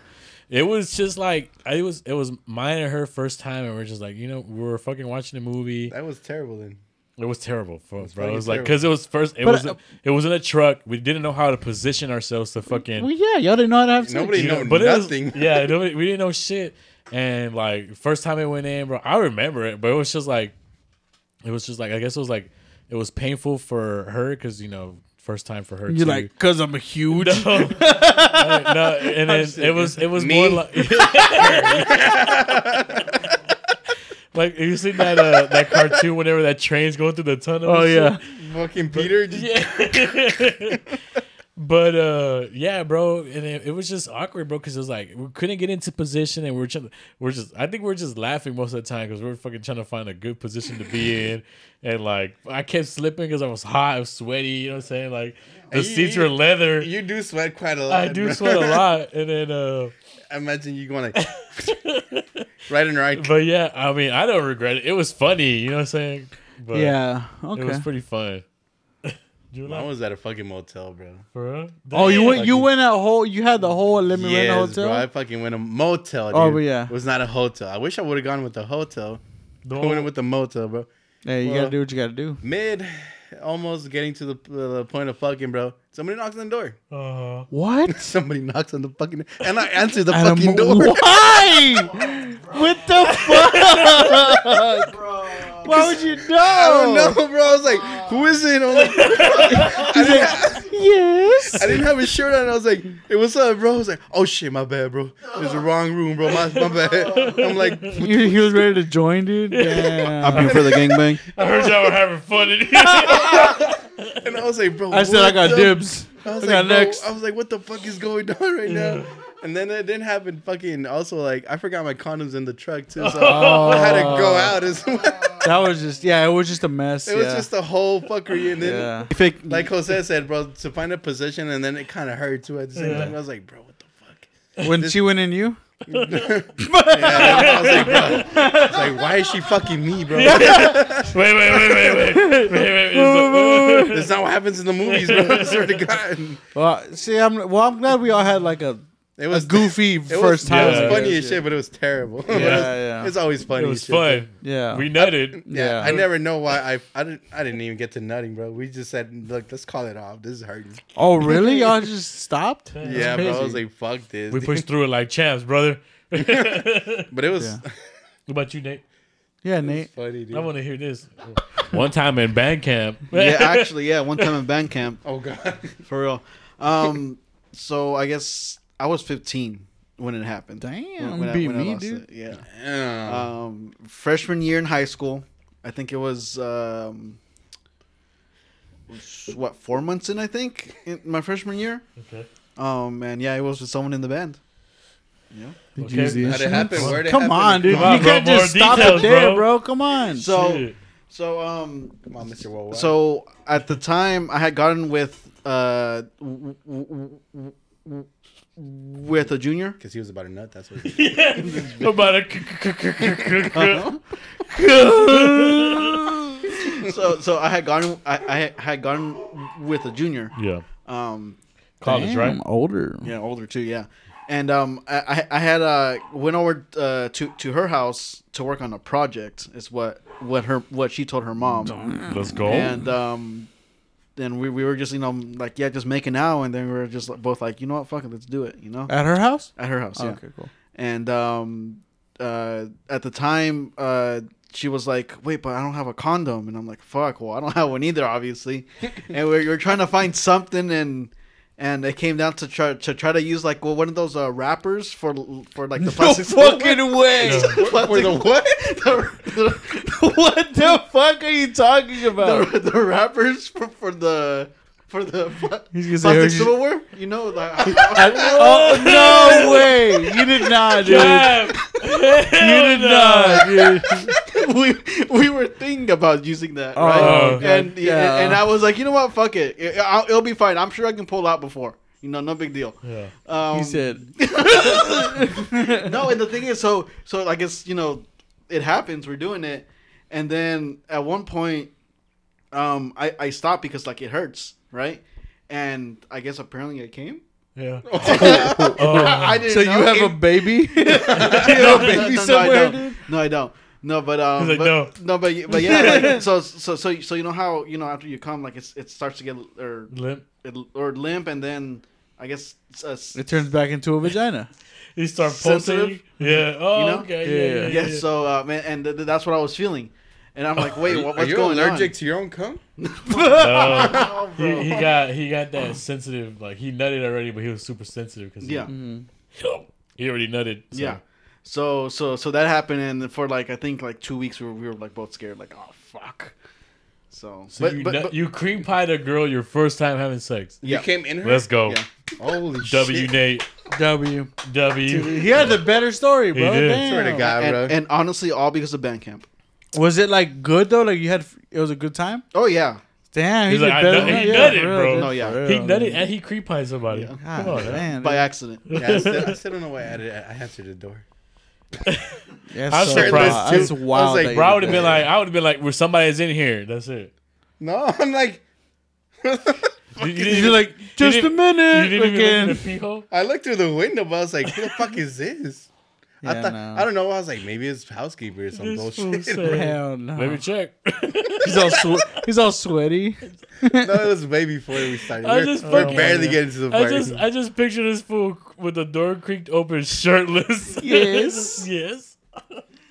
Speaker 2: it was just like I was. It was mine and her first time, and we are just like, you know, we were fucking watching a movie.
Speaker 3: that was terrible. Then
Speaker 2: It was terrible, for us, bro. It
Speaker 3: fucking
Speaker 2: was like
Speaker 3: terrible.
Speaker 2: because it was first. It
Speaker 1: But,
Speaker 2: was.
Speaker 1: uh,
Speaker 2: it was in a truck. We didn't know how to position ourselves to fucking.
Speaker 1: Well, yeah, y'all didn't know how to have sex.
Speaker 3: nobody
Speaker 2: you know,
Speaker 3: know,
Speaker 2: but it was-
Speaker 3: nothing.
Speaker 2: yeah, nobody, we didn't know shit. And like first time it went in, bro, I remember it, but it was just like, it was just like I guess it was like it was painful for her because you know first time for her.
Speaker 1: You're
Speaker 2: too.
Speaker 1: like, cause I'm a huge.
Speaker 2: no, no, and then it was it was
Speaker 3: Me?
Speaker 2: more like like you seen that uh, that cartoon whenever that train's going through the tunnel.
Speaker 1: Oh
Speaker 2: and
Speaker 1: yeah,
Speaker 2: shit?
Speaker 3: Fucking Peter. Just,
Speaker 2: But uh, yeah, bro, and it, it was just awkward, bro, because it was like we couldn't get into position, and we we're trying, we're just, I think we we're just laughing most of the time because we we're fucking trying to find a good position to be in, and like I kept slipping because I was hot, I was sweaty, you know what I'm saying? Like the
Speaker 3: You-
Speaker 2: seats
Speaker 3: you-
Speaker 2: were leather.
Speaker 3: You do sweat quite a lot.
Speaker 2: I do
Speaker 3: bro.
Speaker 2: sweat a lot, and then uh,
Speaker 3: I imagine you going like right and right.
Speaker 2: but yeah, I mean, I don't regret it. It was funny, you know what I'm saying? But
Speaker 1: yeah.
Speaker 2: it was
Speaker 1: Okay.
Speaker 2: pretty fun. you
Speaker 3: I
Speaker 2: like
Speaker 3: was at a fucking motel, bro.
Speaker 2: for real?
Speaker 1: Oh, you went. You
Speaker 3: Fucking-
Speaker 1: went at whole. You had the whole. Let me rent a
Speaker 3: Yes,
Speaker 1: hotel.
Speaker 3: bro. I fucking went a motel. Dude.
Speaker 1: Oh, but yeah.
Speaker 3: it was not a hotel. I wish I would have gone with the hotel.
Speaker 2: The
Speaker 3: I
Speaker 2: one-
Speaker 3: went with the motel, bro.
Speaker 1: Hey, you
Speaker 3: Well-
Speaker 1: gotta do what you gotta do.
Speaker 3: Mid, almost getting to the, the point of fucking, bro. Somebody knocks on the door.
Speaker 2: Uh-huh.
Speaker 1: What?
Speaker 3: Somebody knocks on the fucking, and I answer the
Speaker 1: Adam,
Speaker 3: fucking door.
Speaker 1: why? what the fuck? Why would you know?
Speaker 3: I don't know, Oh, bro. I was like, who is it? I, was like,
Speaker 1: Yes.
Speaker 3: I didn't have a shirt on. I was like, hey, what's up, bro? I was like, oh shit, my bad, bro. It's the wrong room, bro. My, my bad. I'm like,
Speaker 1: You, he was ready to join, dude. Damn.
Speaker 7: I'm here for the gangbang.
Speaker 2: I heard y'all were having fun. In here.
Speaker 3: and I was like, bro.
Speaker 1: I said I
Speaker 3: what
Speaker 1: got
Speaker 3: the-
Speaker 1: dibs.
Speaker 3: I was
Speaker 1: I
Speaker 3: like,
Speaker 1: got
Speaker 3: bro,
Speaker 1: next.
Speaker 3: I was like, what the fuck is going on right now? And then it didn't happen. Fucking also, like I forgot my condoms in the truck too, so I had to go out. As well. It
Speaker 1: That was just yeah, it was just a mess.
Speaker 3: was
Speaker 1: Oh. yeah.
Speaker 3: just a whole fuckery, and then
Speaker 1: yeah.
Speaker 7: You fake.
Speaker 3: like Jose said, bro, to find a position, and then it kind of hurt too. At the same time, I was like, bro, what the fuck?
Speaker 1: When she went in you?
Speaker 3: Yeah, I was like, bro, I was like, why is she fucking me, bro?
Speaker 2: wait, wait, wait, wait, wait, wait, wait, wait. It's like-
Speaker 3: That's not what happens in the movies, bro. I swear to God.
Speaker 1: Well, see, I'm well. I'm glad we all had like a,
Speaker 3: It
Speaker 1: a
Speaker 3: was
Speaker 1: goofy
Speaker 3: It
Speaker 1: first
Speaker 3: was,
Speaker 1: time.
Speaker 3: It
Speaker 2: Yeah.
Speaker 3: was funny
Speaker 1: Yeah.
Speaker 3: as shit, but it was terrible. But it
Speaker 1: Yeah,
Speaker 3: was-
Speaker 1: yeah.
Speaker 3: It's always funny.
Speaker 2: it
Speaker 3: as
Speaker 2: was
Speaker 3: shit, though.
Speaker 2: fun.
Speaker 1: Yeah.
Speaker 2: we nutted.
Speaker 1: Yeah.
Speaker 3: Yeah, I never know why I I didn't I didn't even get to nutting, bro. We just said, look, let's call it off. This is hurting.
Speaker 1: oh, really? Y'all just stopped?
Speaker 3: yeah, bro. I was
Speaker 1: crazy.
Speaker 3: like, fuck this.
Speaker 2: We
Speaker 3: dude.
Speaker 2: pushed through it like champs, brother. what
Speaker 3: but it was
Speaker 1: Yeah.
Speaker 2: about you, Nate?
Speaker 1: Yeah, Nate.
Speaker 3: funny, dude.
Speaker 2: I want to hear this. One time in band camp.
Speaker 7: Yeah, actually, yeah. One time in band camp,
Speaker 3: oh god,
Speaker 7: for real. Um, so I guess I was 15 when it happened.
Speaker 1: Damn,
Speaker 7: when, when
Speaker 1: beat
Speaker 7: I, when I
Speaker 1: me,
Speaker 7: lost
Speaker 1: dude.
Speaker 7: it, Yeah.
Speaker 3: Damn.
Speaker 7: um, freshman year in high school. I think it was um, what four months in. I think in my freshman year.
Speaker 2: Okay.
Speaker 7: Um, and yeah, it was with someone in the band.
Speaker 1: Did
Speaker 2: Okay.
Speaker 1: you use the
Speaker 3: How'd it
Speaker 1: instruments?
Speaker 3: happen? Where'd it
Speaker 1: Come
Speaker 3: happen?
Speaker 1: on, dude.
Speaker 2: Come on,
Speaker 1: you
Speaker 2: bro.
Speaker 1: could just
Speaker 2: More
Speaker 1: stop
Speaker 2: details,
Speaker 1: it there,
Speaker 2: bro.
Speaker 1: bro. Come on.
Speaker 7: So
Speaker 2: Shit.
Speaker 7: So um,
Speaker 3: Come on, Mr. Worldwide.
Speaker 7: so at the time I had gotten with uh, w- w- w- w- w- with a junior.
Speaker 3: because he was about to nut. That's what.
Speaker 2: About a
Speaker 7: So so I had gotten I, I had gotten with a junior.
Speaker 2: yeah,
Speaker 7: Um,
Speaker 2: college, right?
Speaker 1: Damn, older.
Speaker 7: Yeah, older too. Yeah, and um, I I- I had uh went over uh, to to her house to work on a project. Is what what her what she told her mom,
Speaker 2: Let's
Speaker 1: Oh.
Speaker 2: go.
Speaker 7: and um, then we, we were just you know like yeah just making out, and then we were just like, both like you know what fuck it let's do it you know
Speaker 1: At her house?
Speaker 7: at her house. Yeah.
Speaker 1: Uh, Okay, cool.
Speaker 7: And um, uh, at the time, uh, she was like, "Wait, but I don't have a condom," and I'm like, "Fuck, well, I don't have one either, obviously." and we were trying to find something, and and it came down to try to try to use like well one of those uh, wrappers for for like the
Speaker 1: No
Speaker 7: plastic.
Speaker 1: fucking way.
Speaker 7: for the what? the,
Speaker 1: What the fuck are you talking about?
Speaker 7: the, the wrappers for, for the for the pla-
Speaker 1: He's gonna say,
Speaker 7: plastic
Speaker 1: "Here's your-"
Speaker 7: silverware, you know, like,
Speaker 1: oh no way! You did not, dude. You did not, dude.
Speaker 7: we we were thinking about using that, right?
Speaker 1: Oh, God,
Speaker 7: and,
Speaker 1: yeah.
Speaker 7: and I was like, you know what? Fuck it. It- I'll, it'll be fine. I'm sure I can pull out before. You know, no big deal.
Speaker 2: Yeah.
Speaker 7: Um,
Speaker 1: He said,
Speaker 7: no, and the thing is, so so I guess you know, it happens. We're doing it, and then at one point, um, I I stopped because like it hurts, right? And I guess apparently it came.
Speaker 2: Yeah.
Speaker 7: I didn't.
Speaker 1: "So you
Speaker 7: know.
Speaker 1: have a
Speaker 7: It-
Speaker 1: baby? you have a
Speaker 7: No,
Speaker 1: baby
Speaker 7: no,
Speaker 1: somewhere,
Speaker 7: no, I
Speaker 1: dude?"
Speaker 7: don't. No, I don't. No, but um,
Speaker 2: He's like,
Speaker 7: but,
Speaker 2: "No."
Speaker 7: but but yeah. like, so so so so you know how you know after you come, like it's it starts to get or
Speaker 2: Limp.
Speaker 7: it, or limp, and then I guess it's a s-
Speaker 1: It turns back into a vagina.
Speaker 2: He start pulsing.
Speaker 7: Sensitive.
Speaker 2: Yeah. Oh,
Speaker 7: You know?
Speaker 2: okay. Yeah.
Speaker 1: Yeah.
Speaker 2: yeah,
Speaker 7: yeah. So uh, man, and th- th- that's what I was feeling, and I'm like, wait, what,
Speaker 3: Oh, Are
Speaker 7: what's
Speaker 3: you
Speaker 7: going
Speaker 3: allergic
Speaker 7: on?
Speaker 3: to your own cum?
Speaker 2: No.
Speaker 7: Oh, bro.
Speaker 2: he, he got he got that sensitive. Like he nutted already, but he was super sensitive because
Speaker 7: yeah,
Speaker 3: Mm-hmm,
Speaker 2: he, already nutted. so-
Speaker 7: yeah. So so so that happened, and for like I think like two weeks, we were, we were like both scared, like oh fuck. So,
Speaker 2: So
Speaker 7: but,
Speaker 2: you,
Speaker 7: but,
Speaker 2: nut-
Speaker 7: but-
Speaker 2: you cream pied a girl your first time having sex.
Speaker 3: You came in her.
Speaker 2: Let's go.
Speaker 7: Yeah.
Speaker 3: Holy
Speaker 2: W
Speaker 3: shit!
Speaker 2: Nate.
Speaker 1: W.
Speaker 2: W.
Speaker 1: He had the better story, bro.
Speaker 2: did.
Speaker 1: Damn.
Speaker 3: Swear to God,
Speaker 7: and,
Speaker 3: bro.
Speaker 7: and honestly, all because of Bandcamp.
Speaker 1: Was it like good though? Like you had, it was a good time.
Speaker 7: Oh yeah,
Speaker 1: Damn, he
Speaker 2: He's
Speaker 1: did
Speaker 2: like, I
Speaker 1: better.
Speaker 2: nut-
Speaker 1: than
Speaker 2: he
Speaker 1: that.
Speaker 2: nutted,
Speaker 1: for real,
Speaker 2: bro.
Speaker 1: dude.
Speaker 7: No, yeah.
Speaker 1: For
Speaker 2: He
Speaker 1: real,
Speaker 2: nutted
Speaker 1: dude.
Speaker 2: and he cream pied somebody.
Speaker 1: God
Speaker 2: Come on. man.
Speaker 1: damn,
Speaker 7: by
Speaker 1: dude.
Speaker 7: accident.
Speaker 3: yeah, I still, I still don't know why I, did, I answered the door.
Speaker 1: That's
Speaker 2: I'm
Speaker 1: so
Speaker 2: surprised,
Speaker 1: wild.
Speaker 2: too.
Speaker 1: That's
Speaker 3: I was
Speaker 1: wild.
Speaker 3: like,
Speaker 1: that you
Speaker 2: Bro, I
Speaker 1: did
Speaker 2: would have been
Speaker 1: that.
Speaker 2: like, I would have been like, where somebody's in here. That's it.
Speaker 3: No, I'm like,
Speaker 2: You, you
Speaker 1: You're like, just a
Speaker 2: didn't-
Speaker 1: minute.
Speaker 2: You didn't even
Speaker 1: again.
Speaker 2: look in the pee hole.
Speaker 3: I looked through the window, but I was like, who the fuck is this? I
Speaker 1: Yeah,
Speaker 3: thought
Speaker 1: no.
Speaker 3: I don't know. I was like, maybe it's housekeeper or some
Speaker 2: This fool
Speaker 3: bullshit.
Speaker 2: said-
Speaker 1: Hell no.
Speaker 2: Let me check.
Speaker 1: He's all swe- he's all sweaty.
Speaker 3: no, it was way before we started.
Speaker 2: I
Speaker 3: We're,
Speaker 2: just
Speaker 3: we're
Speaker 2: fucking-
Speaker 3: barely getting to the
Speaker 2: I
Speaker 3: party.
Speaker 2: just, I just picture this fool with the door creaked open, shirtless.
Speaker 1: Yes.
Speaker 2: yes.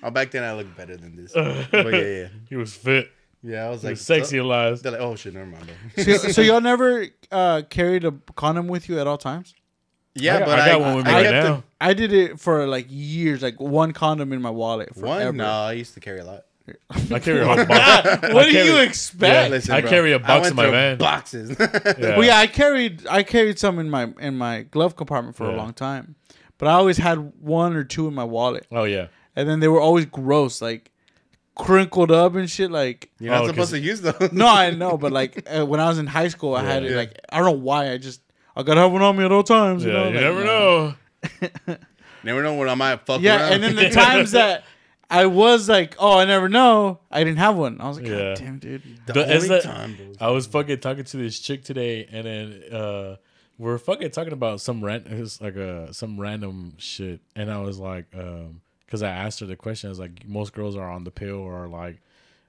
Speaker 3: oh, back then I looked better than this. but yeah, yeah,
Speaker 2: He was fit.
Speaker 3: yeah. I was
Speaker 2: He
Speaker 3: like
Speaker 2: was sexy
Speaker 3: so-
Speaker 2: and lies.
Speaker 3: They're like, oh shit, never mind. Bro.
Speaker 1: So, so y'all never uh, carried a condom with you at all times?
Speaker 3: Yeah,
Speaker 2: I got-
Speaker 3: but
Speaker 2: I
Speaker 3: I,
Speaker 2: got one with me
Speaker 3: I
Speaker 2: right
Speaker 3: kept
Speaker 2: now.
Speaker 1: I did it for like years, like one condom in my wallet.
Speaker 3: the- One?
Speaker 1: Forever.
Speaker 3: No, I used to carry a lot.
Speaker 2: I carry a whole box.
Speaker 1: What do
Speaker 2: carry-
Speaker 1: you expect?
Speaker 2: Yeah. I carry a
Speaker 3: I
Speaker 2: box
Speaker 3: went
Speaker 2: in my
Speaker 3: through
Speaker 2: van.
Speaker 3: Boxes.
Speaker 1: Well, yeah, I carried I carried some in my in my glove compartment for
Speaker 2: Yeah.
Speaker 1: a long time, but I always had one or two in my wallet,
Speaker 2: Oh yeah.
Speaker 1: and then they were always gross, like crinkled up and shit. Like
Speaker 3: You're not
Speaker 2: Oh, 'cause-
Speaker 3: supposed to use those.
Speaker 1: no, I know, but like uh, when I was in high school, I had it.
Speaker 2: Yeah.
Speaker 1: Like I don't know why, I just I gotta have one on me at all times. you
Speaker 2: Yeah.
Speaker 1: know,
Speaker 2: You
Speaker 1: like,
Speaker 2: never
Speaker 1: nah.
Speaker 2: know.
Speaker 3: never know when I might fuck
Speaker 1: Yeah,
Speaker 3: around.
Speaker 1: and then the times that I was like, "Oh, I never know," I didn't have one. I was like, "God
Speaker 2: Yeah.
Speaker 1: damn, dude."
Speaker 3: the,
Speaker 2: The- it's
Speaker 3: only
Speaker 2: like-
Speaker 3: time, bro.
Speaker 2: I was fucking talking to this chick today, and then uh, we're fucking talking about some rant, it was like uh, some random shit, and I was like, um 'cause because I asked her the question, I was like, most girls are on the pill or like,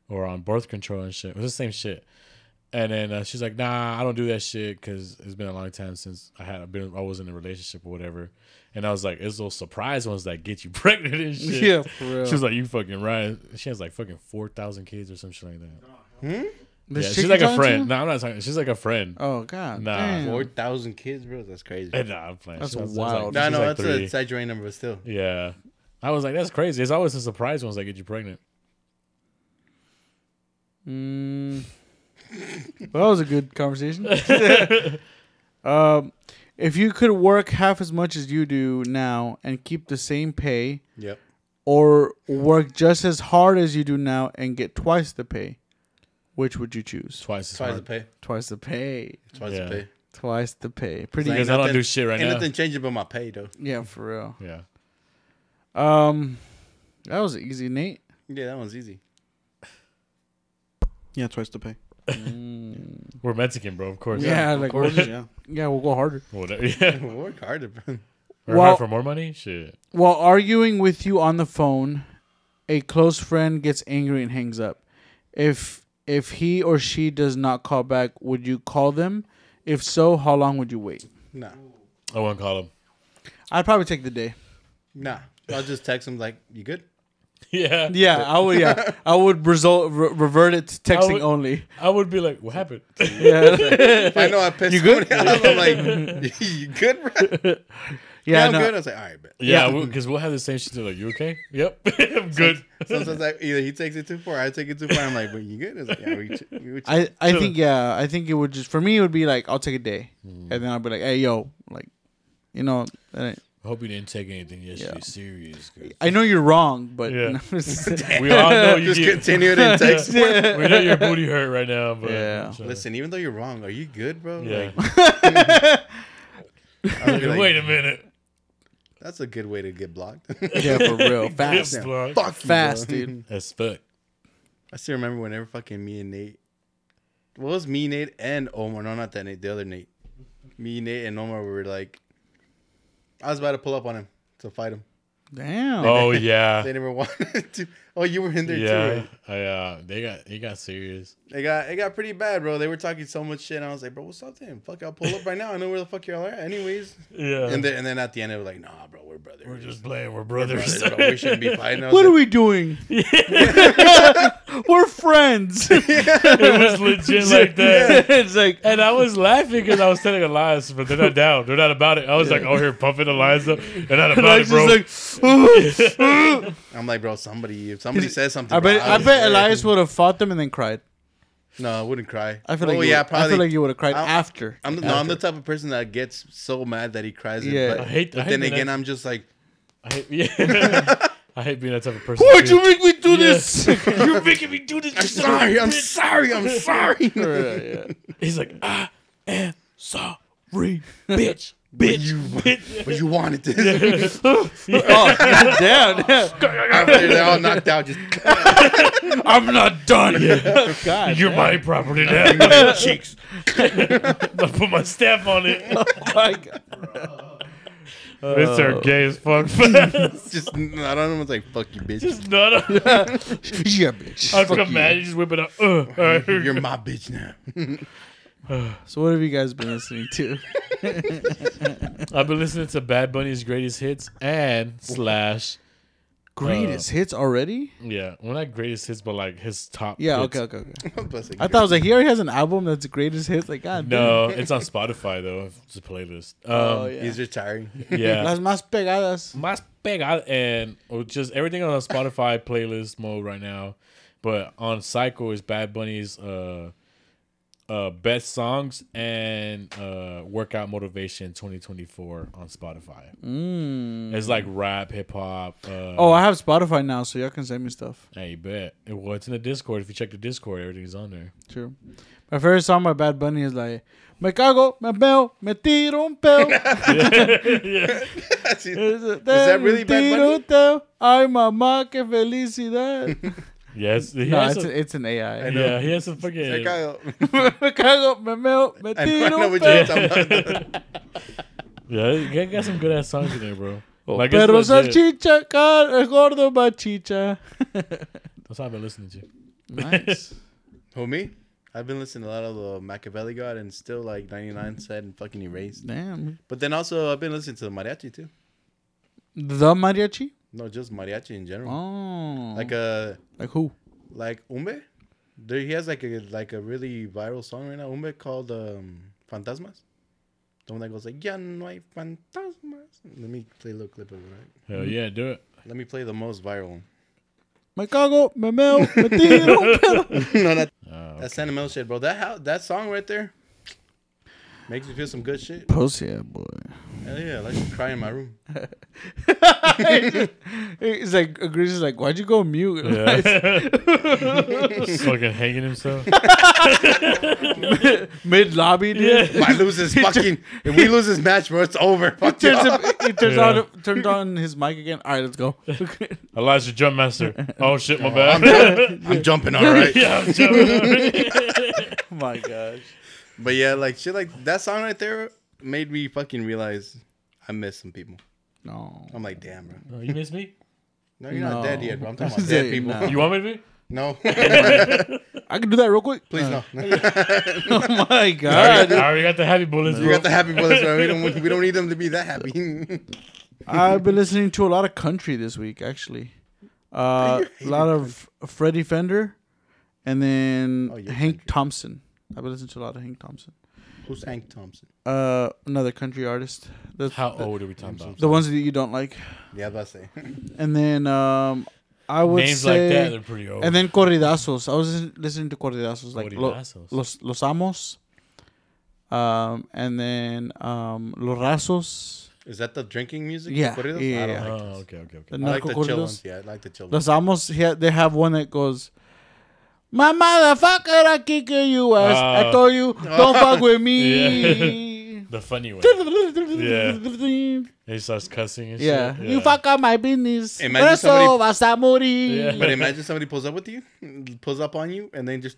Speaker 2: or on birth control and shit. It was the same shit. And then uh, she's like, "Nah, I don't do that shit because it's been a long time since I had been, I was in a relationship or whatever." And I was like, "It's those surprise ones that get you pregnant and shit."
Speaker 1: Yeah, for real.
Speaker 2: She was like, "You fucking right." She has like fucking four thousand kids or some shit like that.
Speaker 1: This chick
Speaker 2: yeah, she's
Speaker 1: you
Speaker 2: like a
Speaker 1: talking to?
Speaker 2: friend. No, I'm not talking. She's like a friend.
Speaker 1: Oh god,
Speaker 2: Nah,
Speaker 1: damn.
Speaker 3: Four thousand kids, bro. That's crazy.
Speaker 2: Eh, Nah, I'm playing.
Speaker 1: That's
Speaker 2: She was- she was
Speaker 1: wild.
Speaker 2: Like,
Speaker 3: No,
Speaker 2: she was
Speaker 3: no,
Speaker 2: like
Speaker 3: that's
Speaker 2: three.
Speaker 3: a exaggerating number, but still.
Speaker 2: yeah. I was like, that's crazy. It's always a surprise ones that get you pregnant.
Speaker 1: Mm. well, that was a good conversation. um, if you could work half as much as you do now and keep the same pay,
Speaker 3: Yep.
Speaker 1: or work just as hard as you do now and get twice the pay? Which would you choose?
Speaker 2: Twice as
Speaker 3: Twice the
Speaker 2: hard.
Speaker 3: pay.
Speaker 1: Twice the pay.
Speaker 3: Twice
Speaker 2: Yeah.
Speaker 3: the pay.
Speaker 1: Twice the pay. Pretty
Speaker 2: Because
Speaker 1: good.
Speaker 2: I don't
Speaker 3: Nothing-
Speaker 2: do shit right
Speaker 3: ain't
Speaker 2: now.
Speaker 3: Nothing changing but my pay though.
Speaker 1: Yeah, for real.
Speaker 2: Yeah.
Speaker 1: Um, that was easy, Nate.
Speaker 3: Yeah, that one's easy.
Speaker 7: Yeah, twice the pay.
Speaker 2: We're Mexican, bro. Of course.
Speaker 1: Yeah,
Speaker 7: Of
Speaker 1: like
Speaker 7: course,
Speaker 1: we're-
Speaker 7: yeah.
Speaker 1: yeah, we'll go harder.
Speaker 2: Whatever. Yeah.
Speaker 3: Well, work harder, bro.
Speaker 2: Or
Speaker 1: Well-
Speaker 2: hard for more money? Shit.
Speaker 1: While arguing with you on the phone, a close friend gets angry and hangs up. If if he or she does not call back, would you call them? If so, how long would you wait?
Speaker 3: Nah,
Speaker 2: I wouldn't call him.
Speaker 1: I'd probably take the day.
Speaker 3: nah. I'll just text him like, "You good?"
Speaker 2: Yeah.
Speaker 1: Yeah, I would. Yeah, I would result re- revert it to texting
Speaker 2: would-
Speaker 1: only.
Speaker 2: I would be like, what happened?
Speaker 3: If I know I pissed you
Speaker 1: good?
Speaker 3: good? off, I'm like, "You good, bro?" Yeah,
Speaker 1: Yeah,
Speaker 3: I'm
Speaker 1: no.
Speaker 3: good. I was like, "All right, bet."
Speaker 2: yeah, because we'll have the same shit. They're like, you okay? Yep. I'm good.
Speaker 3: Sometimes I, either he takes it too far, I take it too far. I'm like, "But you good?" I was like, yeah, we, ch- we were ch-
Speaker 1: I I think yeah. I think it would just for me it would be like I'll take a day, and then I'll be like, hey yo, like, you know, I,
Speaker 2: Hope you didn't take anything yesterday
Speaker 1: Yeah.
Speaker 2: serious. 'cause
Speaker 1: I know you're wrong, but
Speaker 2: Yeah.
Speaker 1: yeah.
Speaker 2: We all know you
Speaker 3: just
Speaker 2: get,
Speaker 3: continue to text.
Speaker 2: we know your booty hurt right now, but
Speaker 1: Yeah.
Speaker 2: So-
Speaker 3: Listen, even though you're wrong, are you good, bro?
Speaker 2: yeah.
Speaker 3: Like, I would be like,
Speaker 2: Wait a minute.
Speaker 3: That's a good way to get blocked.
Speaker 1: for real,
Speaker 2: Yes,
Speaker 1: fast,
Speaker 2: bro.
Speaker 3: Fuck you,
Speaker 1: fast,
Speaker 3: bro.
Speaker 1: dude.
Speaker 2: As fuck.
Speaker 3: I still remember whenever fucking me and Nate. What was me, Nate, and Omar? No, not that Nate, the other Nate. Me, Nate, and Omar were like, I was about to pull up on him to fight him.
Speaker 1: Damn.
Speaker 2: Oh
Speaker 3: They
Speaker 2: yeah.
Speaker 3: never wanted to. Oh, you were in there too.
Speaker 2: Yeah.
Speaker 3: right?
Speaker 2: I, uh, they got it got serious.
Speaker 3: It got it got pretty bad, bro. They were talking so much shit. And I was like, bro, what's up to him? Fuck, I'll pull up right now. I know where the fuck y'all are, at anyways.
Speaker 2: Yeah.
Speaker 3: And then and then at the end, they were like, nah, bro, we're brothers.
Speaker 2: we're just playing. We're brothers.
Speaker 3: brothers, bro. We shouldn't be fighting. I was
Speaker 1: What are
Speaker 3: like,
Speaker 1: we doing? We're friends.
Speaker 2: it was legit like that.
Speaker 1: it's like
Speaker 2: And I was laughing because I was telling Elias, but they're not down. They're not about it. I was like, oh, here, pumping Elias up. They're not
Speaker 1: I
Speaker 2: about it,
Speaker 1: was
Speaker 2: bro.
Speaker 1: just like.
Speaker 3: I'm like, bro, somebody, if somebody says something,
Speaker 1: I bet.
Speaker 3: bro,
Speaker 1: I
Speaker 3: was
Speaker 1: bet
Speaker 3: there."
Speaker 1: Elias would have fought them and then cried.
Speaker 3: No, I wouldn't cry.
Speaker 1: I feel
Speaker 3: oh,
Speaker 1: like. you
Speaker 3: yeah,
Speaker 1: would-
Speaker 3: probably.
Speaker 1: I feel like you would have cried
Speaker 3: I'm-
Speaker 1: after.
Speaker 3: I'm the, no, I'm the type of person that gets so mad that he cries. It,
Speaker 1: Yeah.
Speaker 3: but,
Speaker 1: I
Speaker 2: hate-
Speaker 3: But
Speaker 2: I hate
Speaker 3: then
Speaker 2: when
Speaker 3: again,
Speaker 2: I-
Speaker 3: I'm just like,
Speaker 2: I hate, yeah. I hate being that type of person.
Speaker 1: Why'd
Speaker 2: too.
Speaker 1: you make me do
Speaker 2: Yeah.
Speaker 1: this?
Speaker 2: You're making me do this. you
Speaker 3: I'm
Speaker 2: son of a
Speaker 3: sorry, I'm
Speaker 2: bitch.
Speaker 3: sorry, I'm sorry.
Speaker 2: He's like, I am sorry, bitch, bitch,
Speaker 3: you-
Speaker 2: bitch.
Speaker 3: but you wanted this.
Speaker 1: Oh, damn, damn.
Speaker 3: After they're all knocked out, just
Speaker 2: I'm not done.
Speaker 1: God.
Speaker 2: You're my property now. my cheeks. I put my staff on it.
Speaker 1: my God.
Speaker 2: It's our gay as fuck. It's
Speaker 3: just I don't know. It's like fuck you, bitch.
Speaker 2: not a,
Speaker 1: Yeah, bitch.
Speaker 2: I come mad. You just whip it up. Uh, all right.
Speaker 3: You're my bitch now.
Speaker 1: So what have you guys been listening to?
Speaker 2: I've been listening to Bad Bunny's greatest hits and slash
Speaker 3: Uh,
Speaker 1: Greatest hits already?
Speaker 2: yeah, well not greatest hits, but like his top.
Speaker 1: Yeah,
Speaker 2: hits.
Speaker 1: okay, okay, okay.
Speaker 3: Bless you.
Speaker 1: I thought I was like, he already has an album that's the greatest hits. Like, God damn.
Speaker 2: No, it's on Spotify though. It's a playlist. Um,
Speaker 1: Oh, yeah.
Speaker 3: He's retiring.
Speaker 2: yeah.
Speaker 1: Las más pegadas.
Speaker 2: más pegado and or just everything on a Spotify playlist mode right now. But on Cycle is Bad Bunny's uh uh best songs and uh workout motivation 2024 on Spotify.
Speaker 1: Mm.
Speaker 2: It's like rap, hip hop. Uh,
Speaker 1: Oh, I have Spotify now, so y'all can send me stuff.
Speaker 2: I bet. Well, it's in the Discord. If you check the Discord, everything's on there.
Speaker 1: True. My favorite song by Bad Bunny is like, Me cago, me beo, me tiro un peo.
Speaker 3: That's-
Speaker 1: Is
Speaker 3: that really Bad Bunny?
Speaker 1: Ay, mamá, que felicidad.
Speaker 2: Yes, he
Speaker 1: no,
Speaker 2: has
Speaker 1: it's,
Speaker 2: some-
Speaker 1: a, it's an AI.
Speaker 2: yeah, he has some fucking.
Speaker 3: Hey, Kyle.
Speaker 1: me cago, me meo, me
Speaker 3: I know, I
Speaker 1: tiro
Speaker 3: know
Speaker 1: un
Speaker 3: what
Speaker 1: peo.
Speaker 3: you're talking about.
Speaker 2: Yeah, he got some good ass songs in there, bro. Like, it's
Speaker 1: Perro
Speaker 2: legit.
Speaker 1: salchicha, car, el gordo bachicha.
Speaker 2: That's what I've been listening to.
Speaker 1: nice.
Speaker 3: Who me? I've been listening to a lot of the Machiavelli God and still like 99 said and fucking erased.
Speaker 1: Damn.
Speaker 3: But then also I've been listening to the mariachi too.
Speaker 1: The mariachi?
Speaker 3: No, just mariachi in general.
Speaker 1: Oh.
Speaker 3: Like uh, a
Speaker 1: Like who?
Speaker 3: like Umbe. There, he has like a like a really viral song right now. Umbe called um, Fantasmas. The one that goes like Ya no hay fantasmas. Let me play a little clip of it. Right?
Speaker 2: Hell yeah, do it.
Speaker 3: Let me play the most viral one.
Speaker 1: Me cago, me meo, me tiro un peo.
Speaker 3: no, not that sentimental shit, bro. That how that song right there. Makes me feel some good shit.
Speaker 1: Pussy, yeah, boy.
Speaker 3: Hell yeah, I like to cry in my room.
Speaker 1: It's like Greasy's like, why'd you go mute?
Speaker 2: Just fucking hanging himself.
Speaker 1: Mid lobby, dude.
Speaker 3: If I lose this fucking, if we lose this match, bro, it's over. Fuck
Speaker 1: Turns
Speaker 3: you.
Speaker 1: up, he turns
Speaker 2: Yeah.
Speaker 1: on turned on his mic again. All right, let's go.
Speaker 2: Elijah Jumpmaster. Oh shit, my bad.
Speaker 3: I'm jumping, all right.
Speaker 2: yeah, I'm jumping.
Speaker 1: my gosh.
Speaker 3: But yeah, like shit, like that song right there made me fucking realize I miss some people.
Speaker 1: No.
Speaker 3: I'm like, damn, bro.
Speaker 2: Oh, you miss me?
Speaker 3: No, you're not dead
Speaker 1: No.
Speaker 3: yet, bro. I'm talking about dead people.
Speaker 1: No.
Speaker 2: You want me to be?
Speaker 3: No,
Speaker 1: I can do that real quick.
Speaker 3: please no.
Speaker 1: Oh my
Speaker 2: I already,
Speaker 1: god.
Speaker 2: I already got the happy bullets,
Speaker 3: You
Speaker 2: bro.
Speaker 3: got the happy bullets, bro. We don't, we don't need them to be that happy.
Speaker 1: I've been listening to a lot of country this week, actually. Uh, a lot of Freddie Fender, and then
Speaker 3: Oh, you're
Speaker 1: Hank
Speaker 3: country.
Speaker 1: Thompson. I've been listening to a lot of Hank Thompson.
Speaker 3: Who's Hank Thompson?
Speaker 1: Uh, another country artist. The,
Speaker 2: How
Speaker 1: the,
Speaker 2: old are we talking about?
Speaker 1: the ones that you don't like,
Speaker 3: Yeah, that's it.
Speaker 1: and then um, I would
Speaker 2: Names
Speaker 1: say,
Speaker 2: like that, they're pretty old.
Speaker 1: and then corridazos. I was listen- listening to corridazos, like lo-
Speaker 2: Corridazos.
Speaker 1: los los amos, um, and then um, los rasos.
Speaker 3: Is that the drinking music?
Speaker 1: Yeah,
Speaker 3: Corridos?
Speaker 1: yeah,
Speaker 3: I
Speaker 1: yeah.
Speaker 2: oh,
Speaker 3: don't like those.
Speaker 2: okay, okay,
Speaker 1: The
Speaker 2: okay.
Speaker 3: I like the
Speaker 1: narco
Speaker 3: chill
Speaker 1: corridos.
Speaker 3: ones. Yeah, I like the chill ones.
Speaker 1: Los Amos, he, they have one that goes, My motherfucker, I kick your you ass. I
Speaker 3: Oh.
Speaker 2: Uh,
Speaker 1: told you, don't fuck with me.
Speaker 2: The funny one.
Speaker 1: Yeah.
Speaker 2: He starts cussing and shit.
Speaker 1: You fuck up my business.
Speaker 3: Imagine
Speaker 1: Por eso
Speaker 3: somebody-
Speaker 1: vas a morir.
Speaker 2: Yeah.
Speaker 3: But imagine somebody pulls up with you, pulls up on you, and then just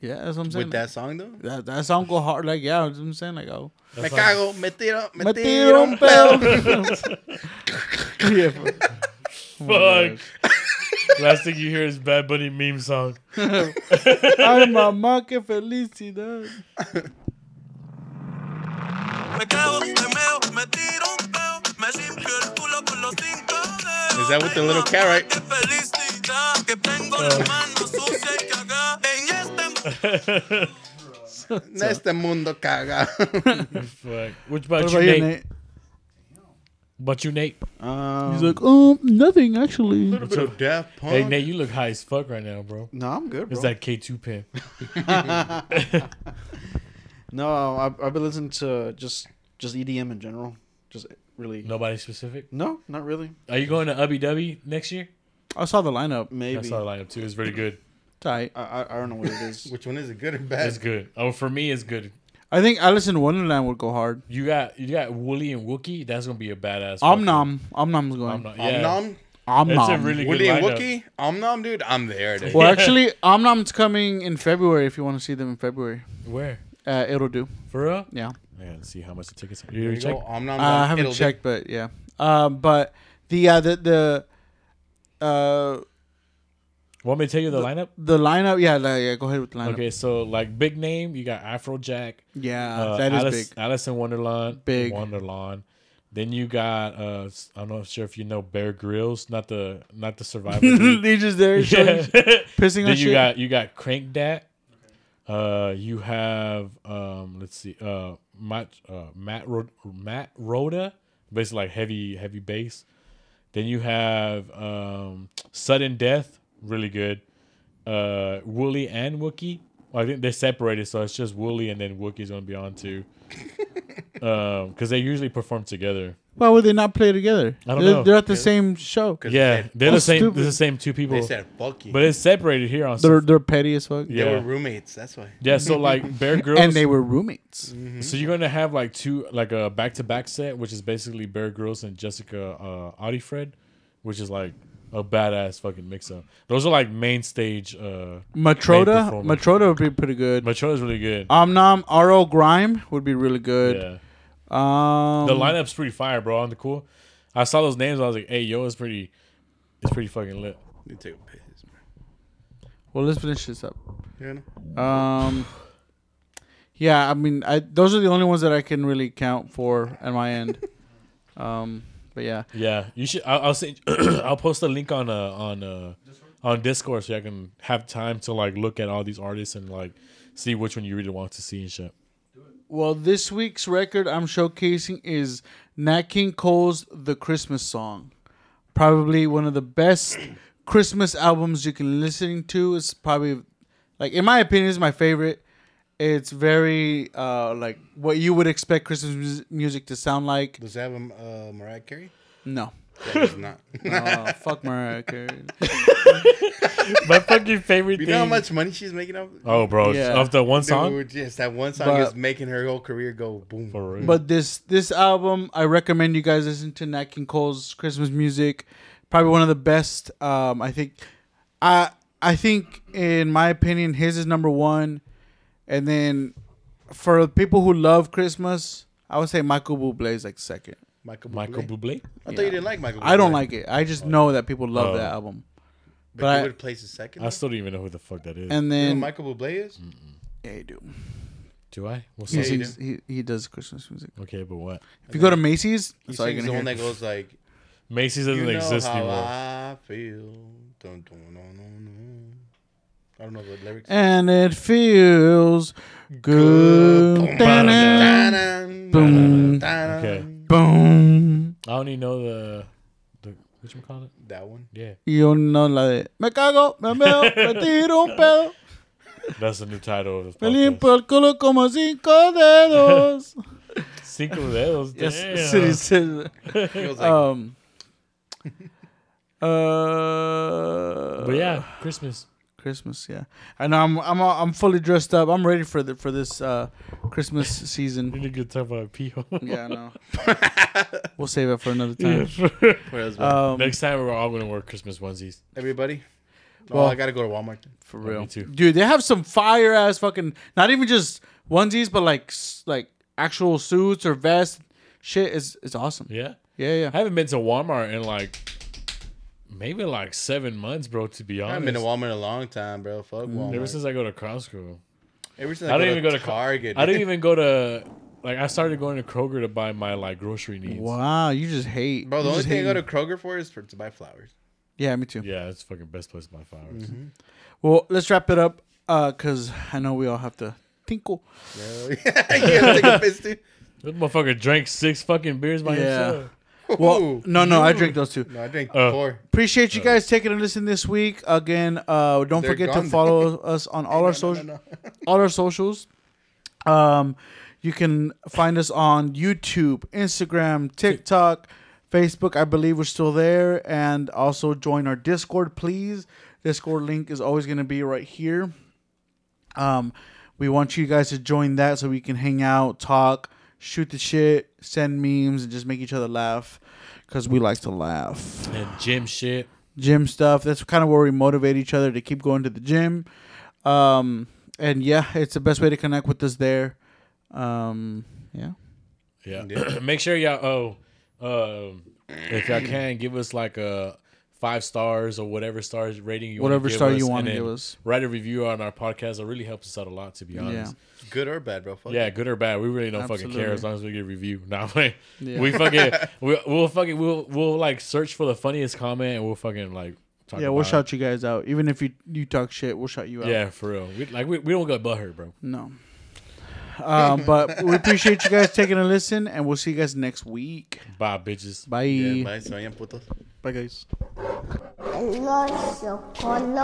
Speaker 1: Yeah, that's what I'm saying.
Speaker 3: with that song though.
Speaker 1: that, that song go hard. Like, yeah, that's what I'm saying. Like, oh.
Speaker 3: Me cago, me tiro, me
Speaker 1: Me
Speaker 3: tiro.
Speaker 1: tiro un pedo. yeah, fuck.
Speaker 2: Fuck. Last thing you hear is Bad Bunny meme song.
Speaker 1: Ay, mamá, qué felicidad.
Speaker 8: Me cago, me meo, me tiro un peo, me limpio el culo con los cinco dedos.
Speaker 3: Is that with the little cat, right?
Speaker 8: Qué felicidad, que tengo las manos sucias y cagadas. En este
Speaker 3: Neste mundo caga.
Speaker 2: Fuck. Which about,
Speaker 1: What
Speaker 2: you,
Speaker 1: about you,
Speaker 2: Nate?
Speaker 1: Nate?
Speaker 2: About you, Nate?
Speaker 7: Um,
Speaker 1: He's like, um, nothing actually.
Speaker 3: Little bit of Daft Punk.
Speaker 2: Hey, Nate, you look high as fuck right now, bro.
Speaker 7: no, I'm good, bro.
Speaker 2: It's that K2 pin.
Speaker 7: no, I've, I've been listening to just just EDM in general. Just really. No,
Speaker 2: Nobody specific.
Speaker 7: not really.
Speaker 2: Are you going to Ubby Dubby next year?
Speaker 1: I saw the lineup.
Speaker 2: I
Speaker 7: Maybe.
Speaker 2: saw the lineup too. It's very good.
Speaker 1: Tight.
Speaker 7: I, I, I don't know what it is.
Speaker 3: Which one is it, good or
Speaker 2: It's
Speaker 3: bad?
Speaker 2: good. Oh, for me, it's good.
Speaker 1: I think Alice in Wonderland would go hard.
Speaker 2: You got you got Wooly and Wookie. That's gonna be a badass. fucking-
Speaker 1: Om Nom. Om Nom's
Speaker 2: Om
Speaker 1: going.
Speaker 2: Nom.
Speaker 3: Om
Speaker 2: Yeah.
Speaker 3: Nom,
Speaker 1: Om
Speaker 2: It's a
Speaker 1: Nom.
Speaker 2: really
Speaker 3: Willie
Speaker 2: good
Speaker 3: and
Speaker 2: lineup.
Speaker 3: Wookie, Om Nom, dude, I'm there, dude.
Speaker 1: well, actually, Om Nom's coming in February if you want to see them in February.
Speaker 2: Where?
Speaker 1: Uh, it'll do.
Speaker 2: For real?
Speaker 1: Yeah.
Speaker 2: I gotta see how much the tickets are.
Speaker 3: There
Speaker 2: You
Speaker 3: you
Speaker 2: check?
Speaker 3: go, Om Nom.
Speaker 1: Uh, I haven't
Speaker 3: It'll do.
Speaker 1: checked, but yeah. Uh, but the, uh, the, the, uh,
Speaker 2: Want me to tell you the, lineup?
Speaker 1: the lineup, yeah, like, yeah, go ahead with the lineup.
Speaker 2: Okay, so like big name, you got Afrojack.
Speaker 1: Yeah,
Speaker 2: uh,
Speaker 1: that is
Speaker 2: Alice,
Speaker 1: big.
Speaker 2: Alice in Wonderland.
Speaker 1: Big.
Speaker 2: Wonderland. Then you got uh s- I'm not sure if you know Bear Grylls, not the not the survivor. dude.
Speaker 1: He's just there
Speaker 2: yeah.
Speaker 1: showing- pissing on
Speaker 2: then you
Speaker 1: shit.
Speaker 2: got you got Crank Dat. Uh, you have um, let's see, uh, Matt uh, Matt Ro- Matt Rhoda, basically like heavy heavy bass. Then you have um, Sudden Death, really good. Uh, Wooly and Wookie. Well, I think they're separated, so it's just Wooly and then Wookie's gonna be on too. Um, because they usually perform together.
Speaker 1: Why would they not play together?
Speaker 2: I don't
Speaker 1: they're,
Speaker 2: know.
Speaker 1: they're at the same show.
Speaker 2: Yeah, they're the
Speaker 1: That's
Speaker 2: same.
Speaker 1: stupid.
Speaker 2: They're the same two people,
Speaker 3: "Oh, They said fuck you.
Speaker 2: but it's separated here on.
Speaker 1: They're they're petty as fuck.
Speaker 3: They
Speaker 2: yeah.
Speaker 3: were roommates, that's why.
Speaker 2: Yeah, so like Bear Grylls,
Speaker 1: And they were roommates.
Speaker 2: so you're gonna have like two, like a back-to-back set, which is basically Bear Grylls and Jessica uh, Audifred, which is like a badass fucking mix-up. Those are like main stage. Uh,
Speaker 1: Matroda,
Speaker 2: performer.
Speaker 1: Matroda would be pretty good.
Speaker 2: Macho is really good.
Speaker 1: Om Nom, R.O. Grime would be really good.
Speaker 2: yeah,
Speaker 1: Um,
Speaker 2: the lineup's pretty fire, bro. On the cool, I saw those names. I was like, hey, yo, it's pretty, it's pretty fucking lit.
Speaker 3: You took a piss, bro.
Speaker 1: Well, let's finish this up.
Speaker 3: You know?
Speaker 1: Um, yeah, I mean, I those are the only ones that I can really count for at my end. um, but yeah,
Speaker 2: Yeah, you should. I'll, I'll send. I'll post a link on uh, on uh, on Discord so I can have time to like look at all these artists and like see which one you really want to see and shit.
Speaker 1: well, this week's record I'm showcasing is Nat King Cole's "The Christmas Song," probably one of the best Christmas albums you can listen to. It's probably, like in my opinion, is my favorite. It's very uh, like what you would expect Christmas mus- music to sound like.
Speaker 3: Does it have um, uh, Mariah Carey?
Speaker 1: No.
Speaker 3: That is not.
Speaker 1: Oh, fuck Mariah Carey.
Speaker 2: My fucking favorite
Speaker 3: you
Speaker 2: thing.
Speaker 3: know how much money she's making off?
Speaker 2: Oh, bro,
Speaker 1: Yeah.
Speaker 2: of the one song.
Speaker 3: Dude, yes, that one song
Speaker 1: But-
Speaker 3: is making her whole career go boom.
Speaker 2: For real.
Speaker 1: But this this album, I recommend you guys listen to Nat King Cole's Christmas music. Probably one of the best. Um, I think. I I think, in my opinion, his is number one, and then for people who love Christmas, I would say Michael Bublé is like second.
Speaker 3: Michael Bublé.
Speaker 2: Michael Bublé.
Speaker 3: I thought you didn't like Michael.
Speaker 1: I don't
Speaker 3: Bublé.
Speaker 1: like it. I just know that people love
Speaker 2: Oh.
Speaker 1: that album.
Speaker 3: But,
Speaker 1: but
Speaker 3: you
Speaker 1: I- Mm-hmm.
Speaker 3: would place it second.
Speaker 2: I still don't even know who the fuck that is.
Speaker 1: And
Speaker 3: You know who
Speaker 1: then
Speaker 3: Michael Bublé is.
Speaker 1: yeah, you do.
Speaker 2: Do I? What
Speaker 1: He
Speaker 2: song?
Speaker 3: you
Speaker 1: sings- he, he does Christmas music.
Speaker 2: Okay, but what?
Speaker 1: If you go to Macy's,
Speaker 3: He
Speaker 1: that's all you're
Speaker 3: sings the
Speaker 1: gonna
Speaker 3: one
Speaker 1: hear.
Speaker 3: that goes like,
Speaker 2: Macy's
Speaker 3: "You
Speaker 2: doesn't
Speaker 3: know
Speaker 2: exist
Speaker 3: how
Speaker 2: anymore.
Speaker 3: I feel." Dun, dun, dun, dun, dun. I don't know the lyrics.
Speaker 1: and it feels good. Dun-dun.
Speaker 3: Dun, dun,
Speaker 1: Boom.
Speaker 3: dun, dun.
Speaker 2: Okay.
Speaker 1: Boom.
Speaker 2: I only know the the which one called it?
Speaker 3: That one.
Speaker 2: Yeah,
Speaker 1: Yo no la de me cago, me meo, me tiro un pedo,
Speaker 2: that's the new title of the
Speaker 1: me
Speaker 2: podcast.
Speaker 1: limpio el culo como cinco dedos.
Speaker 2: Cinco dedos.
Speaker 1: yes,
Speaker 2: damn.
Speaker 1: city citizen.
Speaker 3: He was like,
Speaker 1: Um. Uh.
Speaker 2: But yeah, Christmas.
Speaker 1: Christmas. Yeah, I know. I'm I'm uh, I'm fully dressed up. I'm ready for the for this uh Christmas
Speaker 2: You
Speaker 1: season.
Speaker 2: need to talk about Pio.
Speaker 1: Yeah, I know. we'll save it for another time.
Speaker 3: "Where is my-
Speaker 1: Um,
Speaker 2: Next time we're all gonna wear Christmas onesies.
Speaker 3: everybody.
Speaker 1: well-
Speaker 3: oh, I gotta go to Walmart.
Speaker 1: For real,
Speaker 2: me too.
Speaker 1: dude. They have some fire ass fucking not even just onesies, but like s- like actual suits or vests. Shit is it's awesome. Yeah,
Speaker 2: Yeah,
Speaker 1: yeah.
Speaker 2: I haven't been to Walmart in like maybe like seven months, bro. To be
Speaker 3: I
Speaker 2: honest,
Speaker 3: haven't been to Walmart in a long time, bro. Fuck Walmart.
Speaker 2: ever since I go to Costco.
Speaker 3: Ever since
Speaker 2: I don't even go to Co-
Speaker 3: Target.
Speaker 2: I didn't even go to like I started going to Kroger to buy my like grocery needs.
Speaker 1: Wow, you just hate.
Speaker 3: Bro, the
Speaker 1: you
Speaker 3: only
Speaker 1: just
Speaker 3: thing I go
Speaker 1: hate-
Speaker 3: to Kroger for is for, to buy flowers.
Speaker 1: yeah, me too.
Speaker 2: Yeah, it's fucking best place to buy flowers.
Speaker 1: Well, let's wrap it up, uh, cause I know we all have to tinkle.
Speaker 3: you gotta take a piss too.
Speaker 2: This motherfucker drank six fucking beers by
Speaker 1: Yeah.
Speaker 2: himself.
Speaker 1: Well,
Speaker 3: Ooh.
Speaker 1: no, no, I drink those too.
Speaker 3: No, I drank
Speaker 2: Uh,
Speaker 3: four.
Speaker 1: Appreciate you guys taking a listen this week. Again, uh, don't
Speaker 3: They're
Speaker 1: forget to
Speaker 3: gone.
Speaker 1: follow us on all our social,
Speaker 3: no,
Speaker 1: all our socials. Um, you can find us on YouTube, Instagram, TikTok, Facebook. I believe we're still there, and also join our Discord, please. Discord link is always going to be right here. Um, we want you guys to join that so we can hang out, talk, shoot the shit, send memes, and just make each other laugh because we like to laugh
Speaker 2: And gym shit.
Speaker 1: gym stuff. That's kind of where we motivate each other to keep going to the gym. Um, and yeah, it's the best way to connect with us there. Um, yeah.
Speaker 2: Yeah. Make sure y'all oh um if y'all can give us like a five stars or whatever stars rating you wanna
Speaker 1: Whatever
Speaker 2: give
Speaker 1: star you
Speaker 2: us,
Speaker 1: wanna
Speaker 2: and then
Speaker 1: give us.
Speaker 2: Write a review on our podcast. It really helps us out a lot to be honest.
Speaker 3: Good or bad, bro. Fuck
Speaker 2: Yeah,
Speaker 3: it.
Speaker 2: good or bad, we really don't fucking
Speaker 1: Absolutely.
Speaker 2: care as long as we get a review. Nah, like, we fucking we, we'll fucking we'll we'll like search for the funniest comment and we'll fucking like talk
Speaker 1: Yeah, we'll
Speaker 2: about it.
Speaker 1: shout you guys out. Even if you you talk shit, we'll shout you out.
Speaker 2: Yeah, for real. We, like we, we don't get butthurt, bro.
Speaker 1: No. Um, but we appreciate you guys taking a listen, and we'll see you guys next week.
Speaker 2: Bye, bitches.
Speaker 1: Bye.
Speaker 3: Yeah, bye, so I am putos.
Speaker 7: Bye, guys.
Speaker 5: El oso con